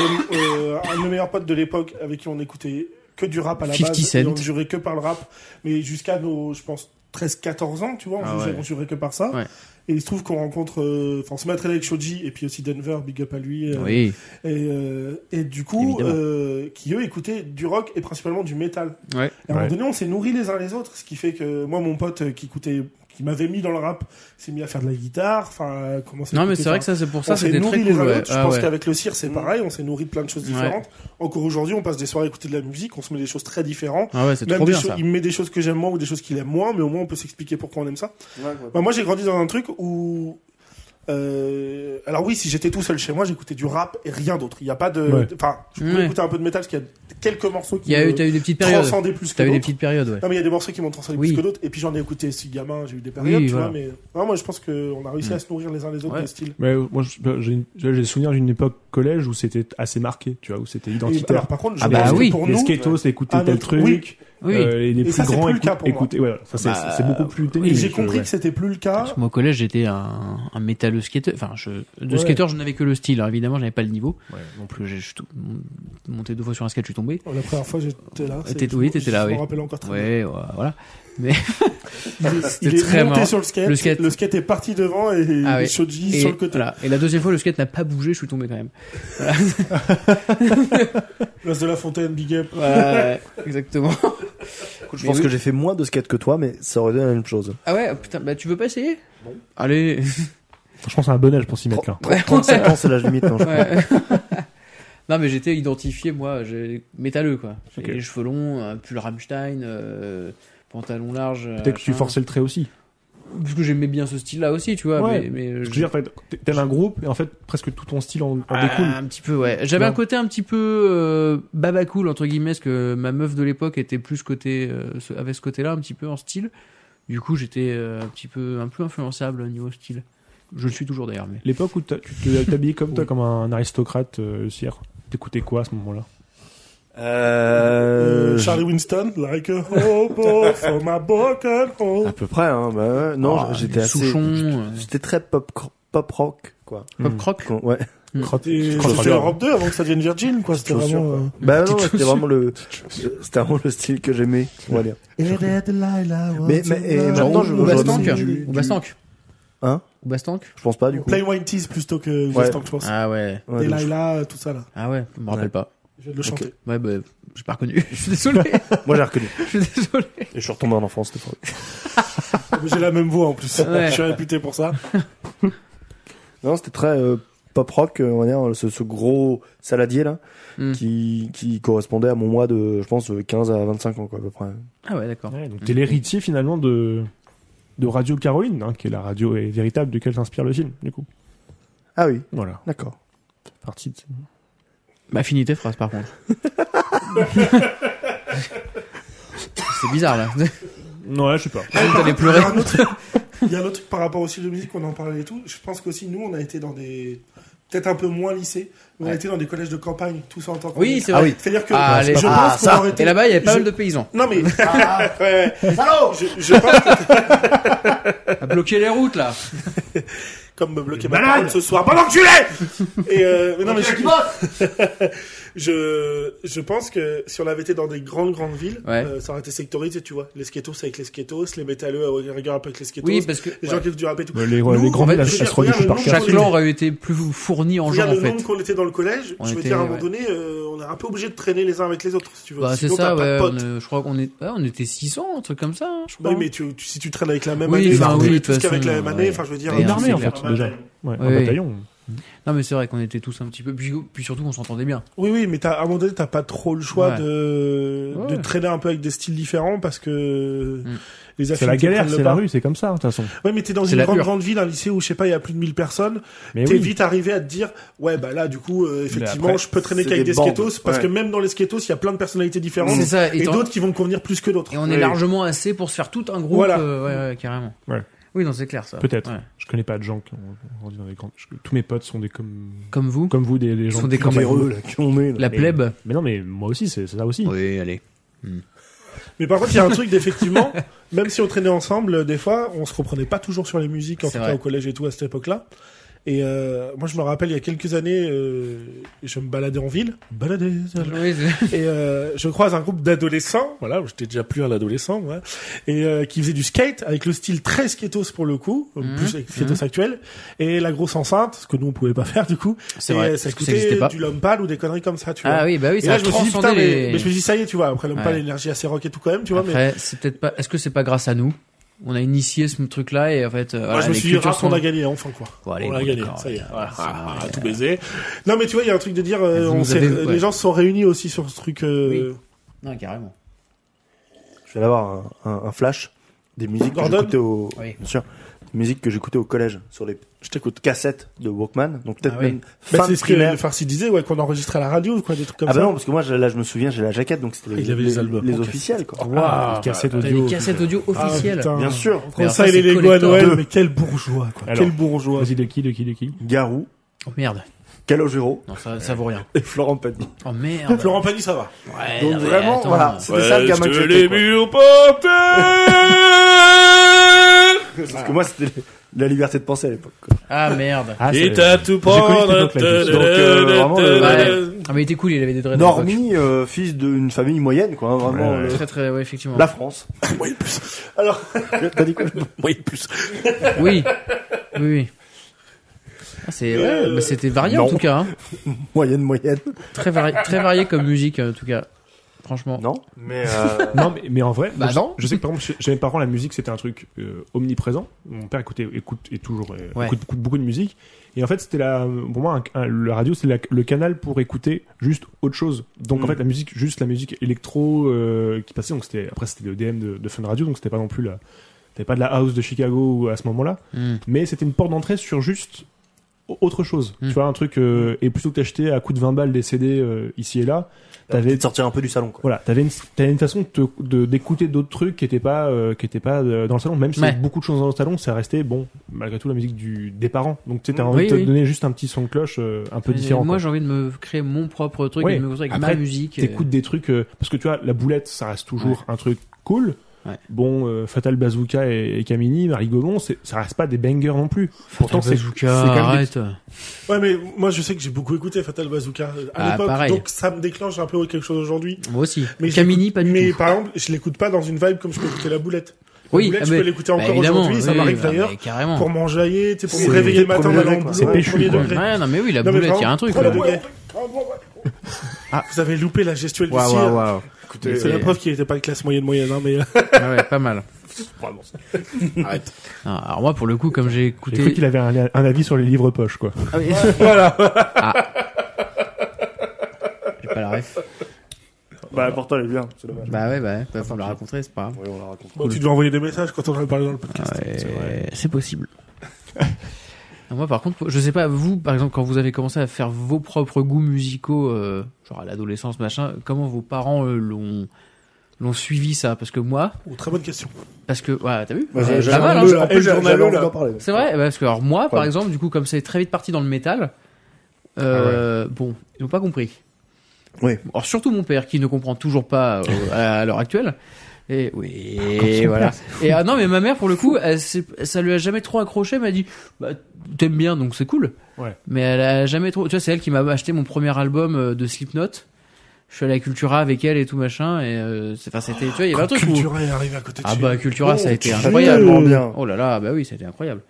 [SPEAKER 8] euh, un de mes meilleurs potes de l'époque avec qui on écoutait que du rap à la
[SPEAKER 9] 50
[SPEAKER 8] base.
[SPEAKER 9] Cent.
[SPEAKER 8] Et on ne jurait que par le rap. Mais jusqu'à nos, je pense, 13-14 ans, tu vois, on,
[SPEAKER 9] Ah
[SPEAKER 8] jurait,
[SPEAKER 9] ouais.
[SPEAKER 8] on jurait que par ça.
[SPEAKER 9] Ouais.
[SPEAKER 8] Et il se trouve qu'on rencontre, euh, enfin, on se met à traîner avec Shoji et puis aussi Denver, big up à lui. euh,
[SPEAKER 9] Oui.
[SPEAKER 8] Et, euh, et du coup,
[SPEAKER 9] Évidemment.
[SPEAKER 8] euh, qui eux écoutaient du rock et principalement du métal.
[SPEAKER 9] Ouais.
[SPEAKER 8] Et à un moment
[SPEAKER 5] Ouais.
[SPEAKER 8] donné, on s'est nourris les uns les autres, ce qui fait que moi, mon pote euh, qui écoutait, qui m'avait mis dans le rap, s'est mis à faire de la guitare. Enfin, euh, commençait à
[SPEAKER 9] Non, mais
[SPEAKER 8] écouter
[SPEAKER 9] c'est vrai
[SPEAKER 8] ça.
[SPEAKER 9] que ça, c'est pour
[SPEAKER 8] on
[SPEAKER 9] ça,
[SPEAKER 8] s'est
[SPEAKER 9] c'était très
[SPEAKER 8] nourris
[SPEAKER 9] cool.
[SPEAKER 8] les uns les
[SPEAKER 9] ouais.
[SPEAKER 8] autres. Je
[SPEAKER 9] Ah
[SPEAKER 8] pense
[SPEAKER 9] ouais.
[SPEAKER 8] qu'avec le cire, c'est pareil. On s'est nourri de plein de choses
[SPEAKER 9] Ouais.
[SPEAKER 8] différentes. Encore aujourd'hui, on passe des soirées à écouter de la musique. On se met des choses très différentes.
[SPEAKER 9] Ah ouais, c'est
[SPEAKER 8] Même
[SPEAKER 9] trop
[SPEAKER 8] des
[SPEAKER 9] bien
[SPEAKER 8] choses-
[SPEAKER 9] ça.
[SPEAKER 8] il me met des choses que j'aime moins ou des choses qu'il aime moins, mais au moins on peut s'expliquer pourquoi on aime ça. Bah, moi, j'ai grandi dans un truc où. euh, Alors oui, si j'étais tout seul chez moi, j'écoutais du rap et rien d'autre. Il n'y a pas de.
[SPEAKER 5] Ouais.
[SPEAKER 8] Enfin, je pouvais
[SPEAKER 9] Ouais.
[SPEAKER 8] écouter un peu de métal parce qu'il y a quelques morceaux qui
[SPEAKER 9] Il y a eu,
[SPEAKER 8] me
[SPEAKER 9] t'as eu des petites périodes.
[SPEAKER 8] transcendaient plus que
[SPEAKER 9] T'as eu des
[SPEAKER 8] d'autres.
[SPEAKER 9] petites périodes, ouais.
[SPEAKER 8] Non, mais il y a des morceaux qui m'ont transcendé
[SPEAKER 9] Oui.
[SPEAKER 8] plus que d'autres. Et puis j'en ai écouté aussi gamin, j'ai eu des périodes,
[SPEAKER 9] Oui,
[SPEAKER 8] tu
[SPEAKER 9] voilà. Mm.
[SPEAKER 8] vois. Mais non, moi, je pense qu'on a réussi à se nourrir les uns les autres
[SPEAKER 9] Ouais.
[SPEAKER 8] des styles.
[SPEAKER 5] Ouais, euh, moi, je- bah, j'ai j'ai le souvenir d'une époque collège où c'était assez marqué, tu vois, où c'était
[SPEAKER 8] Et
[SPEAKER 5] identitaire.
[SPEAKER 8] alors, par contre, je
[SPEAKER 9] Ah
[SPEAKER 8] pense
[SPEAKER 9] bah
[SPEAKER 8] que
[SPEAKER 9] oui.
[SPEAKER 8] pour
[SPEAKER 5] les
[SPEAKER 8] nous,
[SPEAKER 5] skatos écoutaient
[SPEAKER 8] Ah,
[SPEAKER 5] tel
[SPEAKER 8] notre-
[SPEAKER 5] truc,
[SPEAKER 8] oui.
[SPEAKER 9] Oui.
[SPEAKER 5] euh, et les
[SPEAKER 8] Et
[SPEAKER 5] plus
[SPEAKER 8] ça, c'est
[SPEAKER 5] grands
[SPEAKER 8] plus le
[SPEAKER 5] écoutaient,
[SPEAKER 8] cas pour moi.
[SPEAKER 5] écoutaient- ouais, voilà, ça c'est
[SPEAKER 9] Bah,
[SPEAKER 5] c'est beaucoup plus
[SPEAKER 8] Et
[SPEAKER 5] ténu.
[SPEAKER 8] j'ai
[SPEAKER 5] je-
[SPEAKER 8] compris
[SPEAKER 5] ouais.
[SPEAKER 8] que c'était plus le cas.
[SPEAKER 9] Parce que moi, au collège, j'étais un, un métalleux skater. Enfin, je, de
[SPEAKER 5] Ouais.
[SPEAKER 9] skater, je n'avais que le style. Alors, évidemment, je n'avais pas le niveau.
[SPEAKER 5] Ouais,
[SPEAKER 9] non plus, j'ai je suis tout- monté deux fois sur un skate, je suis tombé.
[SPEAKER 8] Oh, La première fois, j'étais là. c'est-
[SPEAKER 9] T'étais- oui,
[SPEAKER 8] je-
[SPEAKER 9] t'étais là,
[SPEAKER 8] Je
[SPEAKER 9] oui.
[SPEAKER 8] me rappelle encore très bien.
[SPEAKER 9] Ouais, ouais, voilà.
[SPEAKER 8] Il est-
[SPEAKER 9] C'était
[SPEAKER 8] Il est
[SPEAKER 9] très
[SPEAKER 8] monté
[SPEAKER 9] marrant.
[SPEAKER 8] sur le skate,
[SPEAKER 9] Le
[SPEAKER 8] le
[SPEAKER 9] skate.
[SPEAKER 8] skate, est parti devant et
[SPEAKER 9] Ah ouais.
[SPEAKER 8] Shoji sur le côté.
[SPEAKER 9] voilà. Et la deuxième fois, le skate n'a pas bougé, je suis tombé quand même.
[SPEAKER 8] Place de la Fontaine, big up.
[SPEAKER 9] Euh, Ouais, exactement.
[SPEAKER 4] Je pense
[SPEAKER 9] oui.
[SPEAKER 4] que j'ai fait moins de skate que toi, mais ça aurait donné la même chose.
[SPEAKER 9] Ah ouais, putain, bah tu veux pas essayer Allez.
[SPEAKER 5] Franchement, c'est un bon âge pour s'y mettre là.
[SPEAKER 4] 37 ans, c'est l'âge limite. non, je crois.
[SPEAKER 9] Ouais. non, mais j'étais identifié, moi, j'ai- métalleux, quoi. J'ai
[SPEAKER 5] Ok.
[SPEAKER 9] les cheveux longs, un pull Rammstein, euh, pantalon large.
[SPEAKER 5] Peut-être que tu forçais le trait aussi.
[SPEAKER 9] Parce que j'aimais bien ce style-là aussi, tu vois.
[SPEAKER 5] Ouais.
[SPEAKER 9] Mais, mais, euh,
[SPEAKER 5] Je veux dire, en fait, t'aimes un groupe et en fait, presque tout ton style en, en
[SPEAKER 9] Ah,
[SPEAKER 5] découle.
[SPEAKER 9] Un petit peu, ouais. J'avais
[SPEAKER 5] Non.
[SPEAKER 9] un côté un petit peu euh, baba cool, entre guillemets, parce que ma meuf de l'époque était plus côté, euh, ce- avait ce côté-là, un petit peu en style. Du coup, j'étais euh, un petit peu, un peu influençable au niveau style. Je le suis toujours d'ailleurs, mais.
[SPEAKER 5] L'époque où t'as- tu te- t'habillais comme toi, comme un aristocrate, euh, Cyr. T'écoutais quoi à ce moment-là
[SPEAKER 4] Euh,
[SPEAKER 8] Euh, Charlie Winston, like a hobo from a broken
[SPEAKER 4] À
[SPEAKER 8] home.
[SPEAKER 4] peu près, hein. Bah, ouais. non,
[SPEAKER 9] Ah,
[SPEAKER 4] j'étais assez.
[SPEAKER 9] Souchon, euh,
[SPEAKER 4] J'étais très pop, pop rock, quoi.
[SPEAKER 9] pop croc.
[SPEAKER 4] Quand- Ouais.
[SPEAKER 5] Crotte-
[SPEAKER 8] Et
[SPEAKER 5] crotte-
[SPEAKER 8] C'était l'Europe 2 avant que ça devienne Virgin, quoi. C'était
[SPEAKER 4] Chaussures,
[SPEAKER 8] vraiment.
[SPEAKER 4] quoi.
[SPEAKER 8] euh,
[SPEAKER 4] Bah non,
[SPEAKER 9] Petite
[SPEAKER 4] c'était
[SPEAKER 9] chaussure.
[SPEAKER 4] vraiment le, euh, c'était vraiment le style que j'aimais. On va dire. Mais, mais et maintenant, je,
[SPEAKER 9] Ou
[SPEAKER 4] je,
[SPEAKER 9] Bastank.
[SPEAKER 4] du-
[SPEAKER 9] Ou Bastank.
[SPEAKER 4] Hein
[SPEAKER 9] Ou Bastank.
[SPEAKER 4] je pense pas du coup.
[SPEAKER 8] Play Wine Tease plutôt que
[SPEAKER 4] Ouais.
[SPEAKER 8] West Ham, je pense.
[SPEAKER 9] Ah ouais.
[SPEAKER 4] Ouais, donc,
[SPEAKER 8] Delilah, euh, tout ça là.
[SPEAKER 9] Ah ouais, je me rappelle
[SPEAKER 4] Ouais.
[SPEAKER 9] pas.
[SPEAKER 8] Je viens de le chanter.
[SPEAKER 9] Ouais, bah, j'ai pas reconnu. Je suis désolé.
[SPEAKER 4] moi j'ai reconnu.
[SPEAKER 9] je suis désolé.
[SPEAKER 4] Et je suis retombé en enfance cette fois.
[SPEAKER 8] J'ai la même voix en plus.
[SPEAKER 9] Ouais.
[SPEAKER 8] Je suis réputé pour ça.
[SPEAKER 4] Non, c'était très euh, pop rock, euh, on va dire, ce, ce gros saladier là,
[SPEAKER 9] Hmm.
[SPEAKER 4] qui, qui correspondait à mon mois de, je pense, euh, 15 à 25 ans quoi à peu près.
[SPEAKER 9] Ah ouais, d'accord.
[SPEAKER 5] Ouais, donc t'es l'héritier finalement de, de Radio Caroline, hein, qui est la radio et véritable duquel s'inspire le film, du coup.
[SPEAKER 4] Ah oui,
[SPEAKER 5] Voilà,
[SPEAKER 4] d'accord.
[SPEAKER 5] partie de-
[SPEAKER 9] Bah, finis tes phrases par contre. c'est bizarre là.
[SPEAKER 5] Non, là, je sais pas.
[SPEAKER 9] Même
[SPEAKER 8] Ah,
[SPEAKER 9] t'allais pleurer.
[SPEAKER 8] un autre- Il y a un autre truc par rapport au style de musique, on en parlait et tout. Je pense qu'aussi, nous, on a été dans des. Peut-être un peu moins lycée, mais on a
[SPEAKER 9] Ouais.
[SPEAKER 8] été dans des collèges de campagne, tous en tant que.
[SPEAKER 9] Oui, c'est
[SPEAKER 3] Ah
[SPEAKER 9] vrai.
[SPEAKER 3] oui.
[SPEAKER 8] C'est-à-dire que
[SPEAKER 9] Ah,
[SPEAKER 8] je
[SPEAKER 9] les-
[SPEAKER 8] pense
[SPEAKER 3] ah,
[SPEAKER 8] qu'on
[SPEAKER 3] ça. Ah.
[SPEAKER 8] aurait été-
[SPEAKER 9] Et là-bas, il y avait pas
[SPEAKER 8] Je-
[SPEAKER 9] mal de paysans.
[SPEAKER 8] Non, mais. Ouais, ouais. Je, je pense que-
[SPEAKER 9] À bloquer les routes là.
[SPEAKER 8] comme me bloquer ma parole ce soir. Pendant que tu l'es Et euh, mais non, mais je, je, je pense que si on avait été dans des grandes, grandes villes,
[SPEAKER 9] Ouais.
[SPEAKER 8] euh, ça aurait été sectorisé, tu vois. Les skatos avec les skatos, les métalleux avec rigueur avec les skatos.
[SPEAKER 9] Oui, parce que
[SPEAKER 8] les
[SPEAKER 9] ouais.
[SPEAKER 8] gens qui font du rap et tout.
[SPEAKER 5] Les, les
[SPEAKER 8] Nous,
[SPEAKER 5] grands
[SPEAKER 8] en fait,
[SPEAKER 5] villages,
[SPEAKER 8] je veux
[SPEAKER 5] ça
[SPEAKER 8] dire,
[SPEAKER 5] se redéfinit par
[SPEAKER 8] regarde le
[SPEAKER 5] cœur.
[SPEAKER 8] nombre
[SPEAKER 9] chaque clan aurait été plus fourni en genre
[SPEAKER 8] Regarde
[SPEAKER 9] en
[SPEAKER 8] le
[SPEAKER 9] fait.
[SPEAKER 8] nombre qu'on était dans le collège,
[SPEAKER 9] On
[SPEAKER 8] je veux
[SPEAKER 9] était,
[SPEAKER 8] dire, à un
[SPEAKER 9] ouais.
[SPEAKER 8] moment donné, euh, on est un peu obligé de traîner les uns avec les autres, si tu veux.
[SPEAKER 9] Bah c'est
[SPEAKER 8] Sinon, t'as
[SPEAKER 9] ça,
[SPEAKER 8] pas de
[SPEAKER 9] ouais.
[SPEAKER 8] potes.
[SPEAKER 9] on est- je crois qu'on est, ouais, on était 600, un truc comme ça. hein, je
[SPEAKER 8] Bah
[SPEAKER 9] crois.
[SPEAKER 8] oui, mais tu, tu- si tu traînes avec la même
[SPEAKER 9] Oui,
[SPEAKER 8] année, tu
[SPEAKER 9] enfin, oui,
[SPEAKER 8] traînes
[SPEAKER 9] de
[SPEAKER 8] tous
[SPEAKER 9] toute
[SPEAKER 8] qu'avec la
[SPEAKER 9] façon,
[SPEAKER 8] même année,
[SPEAKER 9] ouais.
[SPEAKER 8] enfin, je veux dire.
[SPEAKER 9] Et
[SPEAKER 5] Une
[SPEAKER 9] un
[SPEAKER 5] armée, en
[SPEAKER 9] cycliste.
[SPEAKER 5] fait, déjà. Ouais, un
[SPEAKER 9] Oui.
[SPEAKER 5] bataillon.
[SPEAKER 9] Non mais c'est vrai qu'on était tous un petit peu. Puis, puis surtout on s'entendait bien.
[SPEAKER 8] Oui, oui, mais t'as- à un moment donné, t'as pas trop le choix
[SPEAKER 9] Ouais.
[SPEAKER 8] de,
[SPEAKER 9] Ouais.
[SPEAKER 8] de traîner un peu avec des styles différents parce que
[SPEAKER 9] Mm.
[SPEAKER 8] les
[SPEAKER 5] C'est la
[SPEAKER 8] affinités
[SPEAKER 5] galère,
[SPEAKER 8] prennent le
[SPEAKER 5] c'est la
[SPEAKER 8] pas.
[SPEAKER 5] rue, c'est comme ça, de toute façon.
[SPEAKER 8] Ouais, mais t'es dans
[SPEAKER 9] C'est
[SPEAKER 8] une
[SPEAKER 9] la
[SPEAKER 8] grande,
[SPEAKER 9] hure.
[SPEAKER 8] grande ville, un lycée où, je sais pas, il y a plus de 1000 personnes.
[SPEAKER 5] Mais
[SPEAKER 8] t'es
[SPEAKER 5] Eh oui.
[SPEAKER 8] vite arrivé à te dire, ouais, bah là, du coup, euh, effectivement,
[SPEAKER 3] après,
[SPEAKER 8] je peux traîner
[SPEAKER 3] c'est
[SPEAKER 8] qu'avec
[SPEAKER 3] des
[SPEAKER 8] des,
[SPEAKER 3] bandes.
[SPEAKER 8] skatos parce
[SPEAKER 3] Ouais.
[SPEAKER 8] que même dans les skatos, il y a plein de personnalités différentes.
[SPEAKER 9] C'est ça.
[SPEAKER 8] Et
[SPEAKER 9] t'en-
[SPEAKER 8] d'autres qui vont me convenir plus que d'autres.
[SPEAKER 9] Et on est
[SPEAKER 3] Oui.
[SPEAKER 9] largement assez pour se faire tout un groupe.
[SPEAKER 8] Voilà.
[SPEAKER 9] euh, ouais, ouais, carrément.
[SPEAKER 5] Ouais.
[SPEAKER 9] Oui, non, c'est clair ça.
[SPEAKER 5] Peut-être.
[SPEAKER 9] Ouais.
[SPEAKER 5] Je connais pas de gens qui ont grandi dans les grandes. je- Tous mes potes sont des comme
[SPEAKER 9] Comme vous,
[SPEAKER 5] comme vous, des, des gens.
[SPEAKER 9] sont des
[SPEAKER 5] plus
[SPEAKER 9] campagnes.
[SPEAKER 4] Véreux, là, qui on est, là.
[SPEAKER 9] La
[SPEAKER 5] Mais-
[SPEAKER 9] plèbe.
[SPEAKER 5] Mais non, mais moi aussi, c'est c'est ça aussi.
[SPEAKER 9] Oui, allez.
[SPEAKER 8] Mais par contre, il y a un truc d'effectivement, même si on traînait ensemble, euh, des fois, on se reprenait pas toujours sur les musiques, en
[SPEAKER 9] C'est
[SPEAKER 8] tout cas
[SPEAKER 9] vrai.
[SPEAKER 8] au collège et tout à cette époque-là. Et euh, moi, je me rappelle, il y a quelques années, euh, je me baladais en ville, baladais,
[SPEAKER 9] Oui, c'est-
[SPEAKER 8] et euh, je croise un groupe d'adolescents, voilà, j'étais déjà plus un adolescent, moi, et euh, qui faisait du skate avec le style très skatos pour le coup,
[SPEAKER 9] Mhm.
[SPEAKER 8] plus avec skatos actuel, et la grosse enceinte, ce que nous on pouvait pas faire du coup,
[SPEAKER 9] c'est
[SPEAKER 8] et
[SPEAKER 9] vrai.
[SPEAKER 8] euh,
[SPEAKER 9] parce
[SPEAKER 8] ça
[SPEAKER 9] que ça n'existait
[SPEAKER 8] coûtait
[SPEAKER 9] pas.
[SPEAKER 8] du lompal ou des conneries comme ça, tu vois.
[SPEAKER 9] Ah oui, bah oui,
[SPEAKER 8] Et
[SPEAKER 9] ça
[SPEAKER 8] là,
[SPEAKER 9] a
[SPEAKER 8] je me suis dit, putain,
[SPEAKER 9] transcendé
[SPEAKER 8] mais, mais
[SPEAKER 9] les.
[SPEAKER 8] je me suis dit, ça y est, tu vois, après l'homme pas
[SPEAKER 9] Ouais.
[SPEAKER 8] l'énergie assez rock et tout quand même, tu vois, mais
[SPEAKER 9] Après, c'est peut-être pas. Est-ce que c'est pas grâce à nous On a initié ce truc-là et en fait, euh,
[SPEAKER 8] moi,
[SPEAKER 9] voilà,
[SPEAKER 8] je me
[SPEAKER 9] les
[SPEAKER 8] suis dit,
[SPEAKER 9] cultures
[SPEAKER 8] rap,
[SPEAKER 9] sont.
[SPEAKER 8] on a gagné, enfin quoi.
[SPEAKER 9] Bon, allez,
[SPEAKER 8] on a
[SPEAKER 9] bon,
[SPEAKER 8] gagné,
[SPEAKER 9] d'accord,
[SPEAKER 8] ça y est,
[SPEAKER 9] ouais.
[SPEAKER 8] voilà,
[SPEAKER 9] C'est bon,
[SPEAKER 8] ah,
[SPEAKER 9] ouais.
[SPEAKER 8] tout baiser. Non, mais tu vois, il y a un truc de dire, euh,
[SPEAKER 9] Vous
[SPEAKER 8] on
[SPEAKER 9] nous
[SPEAKER 8] s'est-
[SPEAKER 9] avez-
[SPEAKER 8] les
[SPEAKER 9] ouais.
[SPEAKER 8] gens se sont réunis aussi sur ce truc, euh,
[SPEAKER 9] Non, carrément.
[SPEAKER 4] Je vais avoir un, un- un flash des musiques que
[SPEAKER 8] Gordon
[SPEAKER 4] j'écoutais au
[SPEAKER 9] Oui.
[SPEAKER 4] bien sûr, des musiques que j'écoutais au collège sur les
[SPEAKER 8] je t'écoute.
[SPEAKER 4] cassettes de Walkman, donc peut-être
[SPEAKER 9] Ah oui.
[SPEAKER 4] même
[SPEAKER 8] Bah,
[SPEAKER 4] fin
[SPEAKER 8] c'est
[SPEAKER 4] de
[SPEAKER 8] ce que
[SPEAKER 4] primaire.
[SPEAKER 8] le Farsi disait, ouais, qu'on enregistrait à la radio ou quoi, des trucs comme
[SPEAKER 4] Ah bah
[SPEAKER 8] ça.
[SPEAKER 4] non, parce que moi je- là je me souviens, j'ai la jaquette donc c'était
[SPEAKER 8] Il avait les albums en cassette.
[SPEAKER 4] officiels quoi.
[SPEAKER 5] Ah, les cassettes
[SPEAKER 9] T'as
[SPEAKER 5] audio.
[SPEAKER 9] des cassettes audio
[SPEAKER 8] Ah,
[SPEAKER 9] officielles.
[SPEAKER 8] putain.
[SPEAKER 4] Bien sûr,
[SPEAKER 8] Comme
[SPEAKER 9] Alors
[SPEAKER 8] ça,
[SPEAKER 9] ça,
[SPEAKER 8] il est
[SPEAKER 9] c'est
[SPEAKER 8] Lego à
[SPEAKER 9] collector.
[SPEAKER 8] Noël,
[SPEAKER 5] Deux.
[SPEAKER 8] Ah, mais quel bourgeois, quoi.
[SPEAKER 5] Alors.
[SPEAKER 8] Quel bourgeois.
[SPEAKER 5] Vas-y, de qui, de qui, de qui
[SPEAKER 4] Garou,
[SPEAKER 9] Oh merde.
[SPEAKER 4] Calogero
[SPEAKER 9] Non, ça, ça vaut rien.
[SPEAKER 4] et Florent Pagny.
[SPEAKER 9] Oh merde.
[SPEAKER 8] Florent Pagny, ça va.
[SPEAKER 9] Ouais,
[SPEAKER 4] Donc
[SPEAKER 9] non, Ah, mais
[SPEAKER 4] vraiment,
[SPEAKER 9] attends.
[SPEAKER 4] voilà, c'était ça le gamin que
[SPEAKER 10] Est-ce
[SPEAKER 4] j'étais.
[SPEAKER 10] les
[SPEAKER 4] quoi.
[SPEAKER 10] murs portés
[SPEAKER 4] Parce que moi c'était la liberté de penser à l'époque. quoi.
[SPEAKER 9] Ah merde.
[SPEAKER 5] Ah,
[SPEAKER 10] Et
[SPEAKER 5] c'est-
[SPEAKER 10] t'as tout
[SPEAKER 5] J'ai connu cette
[SPEAKER 10] prendre.
[SPEAKER 5] époque-là,
[SPEAKER 4] Donc, euh, vraiment, euh,
[SPEAKER 10] Ouais.
[SPEAKER 9] Ah mais il était cool, il avait des dreads. à l'époque.
[SPEAKER 4] Normie, euh, fils d'une famille moyenne quoi, hein, vraiment.
[SPEAKER 5] Ouais, ouais.
[SPEAKER 4] euh,
[SPEAKER 9] Très très, ouais, effectivement.
[SPEAKER 4] La France.
[SPEAKER 8] Alors,
[SPEAKER 4] T'as dit quoi
[SPEAKER 10] Oui, plus.
[SPEAKER 9] Oui. Oui, oui. Ah, c'est, ouais,
[SPEAKER 8] Euh,
[SPEAKER 9] bah, c'était varié en
[SPEAKER 4] non.
[SPEAKER 9] tout cas. hein.
[SPEAKER 4] Moyenne, moyenne.
[SPEAKER 9] Très, varié, très varié comme musique euh, en tout cas. Franchement.
[SPEAKER 4] Non. Mais euh,
[SPEAKER 5] Non, mais, mais en vrai,
[SPEAKER 9] Bah
[SPEAKER 5] je,
[SPEAKER 9] non.
[SPEAKER 5] je sais que par exemple, chez- chez mes parents, la musique c'était un truc euh, omniprésent. Mon père écoutait, écoute et toujours euh,
[SPEAKER 9] Ouais.
[SPEAKER 5] écoute beaucoup, beaucoup de musique. Et en fait, c'était la, pour moi, un- un- le radio, c'est la- le canal pour écouter juste autre chose. Donc en
[SPEAKER 4] Mm.
[SPEAKER 5] fait, la musique, juste la musique électro euh, qui passait. Donc c'était après c'était le DM de, de Fun Radio, donc c'était pas non plus la, c'était pas de la house de Chicago ou à ce moment-là.
[SPEAKER 9] Hmm.
[SPEAKER 5] mais c'était une porte d'entrée sur juste au- autre chose.
[SPEAKER 9] Mm.
[SPEAKER 5] Tu vois, un truc, euh, et plutôt que t'acheter à coup de 20 balles des CD euh, ici et là,
[SPEAKER 4] t'avais
[SPEAKER 5] t'avais,
[SPEAKER 4] de sortir un peu du salon quoi.
[SPEAKER 5] voilà, t'avais une, t'avais une façon de te- de, d'écouter d'autres trucs qui étaient pas, euh, qui étaient pas euh, dans le salon. Même si
[SPEAKER 9] Ouais.
[SPEAKER 5] beaucoup de choses dans le salon, ça restait, bon, malgré tout, la musique du, des parents. Donc, tu sais, t'as
[SPEAKER 4] Mm.
[SPEAKER 5] envie
[SPEAKER 9] Hmm. Oui,
[SPEAKER 5] de te
[SPEAKER 9] oui.
[SPEAKER 5] donner juste un petit son de cloche euh, un peu
[SPEAKER 9] Mais
[SPEAKER 5] différent.
[SPEAKER 9] Moi
[SPEAKER 5] quoi.
[SPEAKER 9] j'ai envie de me créer mon propre truc
[SPEAKER 5] Ouais.
[SPEAKER 9] et de me construire avec
[SPEAKER 5] Après,
[SPEAKER 9] ma musique. euh,
[SPEAKER 5] T'écoutes des trucs, euh, parce que tu vois, la boulette, ça reste toujours un truc cool.
[SPEAKER 9] Ouais.
[SPEAKER 5] Bon, euh, Fatal Bazooka et, et Camini, Marie Gaumont, c'est- ça reste pas des bangers non plus. Pourtant, c'est c'est
[SPEAKER 9] Bazooka,
[SPEAKER 5] quand même des-
[SPEAKER 9] arrête.
[SPEAKER 8] ouais, mais moi, je sais que j'ai beaucoup écouté Fatal Bazooka euh, à
[SPEAKER 9] Ah,
[SPEAKER 8] l'époque,
[SPEAKER 9] pareil.
[SPEAKER 8] donc ça me déclenche un peu quelque chose aujourd'hui.
[SPEAKER 9] Moi aussi.
[SPEAKER 8] Mais
[SPEAKER 9] Camini, pas du
[SPEAKER 8] Mais
[SPEAKER 9] tout.
[SPEAKER 8] par exemple, je l'écoute pas dans une vibe comme je peux écouter la boulette. La
[SPEAKER 9] Oui,
[SPEAKER 8] boulette,
[SPEAKER 9] ah,
[SPEAKER 8] je
[SPEAKER 9] mais-
[SPEAKER 8] peux l'écouter
[SPEAKER 9] bah,
[SPEAKER 8] encore
[SPEAKER 9] évidemment,
[SPEAKER 8] aujourd'hui, ça
[SPEAKER 9] oui,
[SPEAKER 8] m'arrive
[SPEAKER 9] oui,
[SPEAKER 8] d'ailleurs.
[SPEAKER 9] mais Carrément.
[SPEAKER 8] Pour m'enjailler, tu sais, pour
[SPEAKER 4] C'est
[SPEAKER 8] me réveiller le
[SPEAKER 4] premier
[SPEAKER 8] matin en allant
[SPEAKER 4] degré,
[SPEAKER 8] au
[SPEAKER 4] quoi.
[SPEAKER 8] boulot,
[SPEAKER 4] C'est
[SPEAKER 5] péchu,
[SPEAKER 8] premier
[SPEAKER 5] quoi.
[SPEAKER 8] degré.
[SPEAKER 9] Ouais, non, mais oui, la
[SPEAKER 8] Non, mais
[SPEAKER 9] boulette, il y
[SPEAKER 8] vraiment,
[SPEAKER 9] a un truc.
[SPEAKER 8] premier
[SPEAKER 9] ouais.
[SPEAKER 8] degré. Ah, vous avez loupé la gestuelle du cirque.
[SPEAKER 4] Écoutez, euh,
[SPEAKER 8] C'est
[SPEAKER 9] Et-
[SPEAKER 8] la preuve qu'il n'était pas de classe moyenne moyenne, hein, mais
[SPEAKER 9] Ah ouais, pas mal.
[SPEAKER 10] Arrête.
[SPEAKER 9] Ah, Alors moi, pour le coup, comme j'ai
[SPEAKER 5] J'ai cru
[SPEAKER 9] écouté...
[SPEAKER 5] qu'il avait un, un avis sur les livres poches, quoi.
[SPEAKER 9] Ah oui.
[SPEAKER 8] voilà.
[SPEAKER 9] J'ai pas la ref.
[SPEAKER 4] Bah pourtant elle est bien, c'est dommage.
[SPEAKER 9] Bah ouais, bah ouais, bah, faut me la raconter, c'est pas grave.
[SPEAKER 4] Oui, on la raconte.
[SPEAKER 8] Bon, tu devais envoyer des messages quand on en a parlé dans le podcast.
[SPEAKER 9] Ouais, c'est possible. Ah, Moi, par contre, je sais pas, vous, par exemple, quand vous avez commencé à faire vos propres goûts musicaux, euh, genre à l'adolescence, machin, comment vos parents euh, l'ont l'ont suivi ça Parce que moi,
[SPEAKER 8] Oh, très bonne question.
[SPEAKER 9] parce que, ouais, t'as vu
[SPEAKER 4] Bah,
[SPEAKER 9] Ouais,
[SPEAKER 8] Ah,
[SPEAKER 4] j'avais-
[SPEAKER 9] pas mal, hein,
[SPEAKER 4] j'avais- j'avais-
[SPEAKER 9] je-
[SPEAKER 4] en plus, j'avais-
[SPEAKER 8] journal,
[SPEAKER 4] j'avais envie
[SPEAKER 8] là.
[SPEAKER 4] d'en parler.
[SPEAKER 9] C'est vrai, parce que alors moi, par
[SPEAKER 4] Ouais.
[SPEAKER 9] exemple, du coup, comme c'est très vite parti dans le métal, euh, bon, ils n'ont pas compris.
[SPEAKER 4] Oui.
[SPEAKER 9] Alors surtout mon père, qui ne comprend toujours pas euh, à l'heure actuelle. Et oui, voilà. Et ah non, mais ma mère, pour le coup, elle s'est- ça lui a jamais trop accroché. Elle m'a dit, bah, t'aimes bien, donc c'est cool.
[SPEAKER 5] Ouais.
[SPEAKER 9] Mais elle a jamais trop. Tu vois, c'est elle qui m'a acheté mon premier album euh, de Slipknot. Je suis allé à Cultura avec elle et tout machin. Et euh, c'est- enfin, c'était, tu vois, il y avait un truc où.
[SPEAKER 8] Cultura est arrivé à côté de
[SPEAKER 9] Ah
[SPEAKER 8] chez-
[SPEAKER 9] bah Cultura,
[SPEAKER 4] Oh,
[SPEAKER 9] ça a été
[SPEAKER 4] tu-
[SPEAKER 9] incroyable.
[SPEAKER 4] tellement bien.
[SPEAKER 9] Oh là là, bah oui, ça a été incroyable.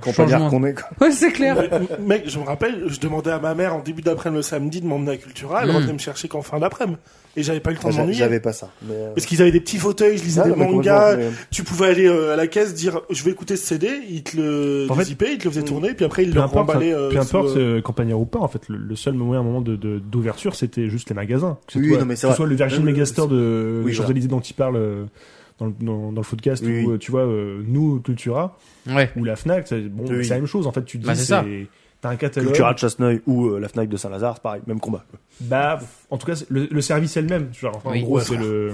[SPEAKER 4] Campagnard qu'on est. quoi.
[SPEAKER 9] Ouais, c'est clair.
[SPEAKER 8] Ouais, Mec, je me rappelle, je demandais à ma mère en début d'après-midi le samedi de m'emmener à Cultura, elle
[SPEAKER 9] Mm.
[SPEAKER 8] revenait me chercher qu'en fin d'après-midi. Et j'avais pas eu le temps
[SPEAKER 4] Enfin,
[SPEAKER 8] de
[SPEAKER 4] j'a-
[SPEAKER 8] m'ennuyer.
[SPEAKER 4] J'avais pas ça. mais, euh,
[SPEAKER 8] Parce qu'ils avaient des petits fauteuils, je lisais
[SPEAKER 4] ah,
[SPEAKER 8] des
[SPEAKER 4] non, mais
[SPEAKER 8] mangas,
[SPEAKER 4] complètement, mais-
[SPEAKER 8] tu pouvais aller euh, à la caisse dire je vais écouter ce CD, ils te le
[SPEAKER 5] En fait,
[SPEAKER 8] zippaient, ils te le faisaient tourner, puis après ils
[SPEAKER 5] Peu
[SPEAKER 8] le
[SPEAKER 5] importe, hein.
[SPEAKER 8] remballaient. euh,
[SPEAKER 5] peu
[SPEAKER 8] sous,
[SPEAKER 5] importe
[SPEAKER 8] euh,
[SPEAKER 5] euh, campagnard ou pas, en fait, le, le seul moyen à un moment de- de- d'ouverture, c'était juste les magasins. Que ce
[SPEAKER 4] Oui,
[SPEAKER 5] soit,
[SPEAKER 4] non, mais
[SPEAKER 5] que
[SPEAKER 4] c'est
[SPEAKER 5] ce
[SPEAKER 4] vrai.
[SPEAKER 5] soit le Virgin
[SPEAKER 4] Même le-
[SPEAKER 5] Megastore de
[SPEAKER 4] Oui,
[SPEAKER 5] des Champs-Élysées dont il parle euh, dans, le- dans, dans le podcast,
[SPEAKER 4] Oui,
[SPEAKER 5] ou
[SPEAKER 4] oui.
[SPEAKER 5] euh, tu vois, euh, nous, Cultura,
[SPEAKER 9] Ouais.
[SPEAKER 5] ou la Fnac, c'est bon,
[SPEAKER 4] Oui.
[SPEAKER 5] c'est la même chose, en fait, tu te
[SPEAKER 9] Bah,
[SPEAKER 5] dis,
[SPEAKER 9] c'est ça.
[SPEAKER 5] c'est- T'as un catalogue.
[SPEAKER 4] Cultura de Chasseneuil ou euh, la Fnac de Saint-Lazare, c'est pareil, même combat.
[SPEAKER 5] Bah, en tout cas, c'est- le, le service est le même. Genre, enfin,
[SPEAKER 9] Oui.
[SPEAKER 5] en gros,
[SPEAKER 9] Ouais,
[SPEAKER 5] c'est le.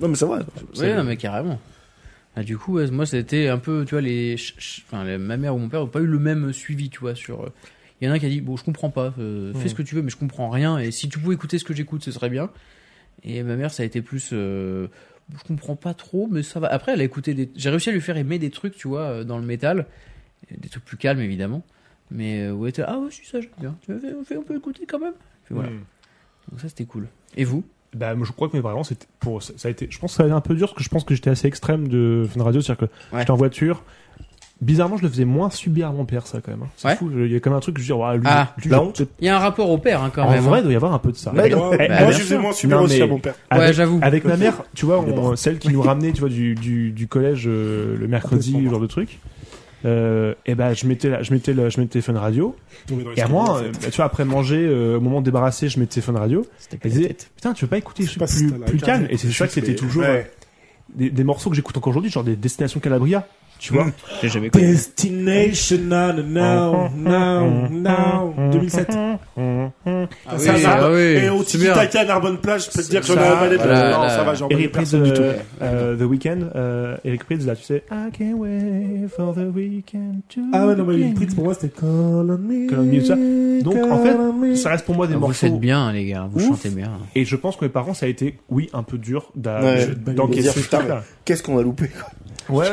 [SPEAKER 4] Non, mais c'est vrai.
[SPEAKER 9] Oui, non, mais carrément. Ah, du coup, ouais, moi, c'était un peu, tu vois, les, ch- ch- enfin, les- ma mère ou mon père n'ont pas eu le même suivi, tu vois, sur. euh, Il y en a un qui a dit, bon, je comprends pas, euh, fais ce que tu veux, mais je comprends rien, et si tu pouvais écouter ce que j'écoute, ce serait bien. Et ma mère, ça a été plus, euh, je comprends pas trop, mais ça va. Après, elle a écouté des, j'ai réussi à lui faire aimer des trucs, tu vois, euh, dans le métal, des trucs plus calmes, évidemment. Mais euh, ouais, t'es, ah ouais, si ça, j'aime bien. Tu veux, on fait- on peut écouter quand même. Puis voilà.
[SPEAKER 5] Mm.
[SPEAKER 9] Donc ça, c'était cool. Et vous
[SPEAKER 5] Bah, moi, je crois que mes parents, c'était pour, ça ça a été, je pense que ça a été un peu dur parce que je pense que j'étais assez extrême de Fun Radio, c'est-à-dire que
[SPEAKER 9] Ouais.
[SPEAKER 5] j'étais en voiture. Bizarrement, je le faisais moins subir à mon père, ça, quand même. hein. C'est
[SPEAKER 9] Ouais.
[SPEAKER 5] fou, je- il y a comme un truc, je dis, ouais, lui,
[SPEAKER 9] Ah,
[SPEAKER 5] lui,
[SPEAKER 4] la
[SPEAKER 5] je-
[SPEAKER 4] honte.
[SPEAKER 5] peut-être-
[SPEAKER 9] Il y a un rapport au père, hein, quand
[SPEAKER 5] En
[SPEAKER 9] même.
[SPEAKER 5] vrai,
[SPEAKER 9] hein.
[SPEAKER 5] il doit y avoir un peu de ça.
[SPEAKER 4] Mais
[SPEAKER 5] Avec-
[SPEAKER 8] moi,
[SPEAKER 5] eh,
[SPEAKER 9] bah,
[SPEAKER 8] moi
[SPEAKER 5] bien
[SPEAKER 8] je faisais
[SPEAKER 5] sûr.
[SPEAKER 8] moins subir
[SPEAKER 5] Non,
[SPEAKER 8] aussi
[SPEAKER 5] mais
[SPEAKER 8] à mon père.
[SPEAKER 5] avec-
[SPEAKER 9] Ouais, j'avoue.
[SPEAKER 5] Avec ma mère, tu vois,
[SPEAKER 4] Il est
[SPEAKER 5] on- celle qui nous ramenait, tu vois, du, du, du collège euh, le mercredi,
[SPEAKER 4] Complètement.
[SPEAKER 5] genre de truc. Euh, et ben, je mettais, la- je mettais, la- je mettais Fun Radio.
[SPEAKER 8] Tombé dans les
[SPEAKER 5] Et à moi,
[SPEAKER 8] escaliers, en fait.
[SPEAKER 5] tu vois, après manger, euh, au moment de débarrasser, je mettais Fun Radio.
[SPEAKER 9] C'était
[SPEAKER 5] Elle disait, putain, tu veux pas écouter des
[SPEAKER 8] Je sais
[SPEAKER 5] trucs
[SPEAKER 8] pas si
[SPEAKER 5] plus,
[SPEAKER 8] t'as la
[SPEAKER 5] plus
[SPEAKER 8] carte
[SPEAKER 5] calmes
[SPEAKER 8] de
[SPEAKER 5] Et c'est ça que
[SPEAKER 8] chute,
[SPEAKER 5] c'était
[SPEAKER 8] mais-
[SPEAKER 5] toujours euh, des, des morceaux que j'écoute encore aujourd'hui, genre des Destinations Calabria. Tu vois
[SPEAKER 9] J'ai jamais connu.
[SPEAKER 8] Destination
[SPEAKER 5] Ah,
[SPEAKER 8] now, now, now, 2007.
[SPEAKER 9] Ah
[SPEAKER 8] ça,
[SPEAKER 9] oui,
[SPEAKER 8] ça,
[SPEAKER 9] ah oui,
[SPEAKER 8] et au
[SPEAKER 9] c'est bien.
[SPEAKER 8] Tiki-Taka à Narbonne-Plage, je peux te dire que j'en ai
[SPEAKER 5] ça,
[SPEAKER 8] emballé de
[SPEAKER 9] voilà,
[SPEAKER 8] la- Non,
[SPEAKER 9] là.
[SPEAKER 8] ça va, j'en ai emballé
[SPEAKER 5] Eric Prydz,
[SPEAKER 8] Oh, bah, personne du tout.
[SPEAKER 5] euh, euh, The Weeknd, euh, Eric Prydz, là, tu sais, I can't wait for the weekend to
[SPEAKER 8] Ah ouais, non, mais
[SPEAKER 5] begin.
[SPEAKER 8] Eric Prydz, pour moi, c'était Call on me,
[SPEAKER 5] Call on me, ça. Donc, en fait,
[SPEAKER 8] call on me.
[SPEAKER 5] Ça reste pour moi des
[SPEAKER 9] Ah, vous
[SPEAKER 5] morceaux.
[SPEAKER 9] faites bien, hein, les gars, vous
[SPEAKER 5] Ouf.
[SPEAKER 9] chantez bien.
[SPEAKER 5] Et je pense que mes parents, ça a été, oui, un peu dur d'a-
[SPEAKER 4] Ouais. Bah,
[SPEAKER 5] de-
[SPEAKER 4] De
[SPEAKER 5] d'encaisser
[SPEAKER 4] dire,
[SPEAKER 5] ce
[SPEAKER 4] putain,
[SPEAKER 5] truc-là.
[SPEAKER 4] Qu'est-ce qu'on a loupé quoi
[SPEAKER 5] Ouais,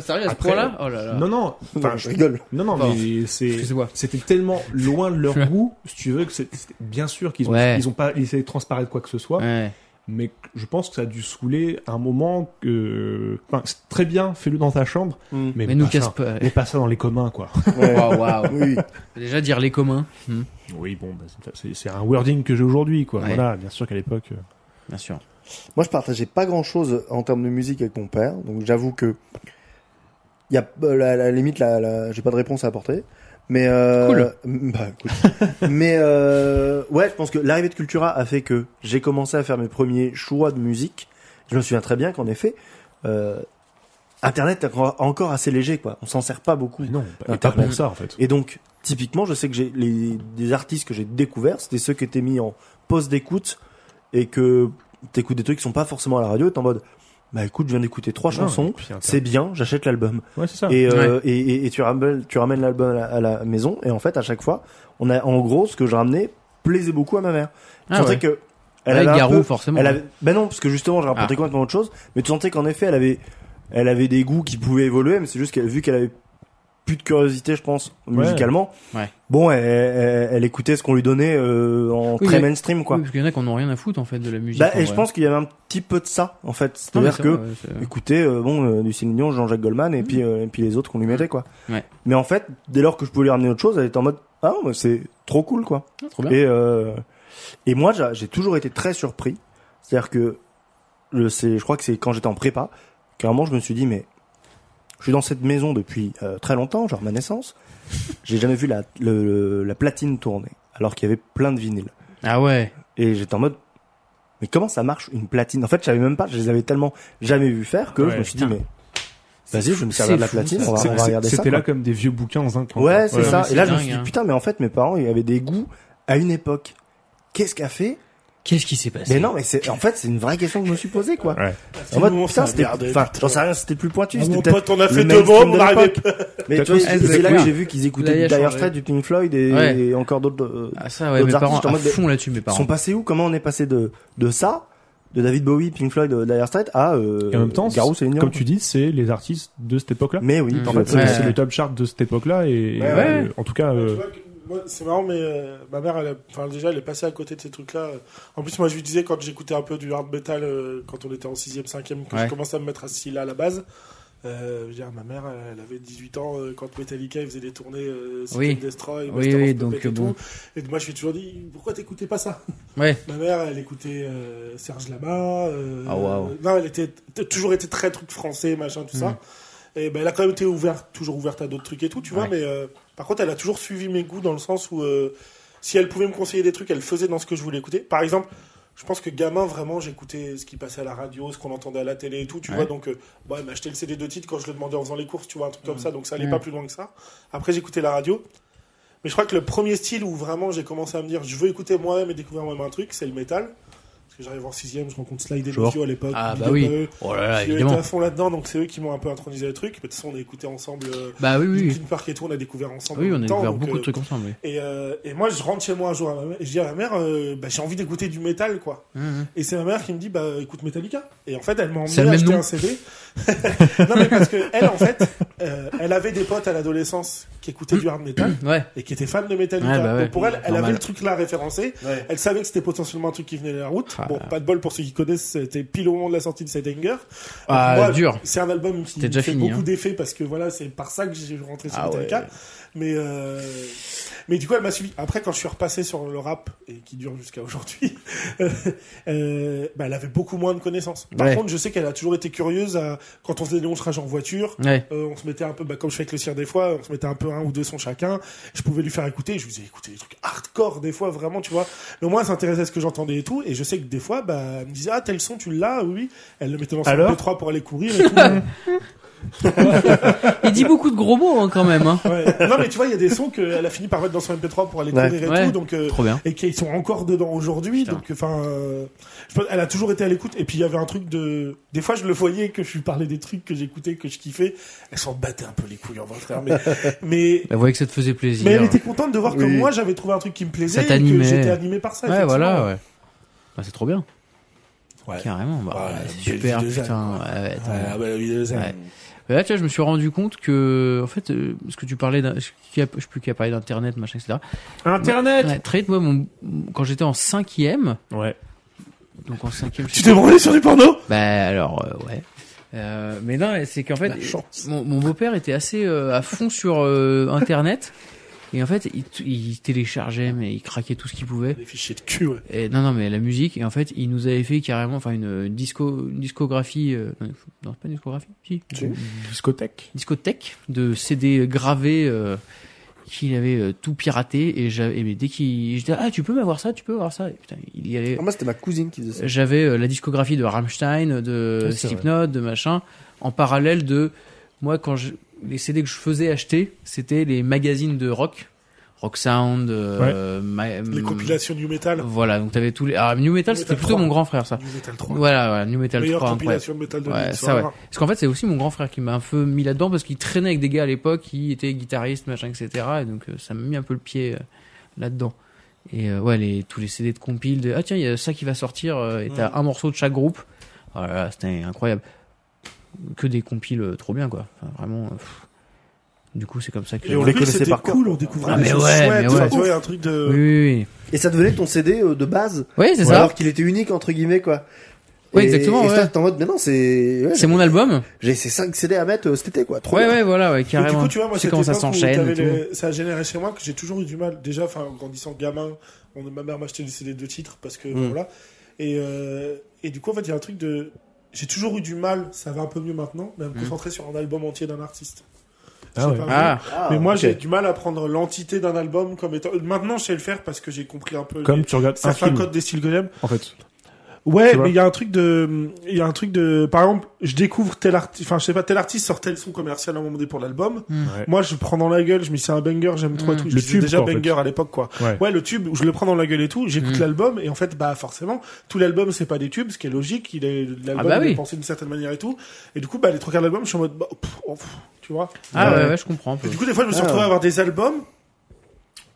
[SPEAKER 9] Sérieux, à ce
[SPEAKER 5] Après,
[SPEAKER 9] point-là Oh là là.
[SPEAKER 5] non, non, enfin,
[SPEAKER 4] Je
[SPEAKER 5] je-
[SPEAKER 4] rigole.
[SPEAKER 5] non, non,
[SPEAKER 9] Pardon.
[SPEAKER 5] mais c'est.
[SPEAKER 9] Excuse-moi.
[SPEAKER 5] C'était tellement loin de leur goût, si tu veux, que c'est- c'était bien sûr qu'ils ont,
[SPEAKER 9] Ouais.
[SPEAKER 5] ils ont pas essayé de transparaître quoi que ce soit,
[SPEAKER 9] Ouais.
[SPEAKER 5] mais je pense que ça a dû saouler un moment que. Enfin, c'est très bien, fais-le dans ta chambre,
[SPEAKER 4] Mm.
[SPEAKER 5] mais,
[SPEAKER 9] Mais nous
[SPEAKER 5] pas
[SPEAKER 9] casse
[SPEAKER 5] ça.
[SPEAKER 9] pas.
[SPEAKER 5] Mais pas ça dans les communs, quoi.
[SPEAKER 9] Waouh, waouh.
[SPEAKER 4] Oui,
[SPEAKER 9] Déjà dire les communs, hmm,
[SPEAKER 5] Oui, bon, bah, c'est- c'est c'est un wording que j'ai aujourd'hui, quoi.
[SPEAKER 9] Ouais.
[SPEAKER 5] Voilà, bien sûr qu'à l'époque. euh,
[SPEAKER 9] bien sûr.
[SPEAKER 4] moi je partageais pas grand chose en termes de musique avec mon père, donc j'avoue que il y a euh, la, la limite, la, la- j'ai pas de réponse à apporter, mais euh,
[SPEAKER 9] Cool.
[SPEAKER 4] m- bah, écoute. mais euh, ouais, je pense que l'arrivée de Cultura a fait que j'ai commencé à faire mes premiers choix de musique. Je me souviens très bien qu'en effet, euh, Internet est encore- encore assez léger, quoi. On s'en sert pas beaucoup.
[SPEAKER 5] Non,
[SPEAKER 4] Ah,
[SPEAKER 5] et pas
[SPEAKER 4] pardon.
[SPEAKER 5] pour ça, en fait.
[SPEAKER 4] Et donc, typiquement, je sais que j'ai les des artistes que j'ai découverts, c'était ceux qui étaient mis en pause d'écoute et que t'écoutes des trucs qui sont pas forcément à la radio. Et t'es en mode, bah écoute, je viens d'écouter trois
[SPEAKER 5] Non, et
[SPEAKER 4] chansons,
[SPEAKER 5] puis, Internet.
[SPEAKER 4] c'est bien, j'achète l'album.
[SPEAKER 5] Ouais,
[SPEAKER 9] Ah.
[SPEAKER 5] c'est ça.
[SPEAKER 4] Et, euh, et, et, et tu ramènes, tu ramènes l'album à, la- à la maison. Et en fait, à chaque fois, on a, en gros, ce que je ramenais plaisait beaucoup à ma mère. Je
[SPEAKER 9] Ah
[SPEAKER 4] sentais
[SPEAKER 9] ouais.
[SPEAKER 4] que
[SPEAKER 9] Avec
[SPEAKER 4] avait un
[SPEAKER 9] Garou,
[SPEAKER 4] peu-
[SPEAKER 9] forcément.
[SPEAKER 4] elle avait... Ben non, parce que justement, j'ai rapporté
[SPEAKER 9] Ah.
[SPEAKER 4] complètement autre chose. Mais tu sentais qu'en effet, elle avait, elle avait des goûts qui pouvaient évoluer, mais c'est juste qu'elle, vu qu'elle avait plus de curiosité, je pense, musicalement.
[SPEAKER 9] Ouais.
[SPEAKER 4] Bon, elle, elle- elle écoutait ce qu'on lui donnait euh, en
[SPEAKER 9] Oui,
[SPEAKER 4] très
[SPEAKER 9] mais-
[SPEAKER 4] mainstream, quoi.
[SPEAKER 9] Oui, parce qu'il y en a qui n'ont rien à foutre en fait de la musique.
[SPEAKER 4] bah,
[SPEAKER 9] en
[SPEAKER 4] et je
[SPEAKER 9] vrai.
[SPEAKER 4] pense qu'il y avait un petit peu de ça, en fait.
[SPEAKER 9] Non, mais
[SPEAKER 4] C'est-à-dire que,
[SPEAKER 9] ça, ouais, Mm.
[SPEAKER 4] écoutez, euh, bon, euh, du Céline Dion, Jean-Jacques Goldman, et puis, euh, et puis les autres qu'on lui mettait, quoi.
[SPEAKER 9] Ouais.
[SPEAKER 4] Mais en fait, dès lors que je pouvais lui ramener autre chose, elle était en mode, ah, mais c'est trop cool, quoi.
[SPEAKER 9] c'est- Ah, trop bien.
[SPEAKER 4] Et, euh, et moi, j'a- j'ai toujours été très surpris. C'est-à-dire que le, c'est, je crois que c'est quand j'étais en prépa qu'à un moment, je me suis dit, mais je suis dans cette maison depuis euh, très longtemps, genre ma naissance. J'ai jamais vu la, le- le- la platine tourner, alors qu'il y avait plein de vinyles.
[SPEAKER 9] Ah ouais.
[SPEAKER 4] Et j'étais en mode, mais comment ça marche une platine En fait, je savais même pas, je les avais tellement jamais vu faire que je
[SPEAKER 5] Ouais,
[SPEAKER 4] me suis dit,
[SPEAKER 9] putain.
[SPEAKER 4] mais vas-y, je vais me
[SPEAKER 9] fou,
[SPEAKER 4] servir de la
[SPEAKER 9] c'est fou,
[SPEAKER 4] platine,
[SPEAKER 9] ça.
[SPEAKER 4] on va,
[SPEAKER 5] C'est-
[SPEAKER 4] on va regarder ça.
[SPEAKER 5] C'était là
[SPEAKER 4] quoi.
[SPEAKER 5] comme des vieux bouquins dans un coin.
[SPEAKER 4] Ouais, c'est
[SPEAKER 9] Ouais,
[SPEAKER 4] ça.
[SPEAKER 9] mais
[SPEAKER 4] Et là,
[SPEAKER 9] c'est
[SPEAKER 4] je me
[SPEAKER 9] dingue,
[SPEAKER 4] suis
[SPEAKER 9] hein.
[SPEAKER 4] dit, putain, mais en fait, mes parents, ils avaient des goûts à une époque. Qu'est-ce qu'a fait
[SPEAKER 9] Qu'est-ce qui s'est passé
[SPEAKER 4] Mais non, mais c'est en fait c'est une vraie question que je me suis posée quoi.
[SPEAKER 5] Ouais.
[SPEAKER 4] En
[SPEAKER 8] le
[SPEAKER 4] mode,
[SPEAKER 8] moment,
[SPEAKER 4] putain,
[SPEAKER 8] ça
[SPEAKER 4] c'était,
[SPEAKER 8] merde,
[SPEAKER 4] enfin,
[SPEAKER 8] putain.
[SPEAKER 4] j'en sais rien, c'était plus pointu.
[SPEAKER 8] Ah,
[SPEAKER 4] c'était
[SPEAKER 8] mon
[SPEAKER 4] peut-être
[SPEAKER 8] pote, on a
[SPEAKER 4] le
[SPEAKER 8] fait deux
[SPEAKER 4] mainstream
[SPEAKER 8] bombes,
[SPEAKER 4] de
[SPEAKER 8] on arrivait
[SPEAKER 4] l'époque. Mais tu vois,
[SPEAKER 9] Ah,
[SPEAKER 4] c'est
[SPEAKER 9] c'est
[SPEAKER 4] là que
[SPEAKER 9] clair.
[SPEAKER 4] j'ai vu qu'ils
[SPEAKER 9] Là, il
[SPEAKER 4] écoutaient
[SPEAKER 9] a
[SPEAKER 4] du Dire
[SPEAKER 9] changé.
[SPEAKER 4] Straits, du Pink Floyd et,
[SPEAKER 9] Ouais.
[SPEAKER 4] et encore d'autres. euh,
[SPEAKER 9] Ah ça, ouais,
[SPEAKER 4] d'autres
[SPEAKER 9] mes parents
[SPEAKER 4] artistes en
[SPEAKER 9] à
[SPEAKER 4] mode de-
[SPEAKER 9] fond là-dessus, mes parents.
[SPEAKER 4] sont passés où Comment on est passé de de ça, de David Bowie, Pink Floyd, euh, Dire Straits à euh,
[SPEAKER 5] Et en même temps,
[SPEAKER 4] Garou, Céline Dion.
[SPEAKER 5] comme tu dis, c'est les artistes de cette époque-là.
[SPEAKER 4] Mais oui,
[SPEAKER 9] Mm.
[SPEAKER 5] En
[SPEAKER 4] tu vois,
[SPEAKER 5] fait, c'est
[SPEAKER 9] Ouais.
[SPEAKER 5] c'est le top chart de cette époque-là. Et,
[SPEAKER 8] Ouais,
[SPEAKER 5] euh,
[SPEAKER 9] ouais.
[SPEAKER 5] en tout cas,
[SPEAKER 8] Bah, Tu
[SPEAKER 5] euh,
[SPEAKER 8] vois que- moi, C'est marrant, mais euh, ma mère, elle a- enfin, déjà, elle est passée à côté de ces trucs-là. En plus, moi, je lui disais, quand j'écoutais un peu du hard metal, euh, quand on était en 6ème, 5ème, que
[SPEAKER 9] Ouais.
[SPEAKER 8] je commençais à me mettre à ce style-là à la base, euh, je veux dire, ma mère, elle avait 18 ans euh, quand Metallica, ils faisaient des tournées euh, Seek
[SPEAKER 9] Oui.
[SPEAKER 8] and Destroy,
[SPEAKER 9] Oui,
[SPEAKER 8] Master
[SPEAKER 9] oui,
[SPEAKER 8] of Puppets
[SPEAKER 9] donc,
[SPEAKER 8] et
[SPEAKER 9] euh, bon.
[SPEAKER 8] tout. Et moi, je lui ai toujours dit, pourquoi t'écoutais pas ça
[SPEAKER 9] Ouais.
[SPEAKER 8] Ma mère, elle écoutait euh, Serge Lama. euh,
[SPEAKER 9] Ah, waouh.
[SPEAKER 8] Non, elle était t- toujours été très truc français, machin, tout ça. Et ben, elle a quand même été ouverte, toujours ouverte à d'autres trucs et tout, tu vois.
[SPEAKER 9] Hmm. Ouais.
[SPEAKER 8] Mais euh, par contre, elle a toujours suivi mes goûts dans le sens où euh, si elle pouvait me conseiller des trucs, elle faisait dans ce que je voulais écouter. Par exemple, je pense que gamin, vraiment, j'écoutais ce qui passait à la radio, ce qu'on entendait à la télé et tout, tu
[SPEAKER 9] Ouais.
[SPEAKER 8] vois. Donc, euh, bon, elle m'achetait le CD de titre quand je le demandais en faisant les courses, tu vois, un truc comme ça. Donc, ça allait
[SPEAKER 9] Mhm.
[SPEAKER 8] pas plus loin que ça. Après, j'écoutais la radio. Mais je crois que le premier style où vraiment j'ai commencé à me dire je veux écouter moi-même et découvrir moi-même un truc, c'est le métal. Parce que j'arrive en 6 je rencontre Slide et
[SPEAKER 9] Sure.
[SPEAKER 8] Lucio à l'époque.
[SPEAKER 9] Ah,
[SPEAKER 8] Bill
[SPEAKER 9] bah oui.
[SPEAKER 8] Dubeux,
[SPEAKER 9] Oh là là,
[SPEAKER 8] qui, eux, étaient
[SPEAKER 9] évidemment.
[SPEAKER 8] à fond là-dedans, donc c'est eux qui m'ont un peu intronisé le truc. Mais de toute façon, on a écouté ensemble. Euh,
[SPEAKER 9] Bah oui, oui.
[SPEAKER 8] Linkin Park et tout, on a découvert ensemble.
[SPEAKER 9] Oui,
[SPEAKER 8] en
[SPEAKER 9] on a
[SPEAKER 8] même temps,
[SPEAKER 9] découvert
[SPEAKER 8] donc,
[SPEAKER 9] beaucoup
[SPEAKER 8] euh,
[SPEAKER 9] de trucs ensemble. oui.
[SPEAKER 8] Et, euh, et moi, je rentre chez moi un jour à ma mère, et je dis à ma mère, euh, bah, j'ai envie d'écouter du métal, quoi.
[SPEAKER 9] Mmh, mmh.
[SPEAKER 8] Et c'est ma mère qui me dit, bah écoute Metallica. Et en fait, elle m'a
[SPEAKER 9] C'est
[SPEAKER 8] emmené
[SPEAKER 9] le même
[SPEAKER 8] acheter un
[SPEAKER 9] nom.
[SPEAKER 8] CD. non mais parce que elle, en fait, euh, elle avait des potes à l'adolescence qui écoutaient du hard metal
[SPEAKER 9] Ouais.
[SPEAKER 8] et qui était fan de Metallica.
[SPEAKER 9] Ouais, bah ouais.
[SPEAKER 8] Donc pour elle, elle
[SPEAKER 9] Normal.
[SPEAKER 8] avait le truc là référencé. Elle savait que c'était potentiellement un truc qui venait de la route.
[SPEAKER 9] Ah.
[SPEAKER 8] bon, pas de bol pour ceux qui connaissent, c'était pile au moment de la sortie de Sight Anger.
[SPEAKER 9] Ah,
[SPEAKER 8] Moi,
[SPEAKER 9] dur.
[SPEAKER 8] C'est un album qui
[SPEAKER 9] C'était déjà
[SPEAKER 8] fait
[SPEAKER 9] fini,
[SPEAKER 8] beaucoup
[SPEAKER 9] hein.
[SPEAKER 8] d'effets parce que voilà, c'est par ça que j'ai rentré sur
[SPEAKER 4] Ah
[SPEAKER 8] Metallica.
[SPEAKER 4] ouais.
[SPEAKER 8] Mais euh, mais du coup, elle m'a suivi. Après, quand je suis repassé sur le rap et qui dure jusqu'à aujourd'hui, euh, bah, elle avait beaucoup moins de connaissances. Par
[SPEAKER 9] Ouais.
[SPEAKER 8] contre, je sais qu'elle a toujours été curieuse. À... Quand on faisait des longs trajets en voiture,
[SPEAKER 9] Ouais.
[SPEAKER 8] euh, on se mettait un peu, bah, comme je fais avec le cire des fois, on se mettait un peu un ou deux sons chacun. Je pouvais lui faire écouter. Je lui disais écouter des trucs hardcore des fois, vraiment, tu vois. Mais moi, elle s'intéressait à ce que j'entendais et tout. Et je sais que des fois, bah, elle me disait ah tel son tu l'as, oui. Elle le mettait dans son
[SPEAKER 5] Alors
[SPEAKER 8] MP3 pour aller courir. Et tout.
[SPEAKER 9] Il dit beaucoup de gros mots hein, quand même. Hein.
[SPEAKER 8] Ouais. Non mais tu vois, il y a des sons qu'elle a fini par mettre dans son MP3 pour aller
[SPEAKER 4] Ouais.
[SPEAKER 8] courir et
[SPEAKER 9] Ouais.
[SPEAKER 8] tout. Donc euh,
[SPEAKER 9] Trop bien.
[SPEAKER 8] et qui sont encore dedans aujourd'hui.
[SPEAKER 9] Putain.
[SPEAKER 8] Donc, enfin, euh, je pense- elle a toujours été à l'écoute. Et puis, il y avait un truc de. Des fois, je le voyais que je lui parlais des trucs que j'écoutais, que je kiffais. Elle s'en battait un peu les couilles en frère. Mais, mais,
[SPEAKER 9] Bah, vous voyez que ça te faisait plaisir.
[SPEAKER 8] mais elle était contente de voir que
[SPEAKER 4] Oui.
[SPEAKER 8] moi, j'avais trouvé un truc qui me plaisait.
[SPEAKER 9] Ça
[SPEAKER 8] et que
[SPEAKER 9] t'animait.
[SPEAKER 8] j'étais animé par ça.
[SPEAKER 9] Ouais,
[SPEAKER 8] effectivement.
[SPEAKER 9] voilà, ouais. Bah, c'est trop bien.
[SPEAKER 8] Ouais.
[SPEAKER 9] Carrément, bah,
[SPEAKER 8] Ouais,
[SPEAKER 9] c'est
[SPEAKER 8] belle
[SPEAKER 9] super,
[SPEAKER 8] vie de Jeanne,
[SPEAKER 9] putain. ouais, attends.
[SPEAKER 8] Ouais, ah bah, la vidéo, ça-
[SPEAKER 9] Ouais. Mais Là, tu vois, je me suis rendu compte que, en fait, euh, parce que tu parlais d'un, je qui a- je sais plus qui a parlé d'internet, machin, etc.
[SPEAKER 5] Internet.
[SPEAKER 9] Ouais, très vite, moi, mon, quand j'étais en cinquième,
[SPEAKER 5] Ouais.
[SPEAKER 9] donc en cinquième, je
[SPEAKER 8] Tu
[SPEAKER 9] sais
[SPEAKER 8] t'es branlé sur du porno
[SPEAKER 9] Bah alors euh, ouais. Euh, mais non, c'est qu'en fait, mon, mon beau-père était assez euh, à fond sur euh, Internet. Et en fait, il, t- il téléchargeait, mais il craquait tout ce qu'il pouvait.
[SPEAKER 8] Des fichiers de cul, ouais.
[SPEAKER 9] Et non, non, mais la musique. Et en fait, il nous avait fait carrément, enfin, une, une disco, une discographie. euh, non, c'est pas une discographie. Si.
[SPEAKER 4] Si.
[SPEAKER 5] Discothèque.
[SPEAKER 9] Discothèque de CD gravés. euh, qu'il avait euh, tout piraté et j'avais et mais dès qu'il je disais ah tu peux m'avoir ça tu peux avoir ça et putain il y allait
[SPEAKER 4] Ah, Moi, c'était ma cousine qui faisait ça.
[SPEAKER 9] j'avais euh, la discographie de Rammstein, de
[SPEAKER 5] Ouais, c'est
[SPEAKER 9] Slipknot, de machin, en parallèle de moi quand je, les CD que je faisais acheter, c'était les magazines de rock, Rock Sound, euh, ma-
[SPEAKER 8] Les compilations New Metal.
[SPEAKER 9] Voilà, donc t'avais tous les ah, New Metal,
[SPEAKER 8] New
[SPEAKER 9] c'était
[SPEAKER 8] Metal
[SPEAKER 9] plutôt
[SPEAKER 8] 3.
[SPEAKER 9] mon grand frère ça.
[SPEAKER 8] New Metal 3.
[SPEAKER 9] Voilà, voilà, New Metal
[SPEAKER 8] Meilleure
[SPEAKER 9] 3 incroyable.
[SPEAKER 8] compilation de metal de
[SPEAKER 9] Ouais,
[SPEAKER 8] l'histoire.
[SPEAKER 9] ça, ouais. Parce qu'en fait, c'est aussi mon grand frère qui m'a un peu mis là-dedans parce qu'il traînait avec des gars à l'époque qui étaient guitaristes, machin, etc. Et donc, euh, ça m'a mis un peu le pied euh, là-dedans. Et euh, ouais, les, tous les CD de compile de ah tiens, il y a ça qui va sortir euh, et t'as un morceau de chaque groupe. Oh là là, c'était incroyable. Que des compiles euh, trop bien, quoi. Enfin, vraiment. euh, pff. Du coup, c'est comme ça que.
[SPEAKER 8] Et
[SPEAKER 9] Oui,
[SPEAKER 8] en
[SPEAKER 4] les
[SPEAKER 8] plus,
[SPEAKER 4] connaissait
[SPEAKER 8] c'était
[SPEAKER 4] par cœur.
[SPEAKER 8] cool, on découvrait
[SPEAKER 9] Ah,
[SPEAKER 8] des
[SPEAKER 9] mais
[SPEAKER 8] choses
[SPEAKER 9] ouais,
[SPEAKER 8] chouettes,
[SPEAKER 9] mais ouais.
[SPEAKER 8] tu vois, il y a un truc de...
[SPEAKER 9] oui, oui.
[SPEAKER 4] Et ça devenait ton CD euh, de base.
[SPEAKER 9] Ouais, c'est ça.
[SPEAKER 4] Alors qu'il était unique, entre guillemets, quoi.
[SPEAKER 9] Ouais,
[SPEAKER 4] Et-
[SPEAKER 9] exactement,
[SPEAKER 4] Et
[SPEAKER 9] ouais.
[SPEAKER 4] ça, t'es en mode, mais non, c'est. ouais,
[SPEAKER 9] C'est mon album.
[SPEAKER 4] J'ai ces 5 CD à mettre euh, cet été, quoi. Trop
[SPEAKER 9] Ouais,
[SPEAKER 4] bien.
[SPEAKER 9] ouais, voilà, ouais,
[SPEAKER 8] Mais
[SPEAKER 9] carrément.
[SPEAKER 8] Du coup, tu vois, moi,
[SPEAKER 9] c'est comment ça
[SPEAKER 8] cette époque où
[SPEAKER 9] s'enchaîne. et
[SPEAKER 8] t'avais
[SPEAKER 9] tout.
[SPEAKER 8] le- Ça a généré chez moi que j'ai toujours eu du mal. Déjà, enfin, en grandissant gamin, on... ma mère m'achetait des CD de titres parce que voilà. Et, euh, et du coup, en fait, il y a un truc de. J'ai toujours eu du mal, ça va un peu mieux maintenant, mais à me concentrer sur un album entier d'un artiste.
[SPEAKER 5] Ah
[SPEAKER 8] Je sais
[SPEAKER 5] ouais.
[SPEAKER 8] pas,
[SPEAKER 9] Ah,
[SPEAKER 4] Ah,
[SPEAKER 8] mais moi,
[SPEAKER 4] ok.
[SPEAKER 8] j'ai du mal à prendre l'entité d'un album comme étant. Maintenant, je sais le faire parce que j'ai compris un peu.
[SPEAKER 5] Comme
[SPEAKER 8] les-
[SPEAKER 5] tu regardes un
[SPEAKER 8] Certains
[SPEAKER 5] film,
[SPEAKER 8] codes des styles que j'aime.
[SPEAKER 5] en fait.
[SPEAKER 8] Ouais,
[SPEAKER 4] Tu vois
[SPEAKER 8] mais il y a un truc de, il y a un truc de, par exemple, je découvre tel artiste, enfin, je sais pas, tel artiste sort tel son commercial à un moment donné pour l'album.
[SPEAKER 9] Hmm.
[SPEAKER 8] Moi, je prends dans la gueule, je me dis c'est un banger, j'aime trop et
[SPEAKER 9] Mm.
[SPEAKER 8] tout.
[SPEAKER 5] Le
[SPEAKER 8] Le
[SPEAKER 5] tube,
[SPEAKER 8] tube, déjà
[SPEAKER 5] quoi, en fait.
[SPEAKER 8] banger à l'époque, quoi.
[SPEAKER 5] Ouais.
[SPEAKER 8] Ouais, le tube, je le prends dans la gueule et tout, j'écoute
[SPEAKER 9] Mm.
[SPEAKER 8] l'album, et en fait, bah, forcément, tout l'album, c'est pas des tubes, ce qui est logique, il est, l'album,
[SPEAKER 9] Ah bah
[SPEAKER 8] il est
[SPEAKER 9] oui.
[SPEAKER 8] pensé d'une certaine manière et tout. Et du coup, bah, les trois quarts de l'album, je suis en mode, bah, pff, oh, pff, tu vois.
[SPEAKER 9] Ah
[SPEAKER 4] Ouais.
[SPEAKER 9] ouais, ouais, je comprends. un peu.
[SPEAKER 8] Et du coup, des fois, je me suis
[SPEAKER 4] Ah.
[SPEAKER 8] retrouvé à avoir des albums,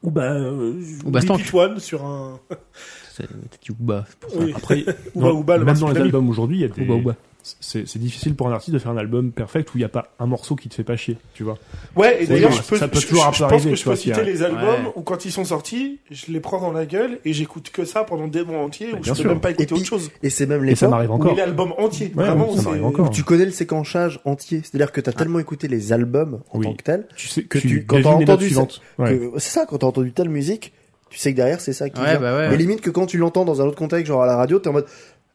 [SPEAKER 8] ou bah, euh,
[SPEAKER 9] Ou bah,
[SPEAKER 8] Beat
[SPEAKER 9] Stank. Ah,
[SPEAKER 8] It One sur un,
[SPEAKER 9] C'est- t'as dit Ouba, c'est pour ça.
[SPEAKER 8] oui.
[SPEAKER 5] Après,
[SPEAKER 8] Ouba,
[SPEAKER 5] dans-
[SPEAKER 8] ouba, le
[SPEAKER 5] même dans les
[SPEAKER 8] marsupilami.
[SPEAKER 5] albums aujourd'hui, il y a des.
[SPEAKER 9] Ouba, ouba.
[SPEAKER 5] C'est c'est difficile pour un artiste de faire un album perfect où il n'y a pas un morceau qui te fait pas chier, tu vois.
[SPEAKER 8] Ouais, et d'ailleurs,
[SPEAKER 5] oui,
[SPEAKER 8] je peux,
[SPEAKER 5] ça peut
[SPEAKER 8] je-
[SPEAKER 5] toujours
[SPEAKER 8] je-
[SPEAKER 5] un peu
[SPEAKER 8] je pense
[SPEAKER 5] arriver,
[SPEAKER 8] que
[SPEAKER 5] tu
[SPEAKER 8] je
[SPEAKER 5] vois,
[SPEAKER 8] peux
[SPEAKER 5] s'il y a-
[SPEAKER 8] citer les albums
[SPEAKER 9] Ouais.
[SPEAKER 8] où quand ils sont sortis, je les prends dans la gueule et j'écoute que ça pendant des mois entiers
[SPEAKER 5] Mais
[SPEAKER 8] où je
[SPEAKER 5] bien
[SPEAKER 8] peux
[SPEAKER 5] sûr.
[SPEAKER 8] même pas
[SPEAKER 4] Et
[SPEAKER 8] écouter
[SPEAKER 4] puis,
[SPEAKER 8] autre chose.
[SPEAKER 4] et c'est même
[SPEAKER 5] Et
[SPEAKER 4] les
[SPEAKER 5] ça
[SPEAKER 4] fois
[SPEAKER 5] m'arrive
[SPEAKER 8] Ou
[SPEAKER 5] encore.
[SPEAKER 8] l'album entier,
[SPEAKER 5] Ouais,
[SPEAKER 8] vraiment,
[SPEAKER 5] ça
[SPEAKER 8] c'est-
[SPEAKER 5] m'arrive encore.
[SPEAKER 4] où tu connais le séquençage entier. C'est-à-dire que t'as tellement écouté les albums en
[SPEAKER 5] Oui.
[SPEAKER 4] tant que tel
[SPEAKER 5] Tu sais
[SPEAKER 4] que tu- quand
[SPEAKER 5] devines
[SPEAKER 4] t'as
[SPEAKER 5] les notes
[SPEAKER 4] entendu
[SPEAKER 5] suivantes. Ouais.
[SPEAKER 4] que- c'est ça quand t'as entendu telle musique tu sais que derrière c'est ça qui
[SPEAKER 9] Ouais,
[SPEAKER 4] vient.
[SPEAKER 9] bah ouais.
[SPEAKER 4] mais limite que quand tu l'entends dans un autre contexte genre à la radio t'es en mode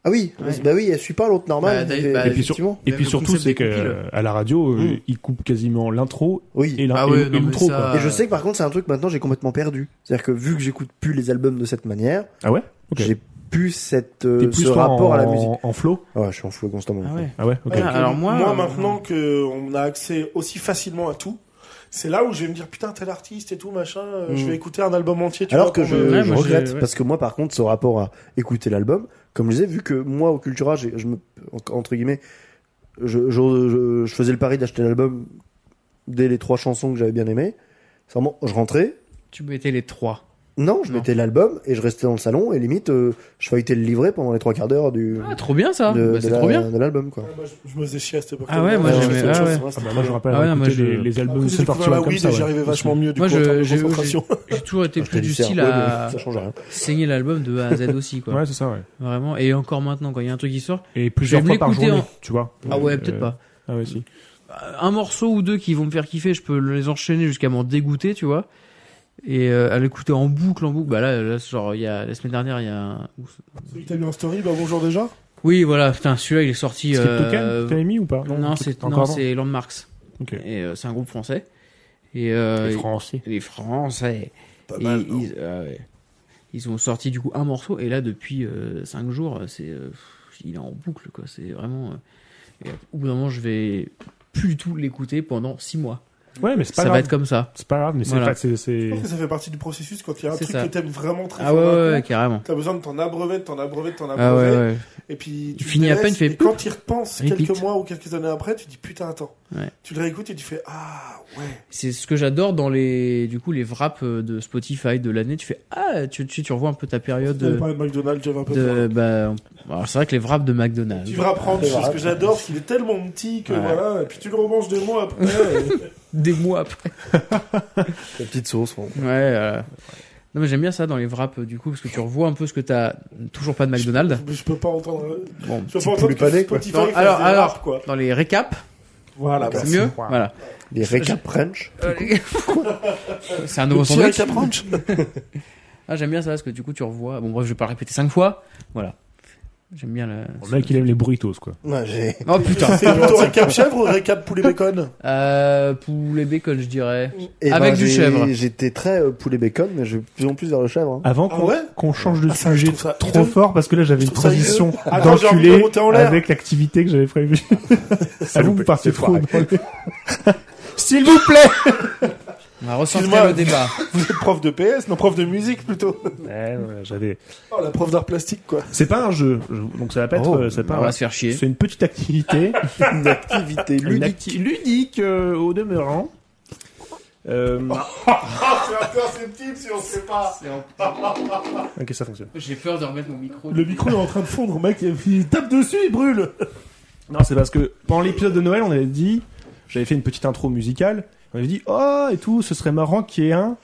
[SPEAKER 4] ah oui
[SPEAKER 9] Ouais.
[SPEAKER 4] bah oui elle suit pas l'autre normal
[SPEAKER 9] Bah,
[SPEAKER 4] Et-
[SPEAKER 9] d'ailleurs, bah,
[SPEAKER 5] Et puis, sur-
[SPEAKER 4] effectivement
[SPEAKER 5] et
[SPEAKER 9] Le
[SPEAKER 5] puis surtout,
[SPEAKER 9] concept
[SPEAKER 5] c'est
[SPEAKER 9] des
[SPEAKER 5] que
[SPEAKER 9] compiles.
[SPEAKER 5] euh, à la radio, euh,
[SPEAKER 4] Mm.
[SPEAKER 5] ils coupent quasiment l'intro
[SPEAKER 4] oui
[SPEAKER 5] et l'in-
[SPEAKER 9] Ah
[SPEAKER 5] et-
[SPEAKER 9] ouais,
[SPEAKER 5] et
[SPEAKER 9] non, mais
[SPEAKER 5] l'outro.
[SPEAKER 9] ça-
[SPEAKER 5] quoi.
[SPEAKER 4] et je sais que par contre c'est un truc maintenant j'ai complètement perdu c'est-à-dire que vu que j'écoute plus les albums de cette manière
[SPEAKER 5] Ah ouais Ok.
[SPEAKER 4] j'ai plus cette
[SPEAKER 5] T'es
[SPEAKER 4] euh,
[SPEAKER 5] plus
[SPEAKER 4] ce
[SPEAKER 5] toi
[SPEAKER 4] rapport
[SPEAKER 5] en,
[SPEAKER 4] à la musique
[SPEAKER 5] en flow.
[SPEAKER 4] ah ouais, je suis en flou constamment
[SPEAKER 9] Ah ouais.
[SPEAKER 5] Ah ouais. ok.
[SPEAKER 8] Ouais,
[SPEAKER 9] Ah,
[SPEAKER 8] que
[SPEAKER 9] alors moi, euh,
[SPEAKER 8] maintenant que on a accès aussi facilement à tout, c'est là où je vais me dire putain tel artiste et tout machin, euh,
[SPEAKER 4] Mm.
[SPEAKER 8] je vais écouter un album entier. Tu
[SPEAKER 4] alors
[SPEAKER 8] vois,
[SPEAKER 4] que
[SPEAKER 8] pour
[SPEAKER 4] je,
[SPEAKER 8] me-
[SPEAKER 9] Ouais,
[SPEAKER 4] je
[SPEAKER 9] moi, j'ai-
[SPEAKER 4] regrette
[SPEAKER 9] ouais.
[SPEAKER 4] parce que moi par contre ce rapport à écouter l'album comme je disais vu que moi au Cultura j'ai- je me entre guillemets je, je, je- je faisais le pari d'acheter l'album dès les trois chansons que j'avais bien aimées C'est vraiment, je rentrais
[SPEAKER 9] Tu mettais les trois.
[SPEAKER 4] non je
[SPEAKER 9] Non.
[SPEAKER 4] mettais l'album et je restais dans le salon et limite euh, je faillais le livret pendant les trois quarts d'heure du
[SPEAKER 9] Ah, trop bien ça.
[SPEAKER 4] de,
[SPEAKER 9] Bah,
[SPEAKER 4] de
[SPEAKER 9] c'est
[SPEAKER 4] la-
[SPEAKER 9] trop bien.
[SPEAKER 4] de l'album quoi
[SPEAKER 8] Ouais, moi, je, je me faisais chier à cette époque.
[SPEAKER 9] Ah ouais, moi,
[SPEAKER 4] Ouais,
[SPEAKER 9] j'aimais-
[SPEAKER 4] c'est autre
[SPEAKER 9] ah
[SPEAKER 4] chose,
[SPEAKER 9] ouais.
[SPEAKER 4] c'est vrai, c'est
[SPEAKER 5] Ah bah, moi,
[SPEAKER 4] très
[SPEAKER 5] je
[SPEAKER 4] bien.
[SPEAKER 5] rappelle
[SPEAKER 9] Ah ouais, non, moi,
[SPEAKER 5] écouter les,
[SPEAKER 9] je-
[SPEAKER 5] les
[SPEAKER 8] Après,
[SPEAKER 5] albums
[SPEAKER 8] j'ai découvert la
[SPEAKER 5] Sephartium comme
[SPEAKER 8] weed
[SPEAKER 5] ça.
[SPEAKER 8] et j'y
[SPEAKER 5] ouais.
[SPEAKER 8] arrivais vachement mieux du
[SPEAKER 9] Moi,
[SPEAKER 8] coup en
[SPEAKER 9] je-
[SPEAKER 8] termes de
[SPEAKER 9] j'ai-
[SPEAKER 8] concentration.
[SPEAKER 9] J'ai toujours été
[SPEAKER 4] Je te
[SPEAKER 9] plus
[SPEAKER 4] dis
[SPEAKER 9] du
[SPEAKER 4] ça,
[SPEAKER 9] style
[SPEAKER 4] ouais,
[SPEAKER 9] à
[SPEAKER 4] mais ça change rien
[SPEAKER 9] saigner l'album de A à Z aussi, quoi.
[SPEAKER 5] Ouais, c'est ça. Ouais.
[SPEAKER 9] Vraiment. Et encore maintenant, quand il y a un truc qui sort.
[SPEAKER 5] Et plusieurs
[SPEAKER 9] me
[SPEAKER 5] fois par
[SPEAKER 9] l'écouter
[SPEAKER 5] journée,
[SPEAKER 9] en-
[SPEAKER 5] tu vois.
[SPEAKER 9] Ah ouais,
[SPEAKER 5] Euh,
[SPEAKER 9] peut-être pas.
[SPEAKER 5] Ah ouais, si.
[SPEAKER 9] un morceau ou deux qui vont me faire kiffer, je peux les enchaîner jusqu'à m'en dégoûter, tu vois. Et euh, à l'écouter en boucle, en boucle. Bah là, là genre, il y a, la semaine dernière, il y a un...
[SPEAKER 8] Celui que t'as mis en story, bah bonjour déjà.
[SPEAKER 9] Oui, voilà, putain, celui-là, il est sorti...
[SPEAKER 5] Skip to
[SPEAKER 9] euh,
[SPEAKER 5] Can, t'avais mis ou pas
[SPEAKER 9] Non, c'est
[SPEAKER 5] encore
[SPEAKER 9] non,
[SPEAKER 5] avant
[SPEAKER 9] c'est Landmarks.
[SPEAKER 5] Ok.
[SPEAKER 9] Et euh, c'est un groupe français. Et euh,
[SPEAKER 5] Les Français.
[SPEAKER 9] les Français.
[SPEAKER 8] Pas
[SPEAKER 9] Et ils, ah ouais. Ils ont sorti du coup un morceau et là depuis 5 jours, c'est euh, pff, il est en boucle quoi. C'est vraiment. euh, et au bout d'un moment, je vais plus du tout l'écouter pendant 6 mois.
[SPEAKER 5] Ouais, mais c'est pas
[SPEAKER 9] Ça va être
[SPEAKER 5] grave.
[SPEAKER 9] comme ça.
[SPEAKER 5] C'est pas grave, mais c'est
[SPEAKER 9] Voilà.
[SPEAKER 5] pas- c'est- c'est.
[SPEAKER 8] Je pense que ça fait partie du processus quand il y a un
[SPEAKER 9] C'est
[SPEAKER 8] truc
[SPEAKER 9] ça.
[SPEAKER 8] que t'aimes vraiment très
[SPEAKER 9] Ah
[SPEAKER 8] fort
[SPEAKER 9] ouais,
[SPEAKER 8] d'un
[SPEAKER 9] ouais, ouais,
[SPEAKER 8] coup,
[SPEAKER 9] carrément.
[SPEAKER 8] T'as besoin de t'en abreuver, de t'en abreuver, de t'en
[SPEAKER 9] Ah
[SPEAKER 8] abreuver.
[SPEAKER 9] ouais, ouais.
[SPEAKER 8] Et puis
[SPEAKER 9] Il
[SPEAKER 8] tu
[SPEAKER 9] finit à
[SPEAKER 8] le
[SPEAKER 9] peine,
[SPEAKER 8] laisses,
[SPEAKER 9] fait
[SPEAKER 8] Et quand il repense
[SPEAKER 9] Répite.
[SPEAKER 8] quelques mois ou quelques années après, tu dis putain attends.
[SPEAKER 9] Ouais.
[SPEAKER 8] Tu le réécoutes et tu fais ah ouais.
[SPEAKER 9] C'est ce que j'adore dans les du coup les wraps euh, de Spotify de l'année. Tu fais ah tu tu, tu revois un peu ta période
[SPEAKER 8] T'avais
[SPEAKER 9] de,
[SPEAKER 8] parlé de McDonald's, j'avais un peu
[SPEAKER 9] de
[SPEAKER 8] peur.
[SPEAKER 9] bah on- alors, c'est vrai que les wraps de McDonald's.
[SPEAKER 8] Tu vas apprendre
[SPEAKER 4] C'est
[SPEAKER 8] ce
[SPEAKER 4] vrai.
[SPEAKER 8] que j'adore, parce qu'il est tellement petit que
[SPEAKER 9] Ouais.
[SPEAKER 8] voilà, et puis tu le remanges deux mois après. euh,
[SPEAKER 9] Des mois après.
[SPEAKER 4] la petite sauce bon.
[SPEAKER 9] Ouais. euh, Non mais j'aime bien ça dans les wraps euh, du coup parce que tu revois un peu ce que t'as toujours pas de McDonald's.
[SPEAKER 8] je peux pas entendre. hein.
[SPEAKER 9] Bon.
[SPEAKER 8] Je peux
[SPEAKER 4] Petit
[SPEAKER 8] pas entendre
[SPEAKER 4] poulet pané,
[SPEAKER 8] que
[SPEAKER 4] quoi.
[SPEAKER 8] Spotify
[SPEAKER 9] Dans-
[SPEAKER 8] fasse
[SPEAKER 9] alors
[SPEAKER 8] des
[SPEAKER 9] alors
[SPEAKER 8] rap, quoi.
[SPEAKER 9] dans les récaps,
[SPEAKER 8] Voilà.
[SPEAKER 9] c'est mieux. Voilà. bah.
[SPEAKER 4] les récaps French
[SPEAKER 9] Euh, c'est un nouveau
[SPEAKER 8] Tu as
[SPEAKER 9] sandwich.
[SPEAKER 8] qu'à prendre.
[SPEAKER 9] Ah j'aime bien ça parce que du coup tu revois. Bon bref je vais pas le répéter cinq fois. Voilà. J'aime bien la.
[SPEAKER 5] Le mec, il aime les burritos, quoi.
[SPEAKER 4] ouais, j'ai-
[SPEAKER 9] Oh putain.
[SPEAKER 8] C'est plutôt récap chèvre ou récap poulet bacon
[SPEAKER 9] Euh, poulet bacon je dirais.
[SPEAKER 4] Eh
[SPEAKER 9] Avec
[SPEAKER 4] ben,
[SPEAKER 9] du
[SPEAKER 4] j'ai-
[SPEAKER 9] chèvre.
[SPEAKER 4] j'étais très euh, poulet bacon mais je vais de plus en plus vers le chèvre hein.
[SPEAKER 5] Avant
[SPEAKER 8] Ah
[SPEAKER 5] qu'on
[SPEAKER 8] ouais
[SPEAKER 5] qu'on change de
[SPEAKER 8] Ah, ça, je
[SPEAKER 5] sujet
[SPEAKER 8] trouve ça
[SPEAKER 5] trop
[SPEAKER 8] hideux.
[SPEAKER 5] fort, parce que là j'avais
[SPEAKER 8] Je
[SPEAKER 5] une
[SPEAKER 8] trouve ça
[SPEAKER 5] transition
[SPEAKER 8] hideux. Attends, j'ai envie de
[SPEAKER 5] d'enculé
[SPEAKER 8] monter en l'air.
[SPEAKER 5] avec l'activité que j'avais prévue. Ah vous, vous
[SPEAKER 4] loupé,
[SPEAKER 5] partez
[SPEAKER 4] c'est
[SPEAKER 5] trop.
[SPEAKER 4] foiré.
[SPEAKER 5] dans les- S'il vous plaît
[SPEAKER 9] On va ressortir
[SPEAKER 8] Excuse-moi.
[SPEAKER 9] le débat.
[SPEAKER 8] Vous êtes prof de PS, non prof de musique plutôt.
[SPEAKER 5] Ouais, ouais, j'avais.
[SPEAKER 8] Oh, la prof d'art plastique quoi.
[SPEAKER 5] C'est pas un jeu, je- donc ça va pas être.
[SPEAKER 4] Oh,
[SPEAKER 5] euh, c'est pas.
[SPEAKER 9] on va
[SPEAKER 5] un-
[SPEAKER 9] se faire chier.
[SPEAKER 5] C'est une petite activité,
[SPEAKER 4] une activité
[SPEAKER 5] une
[SPEAKER 4] ludique
[SPEAKER 5] acti- ludique euh, au demeurant. Euh,
[SPEAKER 8] Ah, C'est imperceptible si on sait pas.
[SPEAKER 5] ok, ça fonctionne.
[SPEAKER 9] J'ai peur de remettre mon micro.
[SPEAKER 8] Le micro est en train de fondre, mec. Il tape dessus, il
[SPEAKER 9] Euh,
[SPEAKER 8] brûle.
[SPEAKER 5] Non, c'est parce que pendant l'épisode de Noël, on avait dit, j'avais fait une petite intro musicale. On avait dit, oh et tout, ce serait marrant qu'il y ait un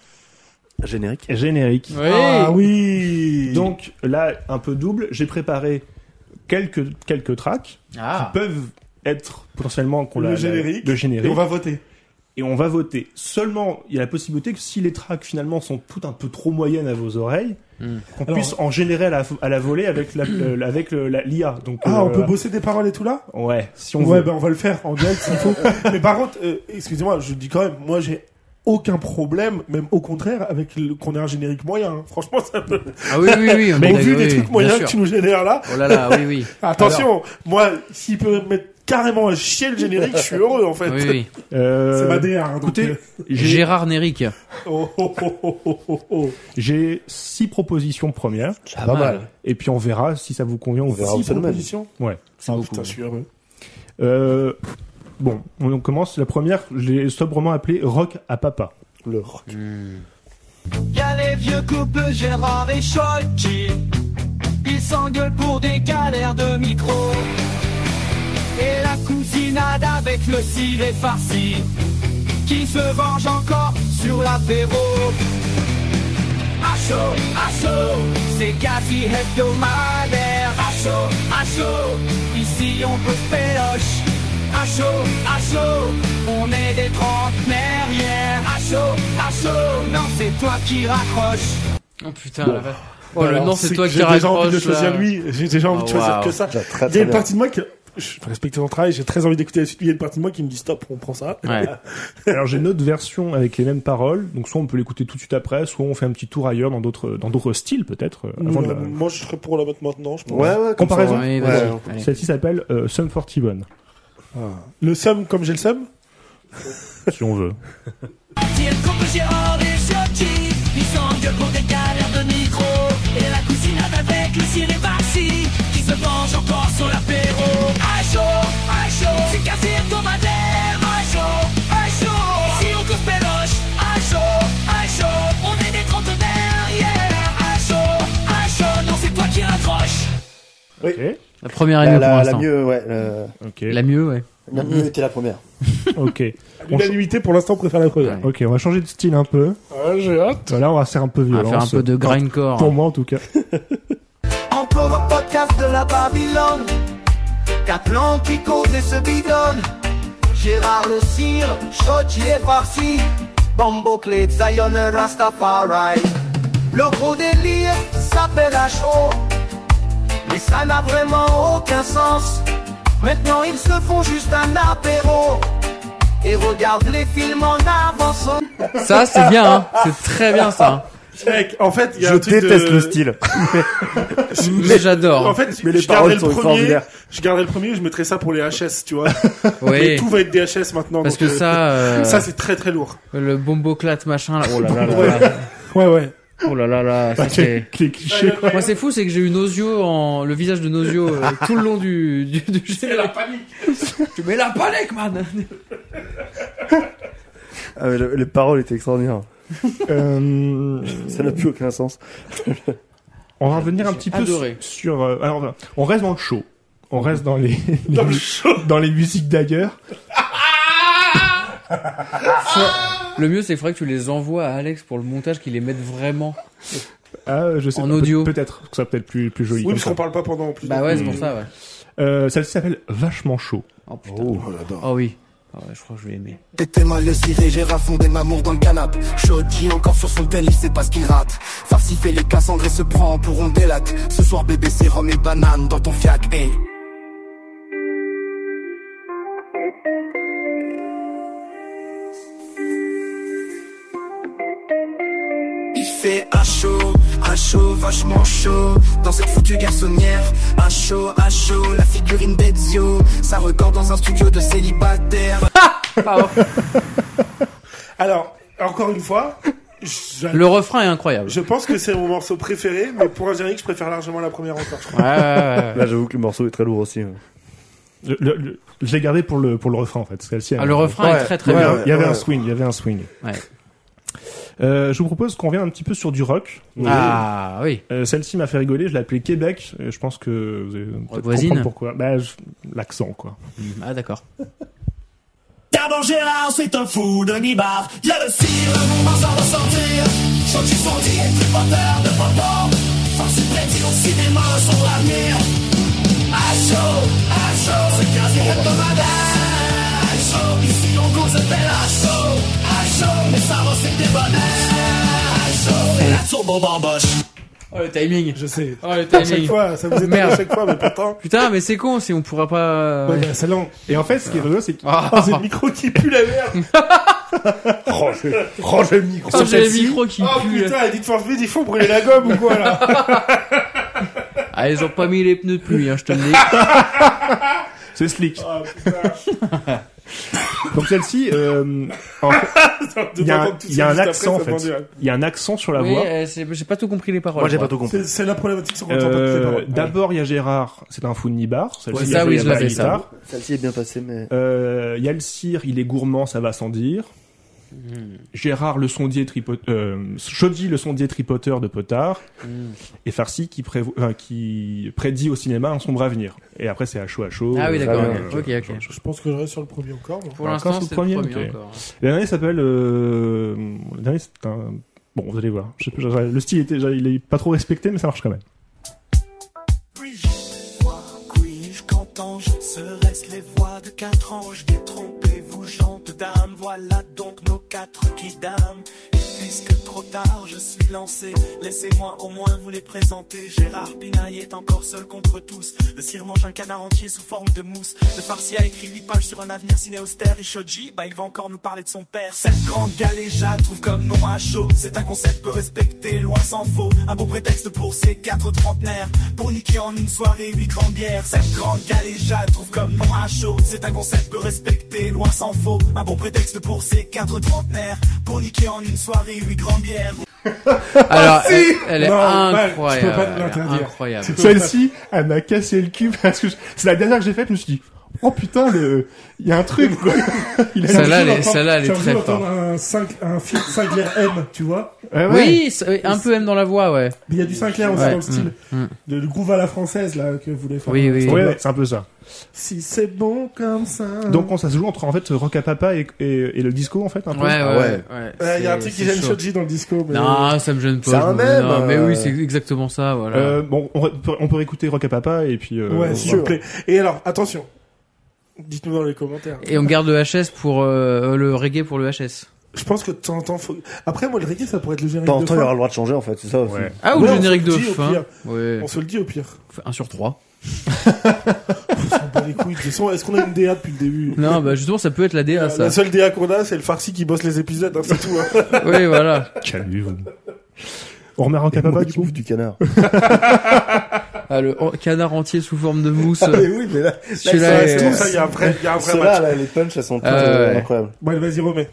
[SPEAKER 4] générique
[SPEAKER 5] générique.
[SPEAKER 9] Oui.
[SPEAKER 8] Ah oui.
[SPEAKER 5] Donc là, un peu double, j'ai préparé quelques, quelques tracks
[SPEAKER 9] Ah.
[SPEAKER 5] qui peuvent être potentiellement qu'on
[SPEAKER 8] Le
[SPEAKER 5] la- la-
[SPEAKER 8] générique.
[SPEAKER 5] le
[SPEAKER 8] Et
[SPEAKER 5] générique.
[SPEAKER 8] on va voter.
[SPEAKER 5] Et on va voter. Seulement, il y a la possibilité que si les tracks finalement sont toutes un peu trop moyennes à vos oreilles,
[SPEAKER 9] Mm.
[SPEAKER 5] qu'on
[SPEAKER 8] Alors-
[SPEAKER 5] puisse en générer à la, à la volée avec la, le- avec le- la- l'IA. Donc
[SPEAKER 8] Ah,
[SPEAKER 5] euh,
[SPEAKER 8] on peut bosser des paroles et tout là
[SPEAKER 5] Ouais, si on
[SPEAKER 8] Ouais, bah,
[SPEAKER 5] veut.
[SPEAKER 8] ben on va le faire en direct s'il faut. Mais par contre, euh, excusez-moi, je le dis quand même, moi j'ai aucun problème, même au contraire, avec le- qu'on ait un générique moyen. hein. Franchement, ça peut...
[SPEAKER 9] Ah oui, oui, oui, on
[SPEAKER 8] Mais
[SPEAKER 9] est
[SPEAKER 8] au vu
[SPEAKER 9] d'accord,
[SPEAKER 8] des
[SPEAKER 9] oui,
[SPEAKER 8] trucs
[SPEAKER 9] bien
[SPEAKER 8] moyens
[SPEAKER 9] sûr.
[SPEAKER 8] que tu nous génères là,
[SPEAKER 9] Oh là là, oui, oui.
[SPEAKER 8] attention, moi, s'il peut mettre carrément un chier le générique, je suis heureux en fait.
[SPEAKER 9] Oui, oui.
[SPEAKER 5] Euh,
[SPEAKER 8] C'est ma DR. hein, donc,
[SPEAKER 5] Écoutez,
[SPEAKER 8] euh,
[SPEAKER 5] j'ai
[SPEAKER 9] Gérard Néric.
[SPEAKER 8] oh, oh, oh, oh, oh, oh, oh.
[SPEAKER 5] j'ai six propositions premières,
[SPEAKER 9] Pas
[SPEAKER 4] mal.
[SPEAKER 5] et puis on verra si ça vous convient ou
[SPEAKER 4] verra
[SPEAKER 5] pas.
[SPEAKER 4] au
[SPEAKER 8] Si,
[SPEAKER 4] fond de
[SPEAKER 8] bonne
[SPEAKER 4] ma vie.
[SPEAKER 8] position.
[SPEAKER 5] Ouais.
[SPEAKER 9] C'est beaucoup.
[SPEAKER 8] Ah, Putain, je suis heureux.
[SPEAKER 5] Euh, bon, on commence. La première, je l'ai sobrement appelée Rock à papa.
[SPEAKER 4] Le rock.
[SPEAKER 6] Y'a les vieux couples Gérard et Scholti Ils s'engueulent pour des galères de micro Et la cousinade avec le ciré farci Qui se venge encore sur l'apéro À chaud, à chaud, c'est quasi hebdomadaire À chaud, à chaud, ici on peut se péloche À chaud, à chaud, on est des trentenaires hier À chaud, à chaud, non c'est toi qui raccroches
[SPEAKER 9] Oh putain, la vache. Oh, le nom, c'est toi qui
[SPEAKER 8] J'ai déjà envie
[SPEAKER 9] raccroche.
[SPEAKER 8] de choisir
[SPEAKER 9] là.
[SPEAKER 8] lui. J'ai déjà envie
[SPEAKER 9] Ah,
[SPEAKER 8] de choisir
[SPEAKER 9] waouh.
[SPEAKER 8] que ça.
[SPEAKER 4] Déjà, très,
[SPEAKER 8] Il y
[SPEAKER 4] très
[SPEAKER 8] a une
[SPEAKER 4] bien.
[SPEAKER 8] partie de moi qui. Je respecte ton travail, j'ai très envie d'écouter la suite. Il y a une partie de moi qui me dit stop, on prend ça.
[SPEAKER 9] Ouais.
[SPEAKER 5] Alors j'ai une autre version avec les mêmes paroles, donc soit on peut l'écouter tout de suite après, soit on fait un petit tour ailleurs dans d'autres dans d'autres styles peut-être. euh, avant de
[SPEAKER 8] Moi,
[SPEAKER 5] la-
[SPEAKER 8] Moi, je serais pour la mettre maintenant, je pense.
[SPEAKER 4] Ouais, ouais, comme
[SPEAKER 5] Comparaison.
[SPEAKER 4] ça, ouais.
[SPEAKER 9] Oui, vas-y,
[SPEAKER 4] Ouais.
[SPEAKER 9] allez.
[SPEAKER 5] Celle-ci s'appelle euh, Sum 41,
[SPEAKER 8] Le seum, comme j'ai le seum
[SPEAKER 5] si on veut.
[SPEAKER 6] Si le couple Gérard et Ciotti, ils s'engueulent pour des galères de micro. Et la cousinade avec le ciré Maxi, qui se venge encore sur l'apéro. À chaud, à chaud, c'est quasi hebdomadaire. À chaud, à chaud, si on coupe péloche. À chaud, à chaud, on est des trentenaires, yeah. À chaud, à chaud, non, c'est toi qui raccroches.
[SPEAKER 5] Ok.
[SPEAKER 9] La première
[SPEAKER 4] La,
[SPEAKER 9] année pour
[SPEAKER 4] la, la
[SPEAKER 9] l'instant.
[SPEAKER 4] mieux, ouais. euh,
[SPEAKER 5] Ok.
[SPEAKER 9] La mieux, ouais.
[SPEAKER 4] La mieux était la première.
[SPEAKER 5] Ok. On ch-
[SPEAKER 8] L'unanimité, pour l'instant, on préfère la première.
[SPEAKER 9] Ouais.
[SPEAKER 5] ok. On va changer de style un peu.
[SPEAKER 8] j'ai hâte.
[SPEAKER 5] Là on va faire un peu
[SPEAKER 9] On va
[SPEAKER 5] violence.
[SPEAKER 9] faire un peu de grindcore.
[SPEAKER 5] Pour moi en tout cas.
[SPEAKER 6] En pauvre podcast de la Babylone Caplan qui cause et se bidonne Gérard le cire, Chochi et Farsi Bambo Clé, Zion et Rastafari Le gros délire s'appelle HO Mais ça n'a vraiment aucun sens Maintenant ils se font juste un apéro Et regardent les films en avançant
[SPEAKER 9] Ça, c'est bien, hein. C'est très bien, ça.
[SPEAKER 8] Mec, en fait, il y a
[SPEAKER 4] Je
[SPEAKER 8] un truc
[SPEAKER 4] déteste
[SPEAKER 8] de-
[SPEAKER 4] le style.
[SPEAKER 9] Mais
[SPEAKER 8] En
[SPEAKER 9] j'adore.
[SPEAKER 8] fait,
[SPEAKER 4] Mais les
[SPEAKER 8] je gardais
[SPEAKER 4] paroles
[SPEAKER 8] le
[SPEAKER 4] sont
[SPEAKER 8] premier,
[SPEAKER 4] extraordinaires.
[SPEAKER 8] je gardais le premier, je mettrais ça pour les HS, tu vois. Mais
[SPEAKER 9] Oui.
[SPEAKER 8] tout va être des HS maintenant.
[SPEAKER 9] Parce
[SPEAKER 8] donc,
[SPEAKER 9] que
[SPEAKER 8] euh,
[SPEAKER 9] ça, euh,
[SPEAKER 8] ça c'est très très lourd.
[SPEAKER 9] le bomboclat machin, là. Oh là là là là.
[SPEAKER 8] Ouais ouais.
[SPEAKER 9] Oh là là là. Ça, c'est... Moi, c'est fou, c'est que j'ai eu Nosio en, le visage de Nosio euh, tout le long du, du, du générique.
[SPEAKER 8] panique.
[SPEAKER 9] Tu mets la panique, man!
[SPEAKER 4] Ah, mais le- les paroles étaient extraordinaires.
[SPEAKER 5] Euh,
[SPEAKER 4] Ça n'a plus aucun sens.
[SPEAKER 5] on va revenir un petit peu
[SPEAKER 9] adoré.
[SPEAKER 5] sur. euh, alors on reste dans le show. On reste dans les dans, les musiques d'ailleurs.
[SPEAKER 9] Le mieux, c'est qu'il faudrait que tu les envoies à Alex pour le montage, qu'il les mette vraiment.
[SPEAKER 5] Ah, je sais
[SPEAKER 9] En
[SPEAKER 5] pas, peut-
[SPEAKER 9] audio.
[SPEAKER 5] Peut-être que ça peut être plus plus joli.
[SPEAKER 8] Oui,
[SPEAKER 5] comme
[SPEAKER 8] parce
[SPEAKER 5] ça.
[SPEAKER 8] qu'on parle pas pendant en plus.
[SPEAKER 9] Bah ouais, c'est pour ça, ouais.
[SPEAKER 5] Euh, Celle-ci s'appelle Vachement chaud.
[SPEAKER 9] Oh putain. Oh, oui. Ah ouais, je crois que je vais aimer.
[SPEAKER 6] T'étais mal le ciré, j'ai rafondé ma mour dans le canapé. Shoji encore sur son délit, c'est pas ce qu'il rate. Farci fait les cassandres et se prend pour on délate. Ce soir bébé c'est rhum et banane dans ton fiac, eh. hey. Il fait à chaud, à chaud, vachement chaud Dans cette foutue garçonnière À chaud, à chaud, la figurine Bezio Ça record dans un studio de célibataire
[SPEAKER 8] Alors, encore une fois, je,
[SPEAKER 9] Le refrain est incroyable.
[SPEAKER 8] je pense que c'est mon morceau préféré, mais pour un générique, je préfère largement la première encore. je crois.
[SPEAKER 9] Ouais, ouais, ouais, ouais.
[SPEAKER 4] Là, j'avoue que le morceau est très lourd aussi. hein.
[SPEAKER 5] Le- le- le- je l'ai gardé pour le pour le refrain en fait. Celle-ci. elle-
[SPEAKER 9] Ah, le refrain est
[SPEAKER 4] Ouais.
[SPEAKER 9] très très
[SPEAKER 5] Il y
[SPEAKER 9] bien.
[SPEAKER 5] avait,
[SPEAKER 4] Ouais,
[SPEAKER 5] il y avait
[SPEAKER 4] ouais.
[SPEAKER 5] un swing, il y avait un swing.
[SPEAKER 9] Ouais.
[SPEAKER 5] Euh, je vous propose qu'on revienne un petit peu sur du rock.
[SPEAKER 9] Ah oui.
[SPEAKER 5] Euh, Celle-ci m'a fait rigoler, je l'ai appelée Québec. euh, Je pense que vous allez peut-être
[SPEAKER 9] voisine.
[SPEAKER 5] comprendre pourquoi. Bah, je- l'accent quoi.
[SPEAKER 9] Ah d'accord.
[SPEAKER 6] D'abord Gérard, c'est un fou de nibar. Y'a le cire, mon marche à ressentir. Chocu fondit et plus porteur de papa. Force prédit au cinéma son avenir. À chaud, à chaud, c'est quasi hebdomadaire. À chaud, ici on cause de belle à chaud. À chaud, mais ça va, c'est des bonheurs. À chaud, c'est la turbo bamboche.
[SPEAKER 9] Oh le timing.
[SPEAKER 8] Je sais.
[SPEAKER 9] Oh le
[SPEAKER 8] À chaque
[SPEAKER 9] timing.
[SPEAKER 8] fois, ça vous étonne
[SPEAKER 9] Merde.
[SPEAKER 8] à chaque fois, mais pourtant.
[SPEAKER 9] Putain, mais c'est con si on pourra pas.
[SPEAKER 8] Ouais, bah, celle-là, on-
[SPEAKER 5] Et en fait, ce qui est rigolo, c'est que
[SPEAKER 9] Ah.
[SPEAKER 8] c'est le micro qui pue la merde.
[SPEAKER 4] Rangez, rangez le micro.
[SPEAKER 9] Sur
[SPEAKER 4] Celle-ci,
[SPEAKER 9] le micro qui
[SPEAKER 8] Oh
[SPEAKER 9] pue.
[SPEAKER 8] putain, Edith Forfait, il faut brûler la gomme ou quoi là
[SPEAKER 9] Ah, ils ont pas mis les pneus de pluie, hein, je te le dis.
[SPEAKER 5] C'est slick.
[SPEAKER 8] Ah, putain.
[SPEAKER 5] Donc celle-ci, euh, en fait, Il y a un-
[SPEAKER 8] D'autant que tout
[SPEAKER 5] il y a
[SPEAKER 8] ça,
[SPEAKER 5] un
[SPEAKER 8] juste après,
[SPEAKER 5] accent,
[SPEAKER 8] ça
[SPEAKER 5] en fait.
[SPEAKER 8] prend du-
[SPEAKER 5] il y a un accent sur la
[SPEAKER 9] Oui,
[SPEAKER 5] voix.
[SPEAKER 9] euh, c'est- j'ai pas tout compris les paroles.
[SPEAKER 3] Moi, j'ai
[SPEAKER 9] moi.
[SPEAKER 3] pas tout compris.
[SPEAKER 8] C'est- C'est la problématique, c'est qu'on entend pas toutes les
[SPEAKER 5] Euh,
[SPEAKER 8] paroles.
[SPEAKER 5] D'abord, il y a Gérard, c'est un fou de Nibar.
[SPEAKER 9] Ouais,
[SPEAKER 5] Celle-ci, il y
[SPEAKER 9] ça,
[SPEAKER 5] a-
[SPEAKER 9] oui,
[SPEAKER 5] il y a
[SPEAKER 9] je
[SPEAKER 5] pas
[SPEAKER 9] l'avais,
[SPEAKER 5] la
[SPEAKER 9] ça.
[SPEAKER 5] guitare.
[SPEAKER 4] Celle-ci est bien passée, mais.
[SPEAKER 5] Euh, Il y a le cire, il est gourmand, ça va sans dire.
[SPEAKER 9] Hmm.
[SPEAKER 5] Gérard, le sondier tripoteur, euh, Chaudy, le sondier tripoteur de Potard.
[SPEAKER 9] Hmm.
[SPEAKER 5] Et Farsi qui, prévo- enfin, qui prédit au cinéma un sombre avenir. Et après, c'est à chaud à chaud.
[SPEAKER 9] Ah oui,
[SPEAKER 5] euh,
[SPEAKER 9] d'accord.
[SPEAKER 5] euh,
[SPEAKER 9] Ok, ok. ok.
[SPEAKER 8] Je pense que je reste sur le premier encore. moi.
[SPEAKER 9] Pour
[SPEAKER 5] Encore
[SPEAKER 9] l'instant,
[SPEAKER 5] sous
[SPEAKER 9] c'est le
[SPEAKER 5] premier,
[SPEAKER 9] premier
[SPEAKER 5] ok.
[SPEAKER 9] encore. hein.
[SPEAKER 5] Le dernier s'appelle. Euh... Le dernier, c'est un. Bon, vous allez voir. Je sais pas, Le style était, il est pas trop respecté, mais ça marche quand même.
[SPEAKER 7] Puis-je qu'entends-je Serait-ce les voix de quatre anges Détrompez-vous, chante dame Voilà donc nos quatre qui dames Et puisque trop tard je suis lancé Laissez-moi au moins vous les présenter Gérard Pinaille est encore seul contre tous Le cire mange un canard entier sous forme de mousse Le farci a écrit huit pages sur un avenir ciné austère Et Shoji, bah il va encore nous parler de son père Cette grande galéja trouve comme nom à chaud C'est un concept peu respecté, loin s'en faut Un beau prétexte pour ces quatre trentenaires Pour niquer en une soirée huit grandes bières Cette grande galéja trouve comme nom à chaud C'est un concept peu respecté, loin s'en faut Un bon prétexte pour ces quatre trentenaires Pour niquer en une soirée huit grandes bières
[SPEAKER 9] Alors, elle, elle est
[SPEAKER 8] Non, mal, je peux pas te
[SPEAKER 9] incroyable. elle est
[SPEAKER 8] l'interdire.
[SPEAKER 9] incroyable.
[SPEAKER 5] Celle-ci, elle m'a cassé le cul parce que je- c'est la dernière que j'ai faite, je me suis dit, oh putain, le, il y a un truc, quoi. Il a
[SPEAKER 8] J'ai envie
[SPEAKER 9] Celle-là, elle est-
[SPEAKER 8] d'entendre-
[SPEAKER 9] celle-là, elle est
[SPEAKER 8] j'ai envie
[SPEAKER 9] très
[SPEAKER 8] d'entendre un, cinq- un film Sinclair M, tu vois.
[SPEAKER 5] Ouais, ouais.
[SPEAKER 9] Oui, ça- oui, un peu M dans la voix, ouais.
[SPEAKER 8] Mais il y a du Sinclair aussi
[SPEAKER 9] Ouais,
[SPEAKER 8] dans le style.
[SPEAKER 9] mm, mm.
[SPEAKER 8] De, le groove à la française, là, que vous voulez faire.
[SPEAKER 9] Oui, oui.
[SPEAKER 5] Ouais, ouais, c'est un peu ça.
[SPEAKER 8] Si c'est bon comme ça.
[SPEAKER 5] Donc, on- ça se joue entre, en fait, rock à papa et, et- et le disco, en fait, un
[SPEAKER 9] Ouais,
[SPEAKER 5] peu.
[SPEAKER 9] ouais,
[SPEAKER 4] Ah ouais.
[SPEAKER 9] ouais.
[SPEAKER 8] il y a un
[SPEAKER 9] c'est-
[SPEAKER 8] truc qui
[SPEAKER 9] c'est
[SPEAKER 8] gêne
[SPEAKER 9] chaud.
[SPEAKER 8] Shoji dans le disco. Mais...
[SPEAKER 9] Non, ça me gêne pas.
[SPEAKER 4] C'est
[SPEAKER 9] je
[SPEAKER 4] un
[SPEAKER 9] me-
[SPEAKER 4] même,
[SPEAKER 9] non, mais
[SPEAKER 4] euh,
[SPEAKER 9] oui, c'est exactement ça, voilà.
[SPEAKER 5] Euh, bon, on peut, on peut réécouter Rock à Papa et puis. euh, on
[SPEAKER 8] Ouais, s'il
[SPEAKER 5] voit.
[SPEAKER 8] vous plaît. Et alors, attention. Dites-nous dans les commentaires.
[SPEAKER 9] Et on garde le HS pour euh, le reggae pour le HS.
[SPEAKER 8] Je pense que de temps en temps, faut... Après, moi, le reggae, ça pourrait être le générique
[SPEAKER 4] De temps en
[SPEAKER 8] de
[SPEAKER 4] temps, il
[SPEAKER 8] fin.
[SPEAKER 4] aura le droit de changer, en fait, c'est ça aussi.
[SPEAKER 5] Ouais.
[SPEAKER 9] Ah ou
[SPEAKER 8] Ouais,
[SPEAKER 9] le
[SPEAKER 8] on
[SPEAKER 9] générique
[SPEAKER 8] se
[SPEAKER 9] de
[SPEAKER 8] le dit, au
[SPEAKER 9] fin.
[SPEAKER 8] pire.
[SPEAKER 9] Ouais.
[SPEAKER 8] On se le dit au pire.
[SPEAKER 9] 1 sur 3.
[SPEAKER 8] On bat les couilles. De toute façon, Est-ce qu'on a une DA depuis le début
[SPEAKER 9] Non, bah justement, ça peut être la DA, ça.
[SPEAKER 8] La seule DA qu'on a, c'est le farci qui bosse les épisodes, hein, c'est tout. hein.
[SPEAKER 9] oui, voilà.
[SPEAKER 5] Calmez-vous. On remet Rock
[SPEAKER 4] Et
[SPEAKER 5] à
[SPEAKER 4] moi
[SPEAKER 5] Papa,
[SPEAKER 4] qui
[SPEAKER 5] du coup.
[SPEAKER 4] bouffe du canard.
[SPEAKER 9] Ah, le en- canard entier sous forme de
[SPEAKER 8] Ah,
[SPEAKER 9] mousse.
[SPEAKER 4] mais oui, mais là,
[SPEAKER 9] Celui-là
[SPEAKER 8] Ouais, c'est
[SPEAKER 9] est...
[SPEAKER 8] tout ça, il y a un vrai, il y a un vrai
[SPEAKER 4] ceux-là,
[SPEAKER 8] match.
[SPEAKER 4] là, les punchs, elles sont toutes
[SPEAKER 9] Ah ouais,
[SPEAKER 4] euh,
[SPEAKER 9] ouais.
[SPEAKER 4] incroyables.
[SPEAKER 8] Bon, allez, vas-y, remets.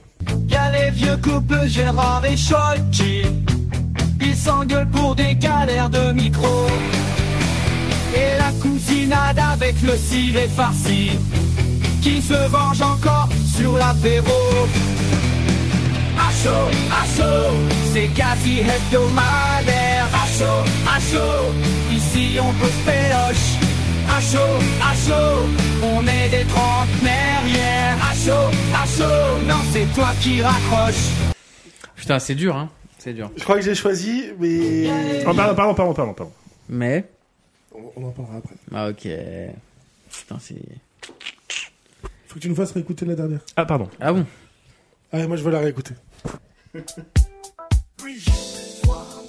[SPEAKER 7] Y'a les vieux couples Gérard et Scholti Ils s'engueulent pour des galères de micro Et la cousinade avec le ciré farci Qui se venge encore sur l'apéro À chaud, à chaud, c'est quasi hebdomadaire À chaud, à chaud, ici on peut se péloche À chaud, à chaud, on est des trentenaires hier À chaud, à chaud, non c'est toi qui raccroche
[SPEAKER 9] Putain, c'est dur, hein. C'est dur.
[SPEAKER 8] Je crois que j'ai choisi, mais.
[SPEAKER 5] Oh, pardon, pardon, pardon, pardon, pardon.
[SPEAKER 9] Mais...
[SPEAKER 8] On on en parlera après.
[SPEAKER 9] Ah, ok. Putain, c'est...
[SPEAKER 8] Faut que tu nous fasses réécouter la dernière.
[SPEAKER 5] Ah, pardon.
[SPEAKER 9] Ah bon
[SPEAKER 8] Allez, Ah, moi, je veux la réécouter.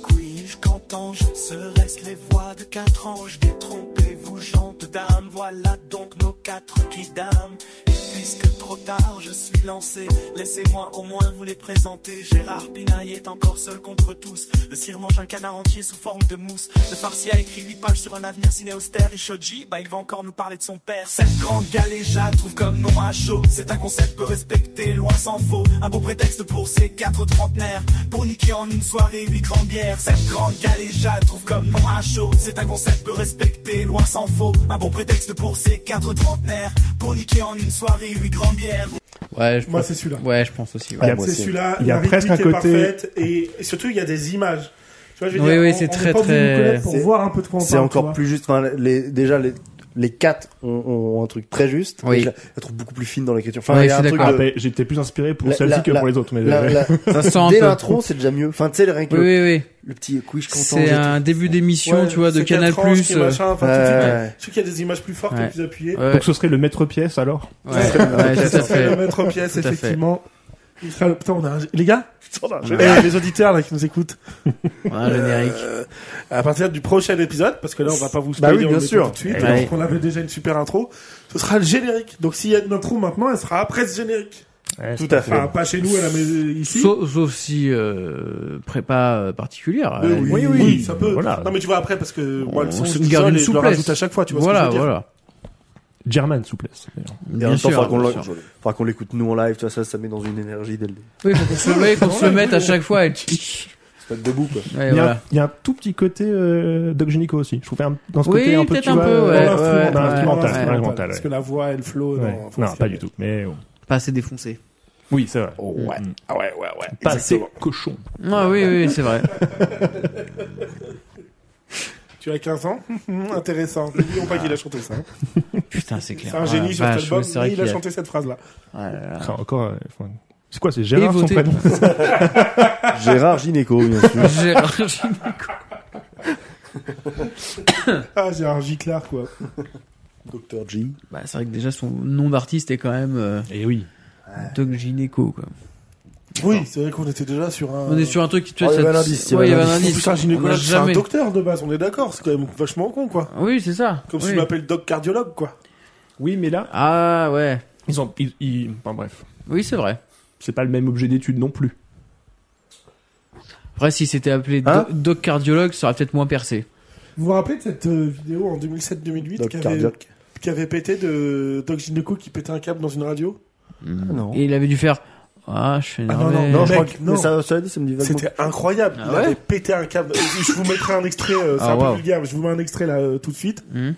[SPEAKER 7] Puis-je qu'entends-je Serait-ce les voix de quatre anges Détrompez-vous, gentes dames Voilà donc nos quatre qui dames Et puisque trop tard je suis lancé Laissez-moi au moins vous les présenter Gérard Pinaille est encore seul contre tous Le cire mange un canard entier sous forme de mousse Le farci a écrit huit pages sur un avenir ciné austère Et Shoji, bah il va encore nous parler de son père Cette grande galéja trouve comme nom à chaud C'est un concept peu respecté, loin s'en faut Un beau prétexte pour ces quatre trentenaires Pour niquer en une soirée huit grandes bières Cette grande galéja trouve comme nom à chaud C'est un concept peu respecté, loin s'en faut Un bon prétexte pour ces quatre trentenaires Pour niquer en une soirée huit grandes bières
[SPEAKER 9] Ouais, je
[SPEAKER 8] Moi,
[SPEAKER 9] pense...
[SPEAKER 8] c'est celui-là.
[SPEAKER 9] Ouais, je pense aussi. ouais.
[SPEAKER 4] Ah,
[SPEAKER 5] y a-
[SPEAKER 4] moi
[SPEAKER 8] C'est
[SPEAKER 4] aussi.
[SPEAKER 8] celui-là.
[SPEAKER 5] Il y a
[SPEAKER 8] la
[SPEAKER 5] presque
[SPEAKER 8] rythmique
[SPEAKER 5] un
[SPEAKER 8] est
[SPEAKER 5] côté-
[SPEAKER 8] parfaite, et,
[SPEAKER 4] Ah.
[SPEAKER 8] et surtout, il y a des images. Tu vois, je veux
[SPEAKER 9] Oui,
[SPEAKER 8] dire,
[SPEAKER 9] oui,
[SPEAKER 8] on-
[SPEAKER 9] c'est
[SPEAKER 8] on
[SPEAKER 9] très,
[SPEAKER 8] est pas obligé de
[SPEAKER 9] très-
[SPEAKER 8] nous connaître Pour
[SPEAKER 4] C'est-
[SPEAKER 8] voir un peu de quoi on parle.
[SPEAKER 4] C'est
[SPEAKER 8] tu
[SPEAKER 4] encore
[SPEAKER 8] vois.
[SPEAKER 4] plus juste. Enfin, les, déjà, les, les quatre ont, ont un truc très juste.
[SPEAKER 9] Oui.
[SPEAKER 4] Et Je la, la trouve beaucoup plus fine dans l'écriture. Enfin,
[SPEAKER 9] Ouais,
[SPEAKER 4] il y a
[SPEAKER 9] je
[SPEAKER 4] un
[SPEAKER 9] suis
[SPEAKER 4] truc
[SPEAKER 9] d'accord.
[SPEAKER 4] de-
[SPEAKER 5] Après, Ah, J'étais plus inspiré pour
[SPEAKER 4] La-
[SPEAKER 5] celle-ci
[SPEAKER 4] la-
[SPEAKER 5] que
[SPEAKER 4] la-
[SPEAKER 5] pour les
[SPEAKER 8] Ah,
[SPEAKER 5] autres, mais. euh,
[SPEAKER 4] la- la-
[SPEAKER 9] Ça sent un
[SPEAKER 4] Dès
[SPEAKER 9] peu.
[SPEAKER 4] l'intro, c'est déjà mieux. Enfin, tu sais, rien que
[SPEAKER 9] Oui,
[SPEAKER 4] le,
[SPEAKER 9] oui, oui.
[SPEAKER 4] le petit couille, je suis content.
[SPEAKER 9] C'est
[SPEAKER 4] j'ai-
[SPEAKER 9] un début d'émission,
[SPEAKER 8] Ouais,
[SPEAKER 9] tu vois, de
[SPEAKER 8] c'est
[SPEAKER 9] Canal+.
[SPEAKER 8] quatre anges qui
[SPEAKER 9] euh,
[SPEAKER 8] machin, enfin, tout
[SPEAKER 4] Ouais,
[SPEAKER 8] de suite,
[SPEAKER 4] ouais, ouais.
[SPEAKER 8] Je sais qu'il y a des images plus fortes
[SPEAKER 9] Ouais.
[SPEAKER 8] et plus appuyées.
[SPEAKER 9] Ouais,
[SPEAKER 5] Donc, ce serait le maître-pièce, alors?
[SPEAKER 9] ouais, ouais, tout à
[SPEAKER 8] C'est le
[SPEAKER 9] fait.
[SPEAKER 8] maître pièce,
[SPEAKER 9] Tout à fait.
[SPEAKER 8] effectivement. Il sera le- Putain, on a un... Les gars,
[SPEAKER 4] Putain,
[SPEAKER 8] eh, les auditeurs là qui nous écoutent,
[SPEAKER 9] Ouais, un générique.
[SPEAKER 8] euh, à partir du prochain épisode, parce que là on va pas vous
[SPEAKER 4] Bah oui,
[SPEAKER 8] spoiler on
[SPEAKER 4] bien
[SPEAKER 8] le met
[SPEAKER 4] sûr.
[SPEAKER 8] tout de suite,
[SPEAKER 9] Ouais.
[SPEAKER 8] alors qu'on avait déjà une super intro, ce sera le générique. Donc s'il y a une intro maintenant, elle sera après ce générique.
[SPEAKER 9] Ouais,
[SPEAKER 4] Tout à fait.
[SPEAKER 8] Enfin, pas chez nous, à la maison, ici.
[SPEAKER 9] Sauf, sauf si euh, prépa euh, particulière.
[SPEAKER 8] Euh,
[SPEAKER 9] Elle-
[SPEAKER 8] oui, oui, ça peut.
[SPEAKER 9] Voilà.
[SPEAKER 8] Non, mais tu vois, après, parce que moi, le son,
[SPEAKER 9] On
[SPEAKER 8] je
[SPEAKER 9] se
[SPEAKER 8] dis
[SPEAKER 9] garde
[SPEAKER 8] ça,
[SPEAKER 9] une
[SPEAKER 8] et je le
[SPEAKER 9] souplesse.
[SPEAKER 8] rajoute à chaque fois, tu vois
[SPEAKER 9] voilà,
[SPEAKER 8] ce que je veux dire.
[SPEAKER 9] voilà.
[SPEAKER 5] German souplesse. d'ailleurs.
[SPEAKER 4] Et en
[SPEAKER 9] Bien
[SPEAKER 4] même temps,
[SPEAKER 9] sûr,
[SPEAKER 4] faudra qu'on
[SPEAKER 9] bien
[SPEAKER 4] l'en-
[SPEAKER 9] sûr.
[SPEAKER 4] faudra qu'on l'écoute nous en live, tu vois, ça, ça met dans une énergie dès le début.
[SPEAKER 9] Oui, faut qu'on se, ouais, qu'on se mette à chaque fois. Et... Ouais,
[SPEAKER 4] C'est pas debout, quoi.
[SPEAKER 5] Il y, a,
[SPEAKER 9] voilà.
[SPEAKER 5] un- il y a un tout petit côté euh, Doc Gynéco aussi. Je trouvais un, dans ce
[SPEAKER 9] Oui,
[SPEAKER 5] côté un peu,
[SPEAKER 9] peut-être
[SPEAKER 5] tu
[SPEAKER 9] un
[SPEAKER 5] vois,
[SPEAKER 9] peu, ouais,
[SPEAKER 5] dans l'instrument- dans
[SPEAKER 9] ouais, ouais.
[SPEAKER 5] l'instrumental,
[SPEAKER 9] Ouais.
[SPEAKER 5] dans l'instrumental,
[SPEAKER 8] Parce
[SPEAKER 5] ouais.
[SPEAKER 8] que la voix, elle flow,
[SPEAKER 5] Ouais.
[SPEAKER 8] non, enfin,
[SPEAKER 5] Non,
[SPEAKER 8] c'est-
[SPEAKER 5] pas du tout. Mais bon.
[SPEAKER 9] Pas assez défoncé.
[SPEAKER 5] oui, c'est vrai.
[SPEAKER 10] Oh, ouais. Ah ouais, ouais, ouais.
[SPEAKER 5] Pas assez
[SPEAKER 10] Exactement.
[SPEAKER 5] cochon.
[SPEAKER 9] Ah oui, oui, c'est vrai.
[SPEAKER 8] Tu as 15 ans Hum, Intéressant. N'oublions pas qu'il a chanté ça. hein.
[SPEAKER 9] Putain, c'est clair.
[SPEAKER 8] C'est un
[SPEAKER 9] Ah,
[SPEAKER 8] génie sur
[SPEAKER 9] vache,
[SPEAKER 8] cet album,
[SPEAKER 9] mais c'est
[SPEAKER 8] mais
[SPEAKER 9] vrai
[SPEAKER 8] il a
[SPEAKER 9] qu'il a-
[SPEAKER 8] chanté cette phrase-là.
[SPEAKER 9] Ah là là.
[SPEAKER 5] Enfin, encore. euh, enfin, c'est quoi, c'est Gérard son
[SPEAKER 9] voter.
[SPEAKER 5] prénom
[SPEAKER 4] Gérard Gineco, bien sûr.
[SPEAKER 9] Gérard Gignac.
[SPEAKER 8] Ah, Gérard Giclard, quoi.
[SPEAKER 4] Dr. G.
[SPEAKER 9] Bah, c'est vrai que déjà son nom d'artiste est quand même euh,
[SPEAKER 5] Et oui.
[SPEAKER 9] Doc Gynéco. Quoi.
[SPEAKER 8] Oui, c'est vrai qu'on était déjà sur un.
[SPEAKER 9] On est sur un truc qui tu
[SPEAKER 4] Oh,
[SPEAKER 9] vois,
[SPEAKER 4] il y
[SPEAKER 9] ça
[SPEAKER 4] avait
[SPEAKER 9] te-
[SPEAKER 4] un indice, il y
[SPEAKER 9] Ouais, il y
[SPEAKER 4] avait
[SPEAKER 9] avait
[SPEAKER 4] un
[SPEAKER 9] un
[SPEAKER 8] Oh,
[SPEAKER 9] indice.
[SPEAKER 8] putain,
[SPEAKER 9] On
[SPEAKER 8] gynécologue,
[SPEAKER 9] a
[SPEAKER 8] c'est un
[SPEAKER 9] jamais.
[SPEAKER 8] docteur de base, on est d'accord, c'est quand même vachement con, quoi.
[SPEAKER 9] Oui, c'est ça.
[SPEAKER 8] Comme si
[SPEAKER 9] Oui.
[SPEAKER 8] tu m'appelles doc cardiologue, quoi.
[SPEAKER 5] Oui, mais là,
[SPEAKER 9] Ah ouais.
[SPEAKER 5] ils ont. Ils, ils- Enfin bref,
[SPEAKER 9] Oui, c'est vrai.
[SPEAKER 5] c'est pas le même objet d'étude non plus.
[SPEAKER 9] Après, si c'était appelé
[SPEAKER 4] Hein
[SPEAKER 9] doc- doc cardiologue, ça aurait peut-être moins percé.
[SPEAKER 8] Vous vous rappelez de cette euh, vidéo en 2007-2008
[SPEAKER 4] Doc
[SPEAKER 8] qui avait,
[SPEAKER 4] Cardiac.
[SPEAKER 8] qui avait pété de Doc Gineco qui pétait un câble dans une radio
[SPEAKER 4] non.
[SPEAKER 9] Et il avait dû faire. Ah, je suis énervé.
[SPEAKER 8] non, non,
[SPEAKER 4] Non, je
[SPEAKER 8] Mec,
[SPEAKER 4] crois que,
[SPEAKER 8] non.
[SPEAKER 4] mais ça, ça dit, ça me dit vaguement.
[SPEAKER 8] C'était incroyable.
[SPEAKER 9] Ah
[SPEAKER 8] il
[SPEAKER 9] ouais
[SPEAKER 8] avait pété un câble. Je vous mettrai un extrait, euh, c'est
[SPEAKER 9] Ah,
[SPEAKER 8] un
[SPEAKER 9] waouh.
[SPEAKER 8] peu vulgaire, mais je vous mets un extrait là euh, tout de suite.
[SPEAKER 9] Hmm.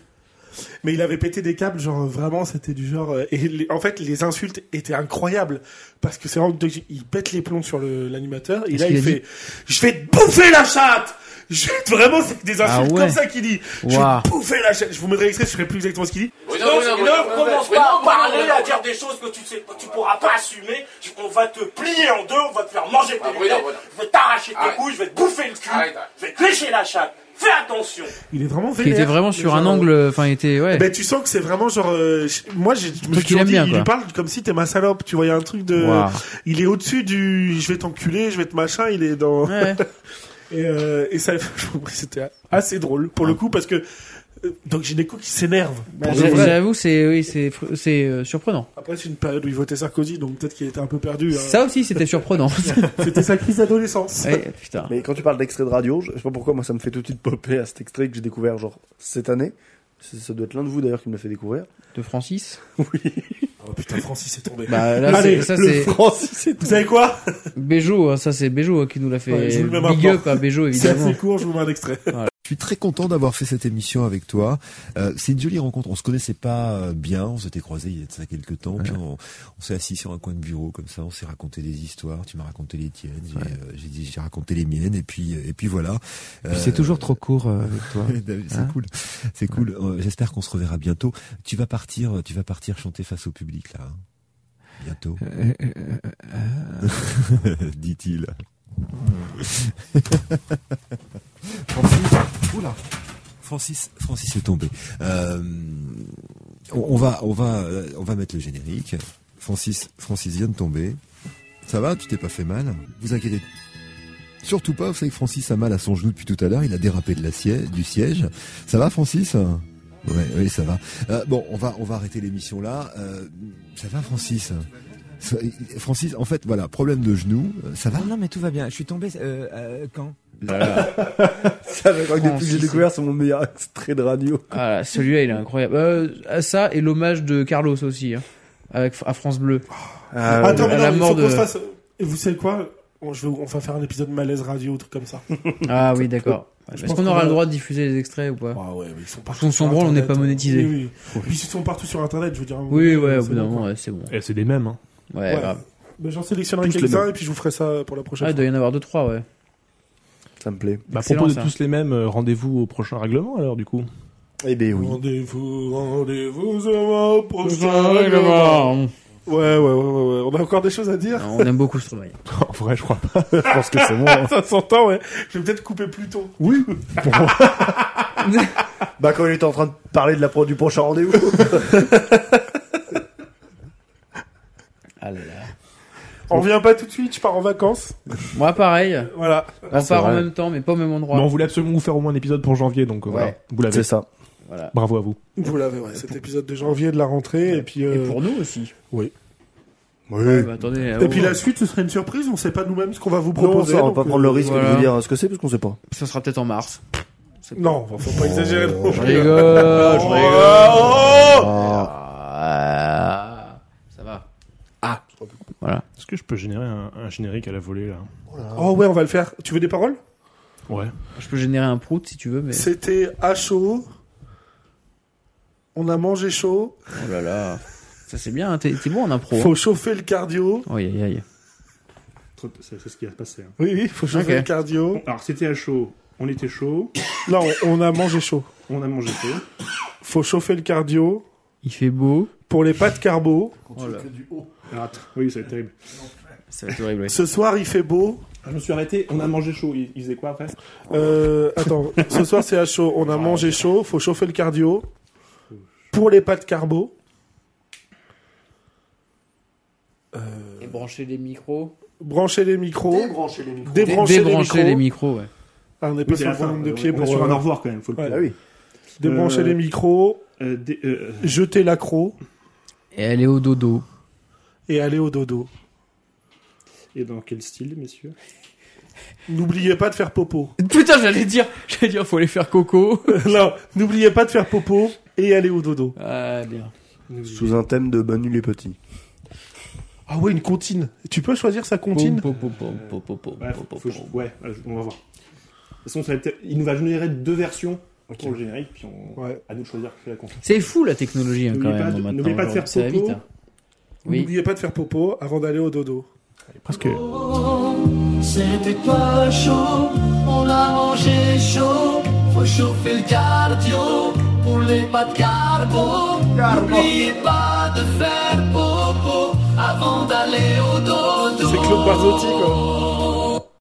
[SPEAKER 8] Mais il avait pété des câbles, genre vraiment, c'était du genre. euh, et les- en fait, les insultes étaient incroyables parce que c'est vraiment Doc Gi- il pète les plombs sur le- l'animateur et
[SPEAKER 9] Est-ce
[SPEAKER 8] là il,
[SPEAKER 9] qu'il a
[SPEAKER 8] fait, je vais te bouffer la chatte. Je vais te- vraiment, c'est des
[SPEAKER 9] Ah
[SPEAKER 8] insultes
[SPEAKER 9] ouais.
[SPEAKER 8] comme ça qu'il dit. Je vais
[SPEAKER 9] Waouh.
[SPEAKER 8] te bouffer la chatte. Je vous mettrai l'extrait, je saurais plus exactement ce qu'il dit.
[SPEAKER 7] Donc, ne commence pas à parler, à dire des choses que tu sais, que tu pourras pas assumer. Tu- On va te plier en deux, on va te faire manger tes
[SPEAKER 10] Bruno,
[SPEAKER 7] lunettes,
[SPEAKER 10] Bruno.
[SPEAKER 7] je vais t'arracher tes
[SPEAKER 10] Arrête.
[SPEAKER 7] couilles, je vais te bouffer le cul,
[SPEAKER 10] Arrête, arrête.
[SPEAKER 7] je vais te lécher la chatte. Fais attention.
[SPEAKER 8] Il est vraiment
[SPEAKER 9] Qui
[SPEAKER 8] vénère.
[SPEAKER 9] était vraiment sur un
[SPEAKER 8] Genre,
[SPEAKER 9] angle. Enfin, il était. Ouais.
[SPEAKER 8] Ben, tu sens que c'est vraiment genre. euh, je- moi, j'ai- je me suis
[SPEAKER 9] qu'il
[SPEAKER 8] toujours
[SPEAKER 9] aime
[SPEAKER 8] dit,
[SPEAKER 9] bien,
[SPEAKER 8] il
[SPEAKER 9] quoi.
[SPEAKER 8] lui parle comme si t'es ma salope. Tu vois, il y a un truc de.
[SPEAKER 9] Waouh.
[SPEAKER 8] Il est au-dessus du. Je vais t'enculer, je vais te machin. Il est dans.
[SPEAKER 9] Ouais.
[SPEAKER 8] Et, euh, et ça, je trouve que c'était assez drôle pour le coup parce que. euh, Donc Gynéco qui s'énerve. Pour de
[SPEAKER 9] J'a-
[SPEAKER 8] vrai.
[SPEAKER 9] J'avoue, c'est oui, c'est fr- c'est euh, surprenant.
[SPEAKER 8] Après, c'est une période où il votait Sarkozy, donc peut-être qu'il était un peu perdu. hein.
[SPEAKER 9] Ça aussi, c'était surprenant.
[SPEAKER 8] C'était sa crise d'adolescence.
[SPEAKER 9] Ouais, putain.
[SPEAKER 4] Mais quand tu parles d'extrait de radio, je je sais pas pourquoi, moi ça me fait tout de suite popper à cet extrait que j'ai découvert genre cette année. C'est- Ça doit être l'un de vous d'ailleurs qui me l'a fait découvrir.
[SPEAKER 9] De Francis.
[SPEAKER 8] Oh putain, Francis est tombé.
[SPEAKER 9] Bah là,
[SPEAKER 8] Allez,
[SPEAKER 9] c'est- ça
[SPEAKER 8] le
[SPEAKER 9] c'est
[SPEAKER 4] Francis
[SPEAKER 8] Vous savez quoi
[SPEAKER 9] Béjo. hein, Ça c'est Béjo hein, qui nous l'a fait.
[SPEAKER 8] Ouais, je vous le mets
[SPEAKER 9] Big
[SPEAKER 8] maintenant.
[SPEAKER 9] up à Béjo,
[SPEAKER 8] C'est assez
[SPEAKER 9] évidemment. Euh,
[SPEAKER 8] court, je vous mets un extrait.
[SPEAKER 11] Je suis très content d'avoir fait cette émission avec toi. Euh, c'est une jolie rencontre. On se connaissait pas euh, bien. On s'était croisés il y a de ça quelques temps. Puis on, on s'est assis sur un coin de bureau comme ça. On s'est raconté des histoires. Tu m'as raconté les tiennes. J'ai, euh, j'ai dit j'ai raconté les miennes. Et puis et puis voilà. Euh,
[SPEAKER 12] C'est toujours trop court euh, avec toi.
[SPEAKER 11] c'est
[SPEAKER 12] Hein
[SPEAKER 11] cool. C'est cool. Euh, J'espère qu'on se reverra bientôt. Tu vas partir. Tu vas partir chanter face au public là. hein. Bientôt,
[SPEAKER 12] Euh, euh, euh,
[SPEAKER 11] dit-il. Francis, oula. Francis, Francis est tombé. Euh, on, on va, on va, euh, on va mettre le générique. Francis, Francis vient de tomber. Ça va, tu t'es pas fait mal Vous inquiétez surtout pas. Vous savez que Francis a mal à son genou depuis tout à l'heure. Il a dérapé de la siège, du siège. Ça va, Francis Ouais, oui, ça va. Euh, bon, on va, on va arrêter l'émission là. Euh, ça va, Francis Ça- Francis, en fait, voilà, problème de genou. Euh, Ça va
[SPEAKER 12] non, non, mais tout va bien. Je suis tombé euh, euh, quand
[SPEAKER 4] Ça, je crois que depuis que j'ai
[SPEAKER 9] Francis.
[SPEAKER 4] découvert, c'est mon meilleur extrait de radio.
[SPEAKER 9] Ah, celui-là, il est incroyable. Euh, ça et l'hommage de Carlos aussi. hein, avec à France Bleu.
[SPEAKER 8] Ah,
[SPEAKER 4] Ah,
[SPEAKER 8] Attends, mais
[SPEAKER 9] à
[SPEAKER 8] non,
[SPEAKER 9] la
[SPEAKER 8] mais il
[SPEAKER 9] mort
[SPEAKER 8] faut qu'on
[SPEAKER 9] de-
[SPEAKER 8] se fasse. Vous savez quoi on, je vais- on va faire un épisode malaise radio, un truc comme ça.
[SPEAKER 9] Ah oui, d'accord.
[SPEAKER 8] Je
[SPEAKER 9] Est-ce
[SPEAKER 8] pense
[SPEAKER 9] qu'on
[SPEAKER 8] qu'on
[SPEAKER 9] aura
[SPEAKER 8] va-
[SPEAKER 9] le droit de diffuser les extraits ou pas
[SPEAKER 8] Ah ouais, mais ils sont
[SPEAKER 9] Parce qu'on s'en branle, on n'est pas monétisé.
[SPEAKER 8] Oui, oui. Puis ils sont partout sur internet, je veux dire.
[SPEAKER 9] Oui, ouais, au
[SPEAKER 8] euh, C'est
[SPEAKER 9] bout d'un
[SPEAKER 8] bon,
[SPEAKER 9] moment,
[SPEAKER 8] quoi.
[SPEAKER 9] ouais, c'est bon.
[SPEAKER 5] Et c'est les mêmes. Hein.
[SPEAKER 9] Ouais,
[SPEAKER 8] Ouais.
[SPEAKER 9] grave.
[SPEAKER 8] Mais J'en sélectionnerai
[SPEAKER 5] Tous les
[SPEAKER 8] quelques-uns
[SPEAKER 5] mêmes.
[SPEAKER 8] et puis je vous ferai ça pour la prochaine
[SPEAKER 9] Ah, il doit y en avoir deux, trois, ouais.
[SPEAKER 4] Ça me plaît.
[SPEAKER 5] Bah, à
[SPEAKER 9] Excellent,
[SPEAKER 5] propos de
[SPEAKER 9] ça.
[SPEAKER 5] tous les mêmes, euh, rendez-vous au prochain règlement alors du coup.
[SPEAKER 4] Eh ben
[SPEAKER 8] fois.
[SPEAKER 4] oui.
[SPEAKER 8] Rendez-vous, rendez-vous demain au prochain règlement. Ouais, ouais, ouais, ouais, ouais. On a encore des choses à dire
[SPEAKER 9] Ah, On aime beaucoup ce travail.
[SPEAKER 5] en vrai, je crois pas.
[SPEAKER 4] Je pense que c'est moi. hein.
[SPEAKER 8] Ça s'entend, ouais. Je vais peut-être couper plus tôt.
[SPEAKER 5] Oui.
[SPEAKER 4] Bah, quand il était en train de parler de la pro du prochain rendez-vous.
[SPEAKER 9] Ah là là.
[SPEAKER 8] On revient pas tout de suite, je pars en vacances.
[SPEAKER 9] Moi, pareil.
[SPEAKER 8] Voilà.
[SPEAKER 9] On part en
[SPEAKER 4] vrai.
[SPEAKER 9] même temps, mais pas au même
[SPEAKER 5] Mais on
[SPEAKER 9] endroit.
[SPEAKER 5] voulait absolument vous faire au moins un épisode pour janvier, donc euh, voilà. Vous l'avez.
[SPEAKER 4] Bah, C'est ça.
[SPEAKER 5] Bravo à vous.
[SPEAKER 8] Vous l'avez, ouais. Cet épisode de janvier de la rentrée et puis.
[SPEAKER 9] Et
[SPEAKER 8] euh,
[SPEAKER 9] pour nous aussi.
[SPEAKER 4] Oui.
[SPEAKER 9] Ouais, bah, attendez, euh,
[SPEAKER 8] Et puis
[SPEAKER 9] ouais.
[SPEAKER 8] la suite, ce serait une surprise. On sait pas nous-mêmes ce qu'on va vous
[SPEAKER 4] Non,
[SPEAKER 8] proposer.
[SPEAKER 4] ça, on va
[SPEAKER 8] donc,
[SPEAKER 4] pas
[SPEAKER 8] euh,
[SPEAKER 4] prendre le risque de
[SPEAKER 9] voilà.
[SPEAKER 4] vous dire ce que c'est parce qu'on sait pas.
[SPEAKER 9] Ça sera peut-être en mars. C'est-
[SPEAKER 8] euh, Non, faut pas exagérer. non
[SPEAKER 9] Je
[SPEAKER 8] plus.
[SPEAKER 9] rigole, je rigole. Ah, Ça va. Ah. Voilà.
[SPEAKER 5] Est-ce que je peux générer un, un générique à la volée là
[SPEAKER 8] Oh ouais, on va le faire. Tu veux des paroles
[SPEAKER 5] Ouais.
[SPEAKER 9] Je peux générer un prout si tu veux, mais.
[SPEAKER 8] C'était à chaud. On a mangé chaud.
[SPEAKER 9] Oh là là. Ça c'est bien, hein, t'es t'es bon en impro. hein.
[SPEAKER 8] Faut chauffer le cardio.
[SPEAKER 9] Oh, aïe, aïe, aïe.
[SPEAKER 5] C'est c'est ce qui va se passer. hein.
[SPEAKER 8] Oui, oui, faut chauffer
[SPEAKER 9] Ok.
[SPEAKER 8] le cardio.
[SPEAKER 5] Alors, c'était à chaud. On était chaud.
[SPEAKER 8] Non, on a mangé chaud.
[SPEAKER 5] On a mangé chaud.
[SPEAKER 8] Faut chauffer le cardio.
[SPEAKER 9] Il fait beau.
[SPEAKER 8] Pour les pâtes carbo.
[SPEAKER 9] Oh là.
[SPEAKER 5] Alors, attends. Ah, Oui, ça va être terrible.
[SPEAKER 9] Ça va être horrible. ouais.
[SPEAKER 8] Ce soir, il fait beau.
[SPEAKER 5] Je me suis arrêté. On a mangé chaud. Ils faisaient quoi après
[SPEAKER 8] Euh, attends, ce soir c'est à chaud.
[SPEAKER 5] Ah,
[SPEAKER 8] On a mangé chaud, faut chauffer le cardio. Pour les pâtes carbo.
[SPEAKER 9] Et brancher les micros.
[SPEAKER 8] Brancher les micros.
[SPEAKER 5] Brancher les micros.
[SPEAKER 8] Débrancher,
[SPEAKER 9] Débrancher
[SPEAKER 8] les
[SPEAKER 9] les
[SPEAKER 8] micros.
[SPEAKER 9] micros, ouais.
[SPEAKER 8] Ah, on n'est pas
[SPEAKER 5] Oui, c'est la
[SPEAKER 8] sur le bon
[SPEAKER 5] fin.
[SPEAKER 8] nombre de
[SPEAKER 5] Euh,
[SPEAKER 8] pieds
[SPEAKER 5] on est
[SPEAKER 8] pour.
[SPEAKER 5] sur un
[SPEAKER 8] euh,
[SPEAKER 5] au revoir quand même. Faut le
[SPEAKER 8] ouais.
[SPEAKER 4] Bah
[SPEAKER 5] dire.
[SPEAKER 8] Ah oui. Débrancher
[SPEAKER 5] Euh,
[SPEAKER 8] les micros,
[SPEAKER 5] Euh, dé- euh,
[SPEAKER 8] jeter l'accro
[SPEAKER 9] Et aller au dodo.
[SPEAKER 8] et aller au dodo.
[SPEAKER 5] Et dans quel style, messieurs
[SPEAKER 8] N'oubliez pas de faire popo.
[SPEAKER 9] Putain, j'allais dire, j'allais dire, faut aller faire coco.
[SPEAKER 8] non, n'oubliez pas de faire popo et aller au dodo.
[SPEAKER 9] Ah, bien.
[SPEAKER 4] Sous un thème de Banu les petits.
[SPEAKER 8] Ah ouais, une comptine. Tu peux choisir sa comptine
[SPEAKER 9] Pom, pom, pom, pom, pom, pom,
[SPEAKER 5] Ouais,
[SPEAKER 9] pom,
[SPEAKER 5] faut-
[SPEAKER 9] pom,
[SPEAKER 5] faut-
[SPEAKER 9] pom.
[SPEAKER 5] ouais, euh, on va voir. De toute façon, ça va être- il nous va générer deux versions pour le générique, puis on...
[SPEAKER 8] Ouais.
[SPEAKER 5] à nous de choisir qui la compte.
[SPEAKER 9] C'est fou la technologie hein, quand
[SPEAKER 5] N'oubliez
[SPEAKER 9] même.
[SPEAKER 5] pas de-
[SPEAKER 9] maintenant,
[SPEAKER 5] n'oubliez pas de
[SPEAKER 9] genre,
[SPEAKER 5] faire
[SPEAKER 9] Ça va
[SPEAKER 5] popo.
[SPEAKER 9] vite. hein. Oui.
[SPEAKER 8] N'oubliez pas de faire popo avant d'aller au dodo.
[SPEAKER 5] Presque.
[SPEAKER 7] C'était pas chaud, on a mangé chaud. Faut chauffer le cardio pour les pâtes carbo. N'oubliez pas de faire popo avant d'aller au dodo.
[SPEAKER 8] C'est Claude Barzotti, quoi.